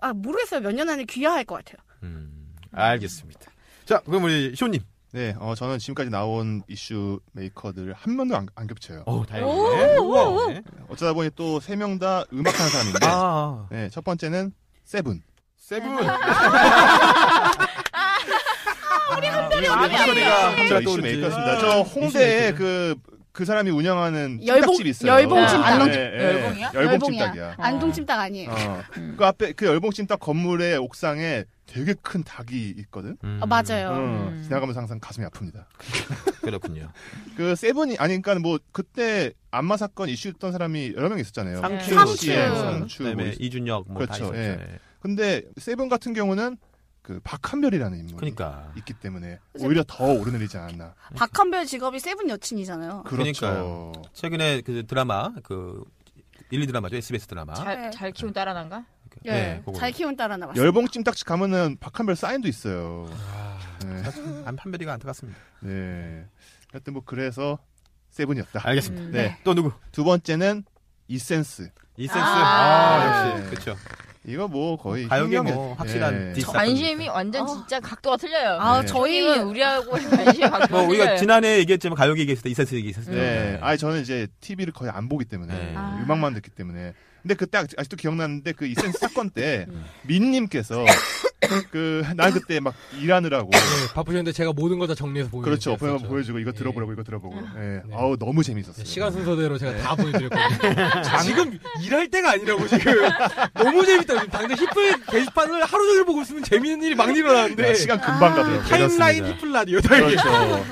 Speaker 6: 아 모르겠어요 몇 년 안에 귀화할 것 같아요.
Speaker 5: 음, 알겠습니다. 자, 그럼 우리 쇼님.
Speaker 4: 네, 어, 저는 지금까지 나온 이슈 메이커들 한 명도 안, 안 겹쳐요.
Speaker 5: 어,
Speaker 6: 오, 오, 오.
Speaker 5: 다행이네.
Speaker 4: 어쩌다 보니 또 세 명 다 음악하는 사람인데,
Speaker 5: 아,
Speaker 4: 네, 첫 번째는 세븐.
Speaker 5: 세븐.
Speaker 6: 우리 한 달이
Speaker 5: 우리
Speaker 4: 아,
Speaker 6: 어떻게
Speaker 5: 한별이가
Speaker 4: 저
Speaker 5: 한별
Speaker 4: 이슈
Speaker 5: 떠오르지.
Speaker 4: 메이커였습니다. 네. 저 홍대에 그, 그 사람이 운영하는
Speaker 6: 열봉-
Speaker 4: 찜닭집이 있어요.
Speaker 6: 열봉
Speaker 3: 찜닭.
Speaker 4: 아,
Speaker 3: 열봉이야?
Speaker 4: 열봉 찜닭이야.
Speaker 6: 안동 찜닭 아니에요.
Speaker 4: 어, 그 앞에 그 열봉 찜닭 건물의 옥상에 되게 큰 닭이 있거든.
Speaker 5: 음,
Speaker 6: 아, 맞아요.
Speaker 4: 어, 지나가면서 항상 가슴이 아픕니다.
Speaker 5: 그렇군요.
Speaker 4: 그 세븐이 아니 그러니까 뭐 그때 안마 사건 이슈였던 사람이 여러 명 있었잖아요.
Speaker 5: 상추,
Speaker 6: 상추.
Speaker 5: 예,
Speaker 4: 상추,
Speaker 5: 그다음에
Speaker 4: 뭐 있-
Speaker 5: 이준혁 뭐 다
Speaker 4: 그렇죠,
Speaker 5: 있었죠.
Speaker 4: 예.
Speaker 5: 예.
Speaker 4: 근데 세븐 같은 경우는 그 박한별이라는 인물이
Speaker 5: 그러니까.
Speaker 4: 있기 때문에 오히려 더 오르내리지 않았나.
Speaker 6: 박한별 직업이 세븐 여친이잖아요.
Speaker 4: 그렇죠.
Speaker 5: 그러니까요. 최근에 그 드라마 그 일리 드라마죠 SBS 드라마.
Speaker 6: 네.
Speaker 3: 잘, 잘 키운 딸아난가?
Speaker 6: 예,
Speaker 5: 그거.
Speaker 6: 잘 키운 딸 하나 봤어요.
Speaker 4: 네, 열봉 찜닭집 가면은 박한별 사인도 있어요.
Speaker 5: 아.
Speaker 4: 네.
Speaker 5: 안 판별이가 안타깝습니다.
Speaker 4: 네. 하여튼 뭐 그래서 세븐이었다.
Speaker 5: 알겠습니다.
Speaker 3: 음.
Speaker 4: 네.
Speaker 5: 또 누구?
Speaker 4: 두 번째는 이센스.
Speaker 5: 이센스.
Speaker 3: 아.
Speaker 5: 아, 역시 그렇죠.
Speaker 4: 이거 뭐 거의
Speaker 5: 가요계
Speaker 4: 혁명의-
Speaker 5: 뭐 확실한
Speaker 4: 예.
Speaker 5: 디스.
Speaker 3: 관심이 완전
Speaker 6: 어.
Speaker 3: 진짜 각도가 틀려요.
Speaker 6: 아
Speaker 4: 네.
Speaker 6: 저희
Speaker 3: 저희는 우리하고 관심이 각도가
Speaker 5: 뭐 우리가
Speaker 3: 틀려요.
Speaker 5: 지난해 얘기했지만 가요계 얘기했을 때 이센스 얘기했을 때.
Speaker 4: 네. 아니 저는 이제 TV를 거의 안 보기 때문에
Speaker 5: 네.
Speaker 3: 아.
Speaker 4: 음악만 듣기 때문에. 근데 그때 아직- 아직도 기억나는데 그 이센스 사건 때
Speaker 3: 음.
Speaker 4: 민님께서 그 난 그때 막 일하느라고
Speaker 7: 네, 바쁘셨는데 제가 모든 걸 다 정리해서 보여드렸어요.
Speaker 4: 그렇죠 보여 보여주고 이거 들어보라고 이거 들어보고. 예. 아우 너무 재밌었어요. 네.
Speaker 7: 네. 시간 순서대로 제가 다 보여드렸거든요. 지금 일할 때가 아니라고 지금 너무 재밌다. 지금 당장 히플 게시판을 하루 종일 보고 있으면 재밌는 일이 막 일어나는데
Speaker 4: 야, 네, 시간 금방 그렇죠.
Speaker 6: 아.
Speaker 4: 가더라고.
Speaker 7: 타임라인
Speaker 5: 그렇습니다.
Speaker 7: 히플 라디오 다 이게.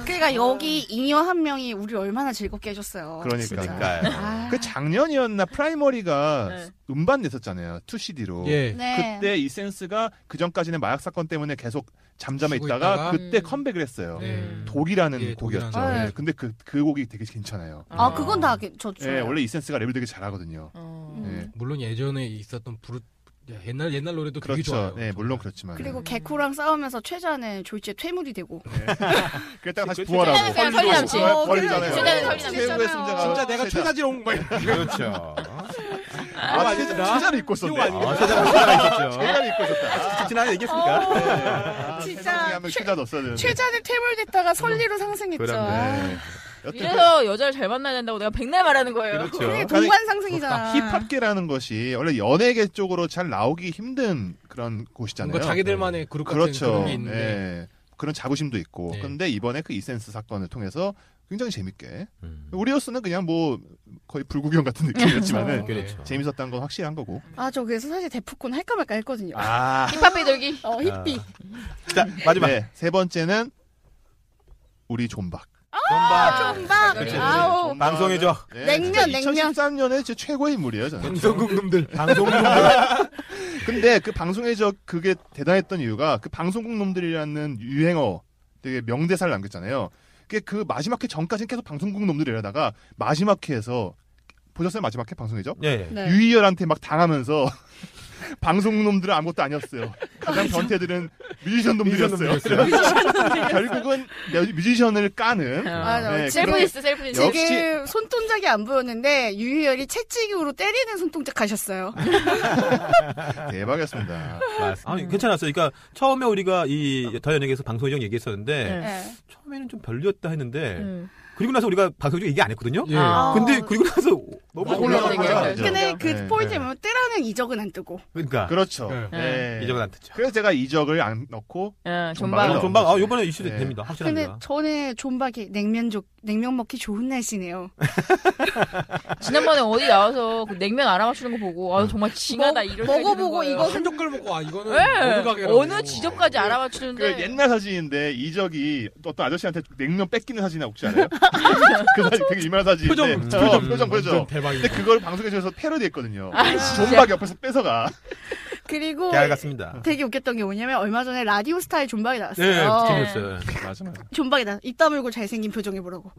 Speaker 6: 그러니까 여기 잉여 한 명이 우리 얼마나 즐겁게 해줬어요.
Speaker 4: 그러니까.
Speaker 6: 진짜. 아,
Speaker 4: 그 작년이었나 프라이머리가
Speaker 3: 네.
Speaker 4: 음반 냈었잖아요. 2CD로.
Speaker 7: 예.
Speaker 6: 네.
Speaker 4: 그때 이센스가 그 전까지는 마약 사건 때문에 계속 잠잠해
Speaker 7: 쉬고
Speaker 4: 있다가,
Speaker 7: 있다가.
Speaker 4: 그때
Speaker 3: 음.
Speaker 4: 컴백을 했어요.
Speaker 7: 네.
Speaker 4: 독이라는
Speaker 7: 예,
Speaker 4: 곡이었죠.
Speaker 6: 독이라는
Speaker 4: 예,
Speaker 6: 곡.
Speaker 4: 근데 그, 그 곡이 되게 괜찮아요.
Speaker 6: 아 그건 다 게- 저 좋아요.
Speaker 4: 예, 원래 이센스가 랩을 되게 잘하거든요.
Speaker 3: 어.
Speaker 6: 음.
Speaker 4: 예.
Speaker 7: 물론 예전에 있었던 브루 옛날 옛날 노래도 되게
Speaker 4: 그렇죠.
Speaker 7: 좋아요.
Speaker 4: 네, 물론 그렇지만.
Speaker 6: 그리고
Speaker 3: 음.
Speaker 6: 개코랑 싸우면서 최자는 졸지에 퇴물이 되고
Speaker 4: 그랬다가 다시
Speaker 5: 그-
Speaker 4: 부활하고.
Speaker 3: 그냥 털리 남지.
Speaker 6: 어,
Speaker 4: 버리잖아요.
Speaker 3: 그래, 진짜는 털리 남지.
Speaker 4: 최후의 승자가 뭐
Speaker 7: 진짜 내가
Speaker 4: 최자.
Speaker 7: 최다지롱 막
Speaker 5: 그렇죠.
Speaker 4: 아,
Speaker 7: 아,
Speaker 4: 최자,
Speaker 7: 아니구나.
Speaker 4: 최자를 입고 있었네.
Speaker 7: 이거 아니구나.
Speaker 5: 아, 세상 문제가 있었죠.
Speaker 4: 최자를 입고 있었다.
Speaker 5: 지난해 얘기했으니까.
Speaker 4: 아,
Speaker 6: 어. 진짜
Speaker 4: 최자 중에 한명
Speaker 6: 최-
Speaker 4: 최자 넣었어야 되는데.
Speaker 6: 최자는 퇴물됐다가 설리로 상승했죠.
Speaker 5: 그럼요.
Speaker 4: 네. 여튼
Speaker 3: 이래서 여자를 잘 만나야 된다고 내가 백날 말하는 거예요.
Speaker 6: 그게
Speaker 5: 그렇죠.
Speaker 6: 동반 상승이잖아.
Speaker 4: 힙합계라는 것이 원래 연예계 쪽으로 잘 나오기 힘든 그런 곳이잖아요.
Speaker 7: 뭔가 자기들만의 그룹 같은
Speaker 4: 그렇죠.
Speaker 7: 그런 게 있는데
Speaker 4: 예. 그런 자부심도 있고.
Speaker 7: 네.
Speaker 4: 근데 이번에 그 이센스 사건을 통해서 굉장히 재밌게
Speaker 5: 음.
Speaker 4: 우리로서는 그냥 뭐 거의 불구경 같은
Speaker 7: 어.
Speaker 4: 느낌이었지만은
Speaker 5: 그렇죠.
Speaker 4: 네. 재밌었던 건 확실한 거고.
Speaker 6: 아 저 그래서 사실 데프콘 할까 말까 했거든요.
Speaker 4: 아.
Speaker 3: 힙합 배돌기.
Speaker 6: 어 힙비.
Speaker 5: 자, 마지막.
Speaker 4: 네. 세 번째는 우리 존박. 네,
Speaker 5: 존박.
Speaker 6: 금방
Speaker 4: 그렇죠,
Speaker 5: 그치.
Speaker 6: 아우
Speaker 5: 그렇죠. 방송이죠.
Speaker 6: 냉면, 냉면.
Speaker 4: 2013년에 제 최고의 인물이에요, 저는.
Speaker 7: 방송국 놈들
Speaker 5: 방송.
Speaker 4: 근데 그 방송의 적 그게 대단했던 이유가 그 방송국 놈들이라는 유행어 되게 명대사를 남겼잖아요. 그게 그 마지막 회 전까지는 계속 방송국 놈들이라다가 마지막 회에서 보셨어요? 마지막 회 방송이죠?
Speaker 5: 예.
Speaker 6: 네.
Speaker 4: 유희열한테 막 당하면서 방송국 놈들은 아무것도 아니었어요. 그다음 변태들은 뮤지션 놈들이었어요. 결국은 뮤지션을 까는
Speaker 6: 맞아.
Speaker 4: 네,
Speaker 3: 셀프
Speaker 4: 그런-
Speaker 3: 디스, 셀프 디스.
Speaker 4: 역시-
Speaker 6: 되게 손동작이 안 보였는데 유희열이 채찍으로 때리는 손동작 하셨어요.
Speaker 4: 아. 대박이었습니다.
Speaker 5: 아니, 괜찮았어요. 그러니까 처음에 우리가 이 더연에게서 방송정 얘기했었는데
Speaker 3: 네.
Speaker 6: 네.
Speaker 5: 처음에는 좀 별로였다 했는데
Speaker 3: 음.
Speaker 5: 그리고 나서 우리가 방송정 얘기 안 했거든요.
Speaker 7: 예.
Speaker 3: 아.
Speaker 5: 근데 그리고 나서 너무
Speaker 4: 맞아,
Speaker 5: 올라가는
Speaker 4: 맞아,
Speaker 5: 거야.
Speaker 4: 맞아.
Speaker 6: 근데 그
Speaker 4: 네,
Speaker 6: 포인트
Speaker 4: 네.
Speaker 6: 보면 때라는 이적은 안 뜨고.
Speaker 5: 그러니까
Speaker 4: 그렇죠.
Speaker 7: 네.
Speaker 4: 네.
Speaker 5: 이적은 안 듣죠.
Speaker 4: 그래서 제가 이적을 안 넣고
Speaker 3: 어,
Speaker 4: 아,
Speaker 5: 어,
Speaker 3: 존박.
Speaker 5: 존박. 아, 요번에 이슈도
Speaker 4: 네.
Speaker 5: 됩니다.
Speaker 6: 근데
Speaker 5: 확실합니다.
Speaker 6: 전에 존박이 냉면 족 냉면 먹기 좋은 날씨네요.
Speaker 3: 지난번에 어디 나와서 그 냉면 알아맞추는 거 보고 아 정말 징하다 이런 생각이 드는
Speaker 6: 먹어보고
Speaker 3: 거예요.
Speaker 6: 이거
Speaker 7: 한 젓갈 먹고 아 이거는 어느
Speaker 3: 예.
Speaker 7: 가게라고
Speaker 3: 어느 지점까지 알아맞추는데
Speaker 4: 그 옛날 사진인데 이적이 어떤 아저씨한테 냉면 뺏기는 사진이 혹시 알아요? 그 사진 되게 유명한
Speaker 5: 네.
Speaker 4: 사진.
Speaker 7: 표정,
Speaker 5: 음,
Speaker 4: 표정, 표정,
Speaker 7: 완전
Speaker 4: 표정.
Speaker 7: 대박이다.
Speaker 4: 근데 그걸 방송에서 패러디했거든요.
Speaker 3: 아, 진짜?
Speaker 4: 존박 옆에서 뺏어가.
Speaker 6: 그리고
Speaker 5: 계약 같습니다.
Speaker 6: 되게 웃겼던 게 뭐냐면 얼마 전에 라디오스타에 존박이
Speaker 5: 네,
Speaker 6: 나왔어요.
Speaker 5: 재밌어요.
Speaker 4: 맞아
Speaker 3: 네.
Speaker 4: 맞아.
Speaker 6: 존박이다. 입 다물고 잘생긴 표정 해보라고.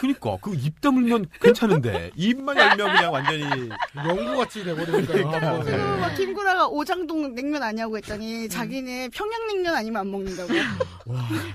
Speaker 5: 그니까 그 입 다물면 괜찮은데 입만 열면 그냥 완전히
Speaker 7: 연구같이 돼버리니까. 한 번에.
Speaker 6: 그리고 막 김구라가 오장동 냉면 아니냐고 했더니 자기는 평양냉면 아니면 안 먹는다고.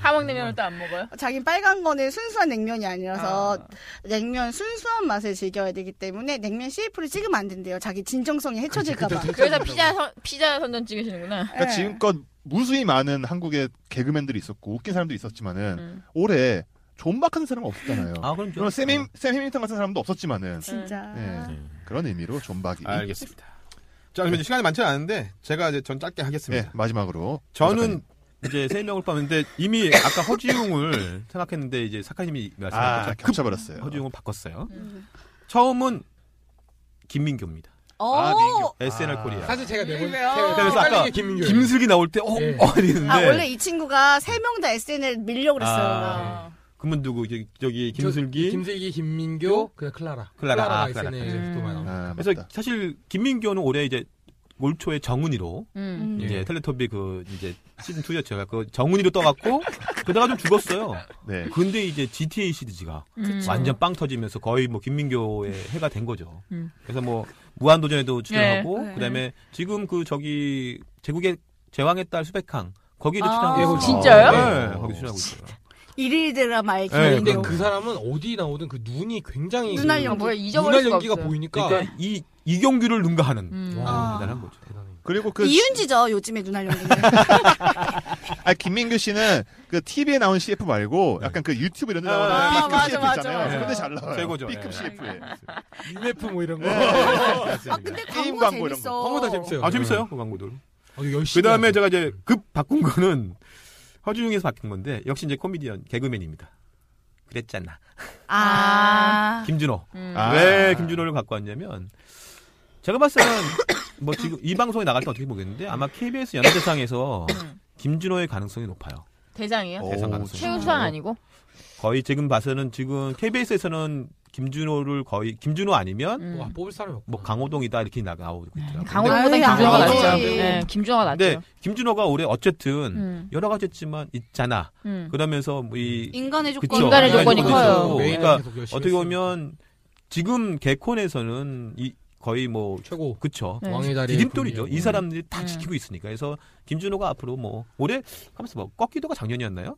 Speaker 3: 하몽냉면을 또 안 먹어요?
Speaker 6: 자기는 빨간 거는 순수한 냉면이 아니라서
Speaker 3: 아.
Speaker 6: 냉면 순수한 맛을 즐겨야 되기 때문에 냉면 CF를 찍으면 안 된대요. 자기 진정성이 해쳐질까봐. 네.
Speaker 3: 그래서 피자 선, 피자 선전 찍으시는구나.
Speaker 8: 그러니까 지금껏 무수히 많은 한국의 개그맨들이 있었고 웃긴 사람도 있었지만은
Speaker 3: 음.
Speaker 8: 올해 존박한 사람은 없었잖아요.
Speaker 5: 아 그럼 좀
Speaker 8: 물론 샘, 힘- 샘 해밍턴 같은 사람도 없었지만은
Speaker 6: 진짜.
Speaker 4: 네.
Speaker 8: 예. 그런 의미로 존박이
Speaker 9: 알겠습니다. 자, 그러면 이제 시간이 많지는 않은데 제가 이제 전 짧게 하겠습니다.
Speaker 4: 네.
Speaker 8: 예, 마지막으로
Speaker 5: 저는 이제 세 명을 뽑았는데 이미 아까 허지웅을 생각했는데 이제 사카님이 말씀하셨죠.
Speaker 8: 아, 겹쳐버렸어요.
Speaker 5: 허지웅을 바꿨어요.
Speaker 3: 음.
Speaker 5: 처음은 김민교입니다.
Speaker 6: 오!
Speaker 8: 아,
Speaker 5: 네.
Speaker 8: 민규.
Speaker 5: SNL
Speaker 8: 아.
Speaker 5: 코리아.
Speaker 7: 사실 제가 내본
Speaker 6: 그래요?
Speaker 5: 그래서 아까
Speaker 7: 김민규.
Speaker 5: 김슬기 나올 때 어,
Speaker 7: 예.
Speaker 5: 어 이랬는데
Speaker 6: 아, 원래 이 친구가 세 명 다 SNL 밀려고 그랬어요.
Speaker 5: 아. 그분 누구 저기, 저기 김슬기
Speaker 7: 예, 김슬기, 김민교, 그냥 클라라.
Speaker 5: 클라라,
Speaker 7: 클라라가
Speaker 5: 아, 클라라.
Speaker 7: SNL에서 또 많이
Speaker 4: 음.
Speaker 7: 나오고.
Speaker 8: 아,
Speaker 5: 그래서
Speaker 8: 맞다.
Speaker 5: 사실 김민교는 올해 이제 올 초에 정은이로
Speaker 3: 음.
Speaker 6: 음.
Speaker 5: 이제 텔레토비 그 이제 시즌 2였죠. 그 정은이로 떠갖고 그다가 좀 죽었어요.
Speaker 8: 네.
Speaker 5: 근데 이제 GTA 시리즈가
Speaker 3: 음.
Speaker 5: 완전 빵 터지면서 거의 뭐 김민교의 해가 된 거죠.
Speaker 3: 음.
Speaker 5: 그래서 뭐 무한도전에도 출연하고
Speaker 6: 네.
Speaker 5: 그다음에 지금 그 저기 제국의 제왕의 딸 수백항 거기도
Speaker 6: 아.
Speaker 5: 출연하고
Speaker 6: 예,
Speaker 5: 있어요.
Speaker 6: 그거
Speaker 3: 진짜요?
Speaker 5: 네, 거기 출연하고 있어요.
Speaker 6: 일일 드라마의
Speaker 5: 네,
Speaker 6: 기억이
Speaker 7: 근데
Speaker 5: 그럼.
Speaker 7: 그 사람은 어디 나오든 그 눈이 굉장히
Speaker 6: 눈알
Speaker 7: 그
Speaker 6: 연기.
Speaker 3: 뭐야 잊어버릴
Speaker 7: 눈알
Speaker 3: 수가
Speaker 7: 연기가
Speaker 3: 없어요.
Speaker 7: 보이니까
Speaker 5: 그러니까 이 이경규를 능가하는
Speaker 3: 음.
Speaker 7: 와.
Speaker 5: 아, 대단한 거죠.
Speaker 7: 대단해.
Speaker 8: 그리고 그
Speaker 6: 이윤지죠 요즘에 눈알 연기.
Speaker 8: 아, 김민규 씨는 그 TV에 나온 CF 말고 약간 그 유튜브 이런 데 나오는
Speaker 5: 아,
Speaker 8: 아,
Speaker 3: 맞아,
Speaker 8: CF
Speaker 3: 맞아,
Speaker 8: 있잖아요.
Speaker 3: 맞아.
Speaker 8: 그런데 잘 나와요.
Speaker 5: 네. 최고죠.
Speaker 8: B급
Speaker 5: 예.
Speaker 8: CF에.
Speaker 7: UF 뭐 이런 거.
Speaker 6: 아 근데
Speaker 8: 게임
Speaker 6: 광고
Speaker 8: 광고 이런
Speaker 6: 재밌어.
Speaker 7: 광고 다 재밌어요.
Speaker 5: 아 재밌어요 그 광고들.
Speaker 7: 어, 열심히.
Speaker 5: 그 다음에
Speaker 7: 하죠.
Speaker 5: 제가 이제 급 바꾼 거는 허주용에서 바뀐 건데 역시 이제 코미디언 개그맨입니다. 그랬잖아.
Speaker 6: 아.
Speaker 5: 김준호.
Speaker 3: 음.
Speaker 8: 아.
Speaker 5: 왜 김준호를 갖고 왔냐면 제가 봤을 때는 뭐 지금 이 방송에 나갈 때 어떻게 보겠는데 아마 KBS 연예대상에서
Speaker 3: 네.
Speaker 5: 김준호의 가능성이 높아요.
Speaker 3: 대장이요?
Speaker 4: 어.
Speaker 8: 오,
Speaker 5: 대상 가능성이.
Speaker 3: 최우수상 아니고?
Speaker 5: 거의 지금 봐서는 지금 KBS에서는 김준호를 거의 김준호 아니면
Speaker 3: 음. 네,
Speaker 7: 와, 뽑을 사람이 없고.
Speaker 5: 뭐 강호동이다 이렇게 나, 나오고 있더라고요.
Speaker 3: 강호동보다
Speaker 6: 아니,
Speaker 3: 김준호가
Speaker 5: 아니.
Speaker 3: 낫죠.
Speaker 5: 아니.
Speaker 3: 네, 김준호가 낫죠.
Speaker 5: 근데 김준호가 올해 어쨌든
Speaker 3: 음.
Speaker 5: 여러 가지였지만 있잖아.
Speaker 3: 음.
Speaker 5: 그러면서 뭐이
Speaker 6: 인간의 조건.
Speaker 5: 그쵸.
Speaker 3: 인간의 조건이 커요.
Speaker 5: 그러니까 어떻게 보면 지금 개콘에서는 이 거의 뭐
Speaker 7: 최고
Speaker 5: 그쵸
Speaker 3: 네.
Speaker 7: 왕의 자리
Speaker 5: 디딤돌이죠. 이 사람들이 다
Speaker 6: 네.
Speaker 3: 음.
Speaker 5: 지키고 있으니까. 그래서 김준호가 앞으로 뭐 올해 가만있어 봐. 꺾기도가 작년이었나요?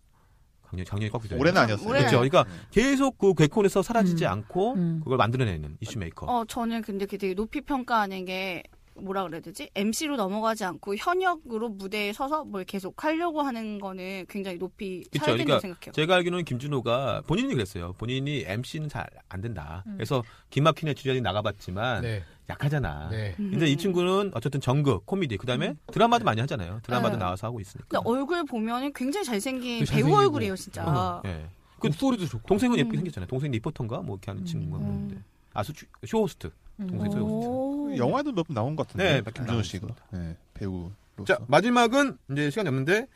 Speaker 5: 작년 작년에 꺾기도.
Speaker 8: 올해는 아니었어요.
Speaker 6: 올해는
Speaker 5: 그렇죠. 그러니까 계속 그 개콘에서 사라지지
Speaker 3: 음.
Speaker 5: 않고
Speaker 3: 음.
Speaker 5: 그걸 만들어내는 이슈메이커.
Speaker 6: 어 저는 근데 그게 되게 높이 평가하는 게 뭐라 그래야 되지? MC로 넘어가지 않고 현역으로 무대에 서서 뭘 계속 하려고 하는 거는 굉장히 높이
Speaker 5: 그쵸,
Speaker 6: 사야
Speaker 5: 그러니까
Speaker 6: 된다고 생각해요.
Speaker 5: 제가 알기로는 김준호가 본인이 그랬어요. 본인이 MC는 잘 안 된다.
Speaker 3: 음.
Speaker 5: 그래서 김학hin의 주연이 나가봤지만
Speaker 7: 네,
Speaker 5: 약하잖아.
Speaker 7: 네.
Speaker 5: 근데
Speaker 6: 음.
Speaker 5: 이 친구는 어쨌든 정극, 코미디, 그 다음에 드라마도 많이 하잖아요. 드라마도
Speaker 6: 네.
Speaker 5: 나와서 하고 있으니까.
Speaker 6: 근데 얼굴 보면은 굉장히 잘생긴
Speaker 7: 그
Speaker 6: 배우
Speaker 7: 잘생기고.
Speaker 6: 얼굴이에요, 진짜.
Speaker 5: 어, 예. 그-
Speaker 7: 그 소리도 좋고.
Speaker 5: 동생은 예쁘게
Speaker 6: 음.
Speaker 5: 생겼잖아요. 동생 리포터인가 뭐 이렇게 하는
Speaker 3: 음.
Speaker 5: 친구가
Speaker 6: 음.
Speaker 5: 있는데. 뭐 아, 수, 쇼호스트.
Speaker 6: 그
Speaker 5: 동생 소유.
Speaker 6: 오.
Speaker 8: 영화에도 몇 번 나온 것 같은데.
Speaker 5: 네, 몇번
Speaker 8: 김준호 씨가. 네, 배우.
Speaker 9: 자, 마지막은 이제 시간이 없는데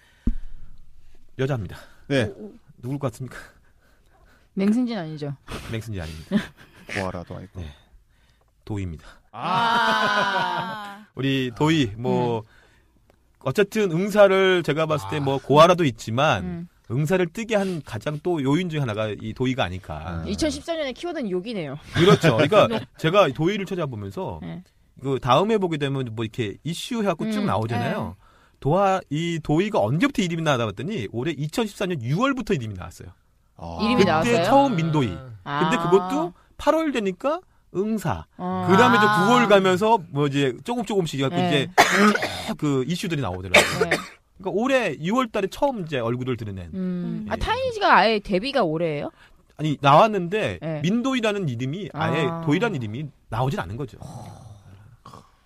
Speaker 5: 여자입니다.
Speaker 8: 네.
Speaker 5: 누굴 것 같습니까?
Speaker 3: 맹승진 아니죠?
Speaker 5: 맹슨지 아닙니다.
Speaker 8: 고아라도 아니고.
Speaker 5: 네. 도희입니다.
Speaker 6: 아.
Speaker 5: 우리 도희
Speaker 3: 음.
Speaker 5: 뭐 어쨌든 응사를 제가 봤을 때 뭐 고아라도 있지만
Speaker 3: 음.
Speaker 5: 응사를 뜨게 한 가장 또 요인 중 하나가 이 도희가 아닐까.
Speaker 8: 아.
Speaker 3: 2014년에 키워든 음. 욕이네요.
Speaker 5: 그렇죠. 그러니까 제가 도희를 찾아보면서
Speaker 3: 네.
Speaker 5: 그 다음에 보게 되면 뭐 이렇게 이슈 해갖고 쭉
Speaker 3: 음,
Speaker 5: 나오잖아요. 도하 이 도희가 언제부터 이름이 나왔다 봤더니 올해 2014년 6월부터 이름이 나왔어요.
Speaker 8: 아.
Speaker 3: 이름이
Speaker 5: 그때
Speaker 7: 네.
Speaker 3: 나왔어요?
Speaker 5: 처음 민도희.
Speaker 3: 아.
Speaker 5: 근데 그것도 8월 되니까 응사.
Speaker 3: 어.
Speaker 5: 그 다음에 이제 9월 가면서 뭐 이제 조금 조금씩 해갖고
Speaker 3: 네.
Speaker 5: 이제 쭉 그 이슈들이 나오더라고요.
Speaker 3: 네.
Speaker 5: 그러니까 올해 6월달에 처음 이제 얼굴을 드러낸
Speaker 3: 음. 아
Speaker 5: 예.
Speaker 3: 타이니지가 아예 데뷔가 올해예요?
Speaker 5: 아니 나왔는데
Speaker 3: 네.
Speaker 5: 민도이라는 이름이 아예
Speaker 3: 아. 어.
Speaker 5: 도이라는 이름이 나오진 않은 거죠.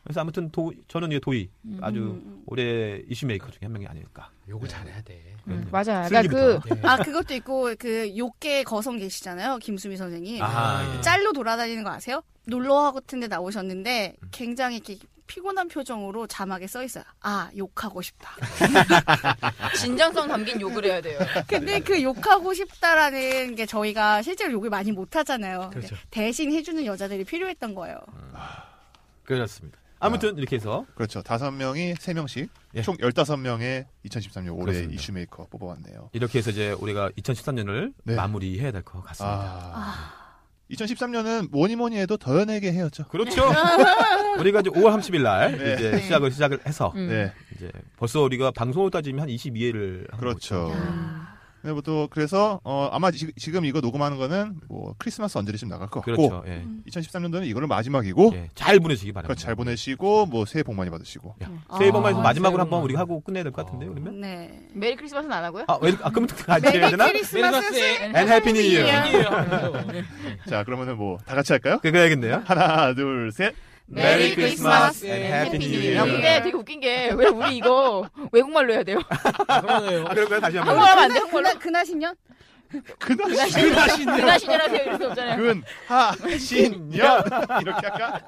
Speaker 5: 그래서 아무튼 도 저는 이제 도이 아주
Speaker 6: 음.
Speaker 5: 올해 이슈메이커 중에 한 명이 아닐까.
Speaker 7: 욕을 잘해야 돼.
Speaker 3: 음,
Speaker 5: 그럼요.
Speaker 3: 맞아. 그러니까 그
Speaker 5: 네. 슬기부터.
Speaker 7: 네.
Speaker 6: 아, 그것도 있고 그 욕계 거성 계시잖아요. 김수미 선생님.
Speaker 5: 아, 예.
Speaker 6: 짤로 돌아다니는 거 아세요? 놀러 같은 데 나오셨는데
Speaker 7: 음.
Speaker 6: 굉장히 이렇게 피곤한 표정으로 자막에 써 있어요. 아, 욕하고 싶다.
Speaker 3: 진정성 담긴 욕을 해야 돼요.
Speaker 6: 근데 그 욕하고 싶다라는 게 저희가 실제로 욕을 많이 못 하잖아요.
Speaker 7: 그렇죠.
Speaker 6: 대신 해주는 여자들이 필요했던 거예요.
Speaker 5: 그렇습니다. 아무튼 이렇게 해서
Speaker 4: 그렇죠. 다섯 명이 세 명씩
Speaker 5: 예.
Speaker 4: 총 열다섯 명의 2013년 올해
Speaker 5: 그렇습니다.
Speaker 4: 이슈 메이커 뽑아왔네요.
Speaker 5: 이렇게 해서 이제 우리가 2013년을
Speaker 4: 네.
Speaker 5: 마무리해야 될 것 같습니다.
Speaker 4: 아. 2013년은 뭐니 뭐니 해도 더 연예계 해였죠.
Speaker 5: 그렇죠. 우리가 이제 5월 30일 날
Speaker 4: 네.
Speaker 5: 이제 시작을 시작을 해서
Speaker 3: 음.
Speaker 4: 네,
Speaker 5: 이제 벌써 우리가 방송으로 따지면 한 22회를 한
Speaker 4: 그렇죠.
Speaker 7: 음.
Speaker 5: 거죠.
Speaker 3: 아,
Speaker 4: 네, 보통 그래서 어, 아마 지, 금 이거 녹음하는 거는 뭐 크리스마스 언저리쯤 나갈 것 같고
Speaker 5: 그렇죠. 예.
Speaker 4: 2013년도는 이거를 마지막이고
Speaker 5: 예. 잘 보내시기
Speaker 4: 그러니까
Speaker 5: 바랍니다.
Speaker 4: 잘 보내시고 뭐 새해 복 많이 받으시고
Speaker 5: 야, 새해 복만
Speaker 6: 아,
Speaker 5: 마지막으로
Speaker 3: 새해
Speaker 5: 한번
Speaker 3: 복
Speaker 5: 우리가
Speaker 3: 많이.
Speaker 5: 하고 끝내야 될 것 같은데요. 그러면
Speaker 6: 네.
Speaker 3: 메리 크리스마스는 안 하고요?
Speaker 5: 아, 왜, 아 그럼 같이 해야
Speaker 6: 메리
Speaker 5: 되나?
Speaker 7: 네.
Speaker 6: 크리스마스
Speaker 7: 메리
Speaker 5: And Happy New Year.
Speaker 7: 크리스마스예요. 하면서.
Speaker 4: 자 그러면은 뭐 다 같이 할까요?
Speaker 5: 그래야겠네요.
Speaker 4: 하나 둘셋
Speaker 3: 메리 크리스마스
Speaker 7: and
Speaker 5: 해피
Speaker 7: Happy
Speaker 5: 뉴
Speaker 7: New
Speaker 3: 야,
Speaker 7: Year.
Speaker 5: 이어.
Speaker 3: 근데 되게 웃긴 게 왜 우리 이거 외국말로 해야 돼요?
Speaker 7: 아, 그러네요.
Speaker 5: 아, 그럴 거요 다시 한번.
Speaker 3: 한국말 하면 안 돼요?
Speaker 6: 그날 그날 신년?
Speaker 4: 그날
Speaker 3: 그날 신년하세요 이럴 수
Speaker 5: 그
Speaker 3: 없잖아요.
Speaker 4: 근하신년 이렇게 할까?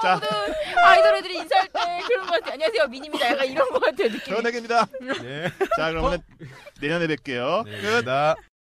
Speaker 4: 자
Speaker 3: 모든 아이돌 애들이 인사할 때 그런 것 같아요. 안녕하세요 민입니다. 약간 이런 것 같아요 느낌이.
Speaker 4: 연예계입니다.
Speaker 5: 네.
Speaker 4: 자 그러면 은 내년에 뵐게요.
Speaker 5: 네. 끝.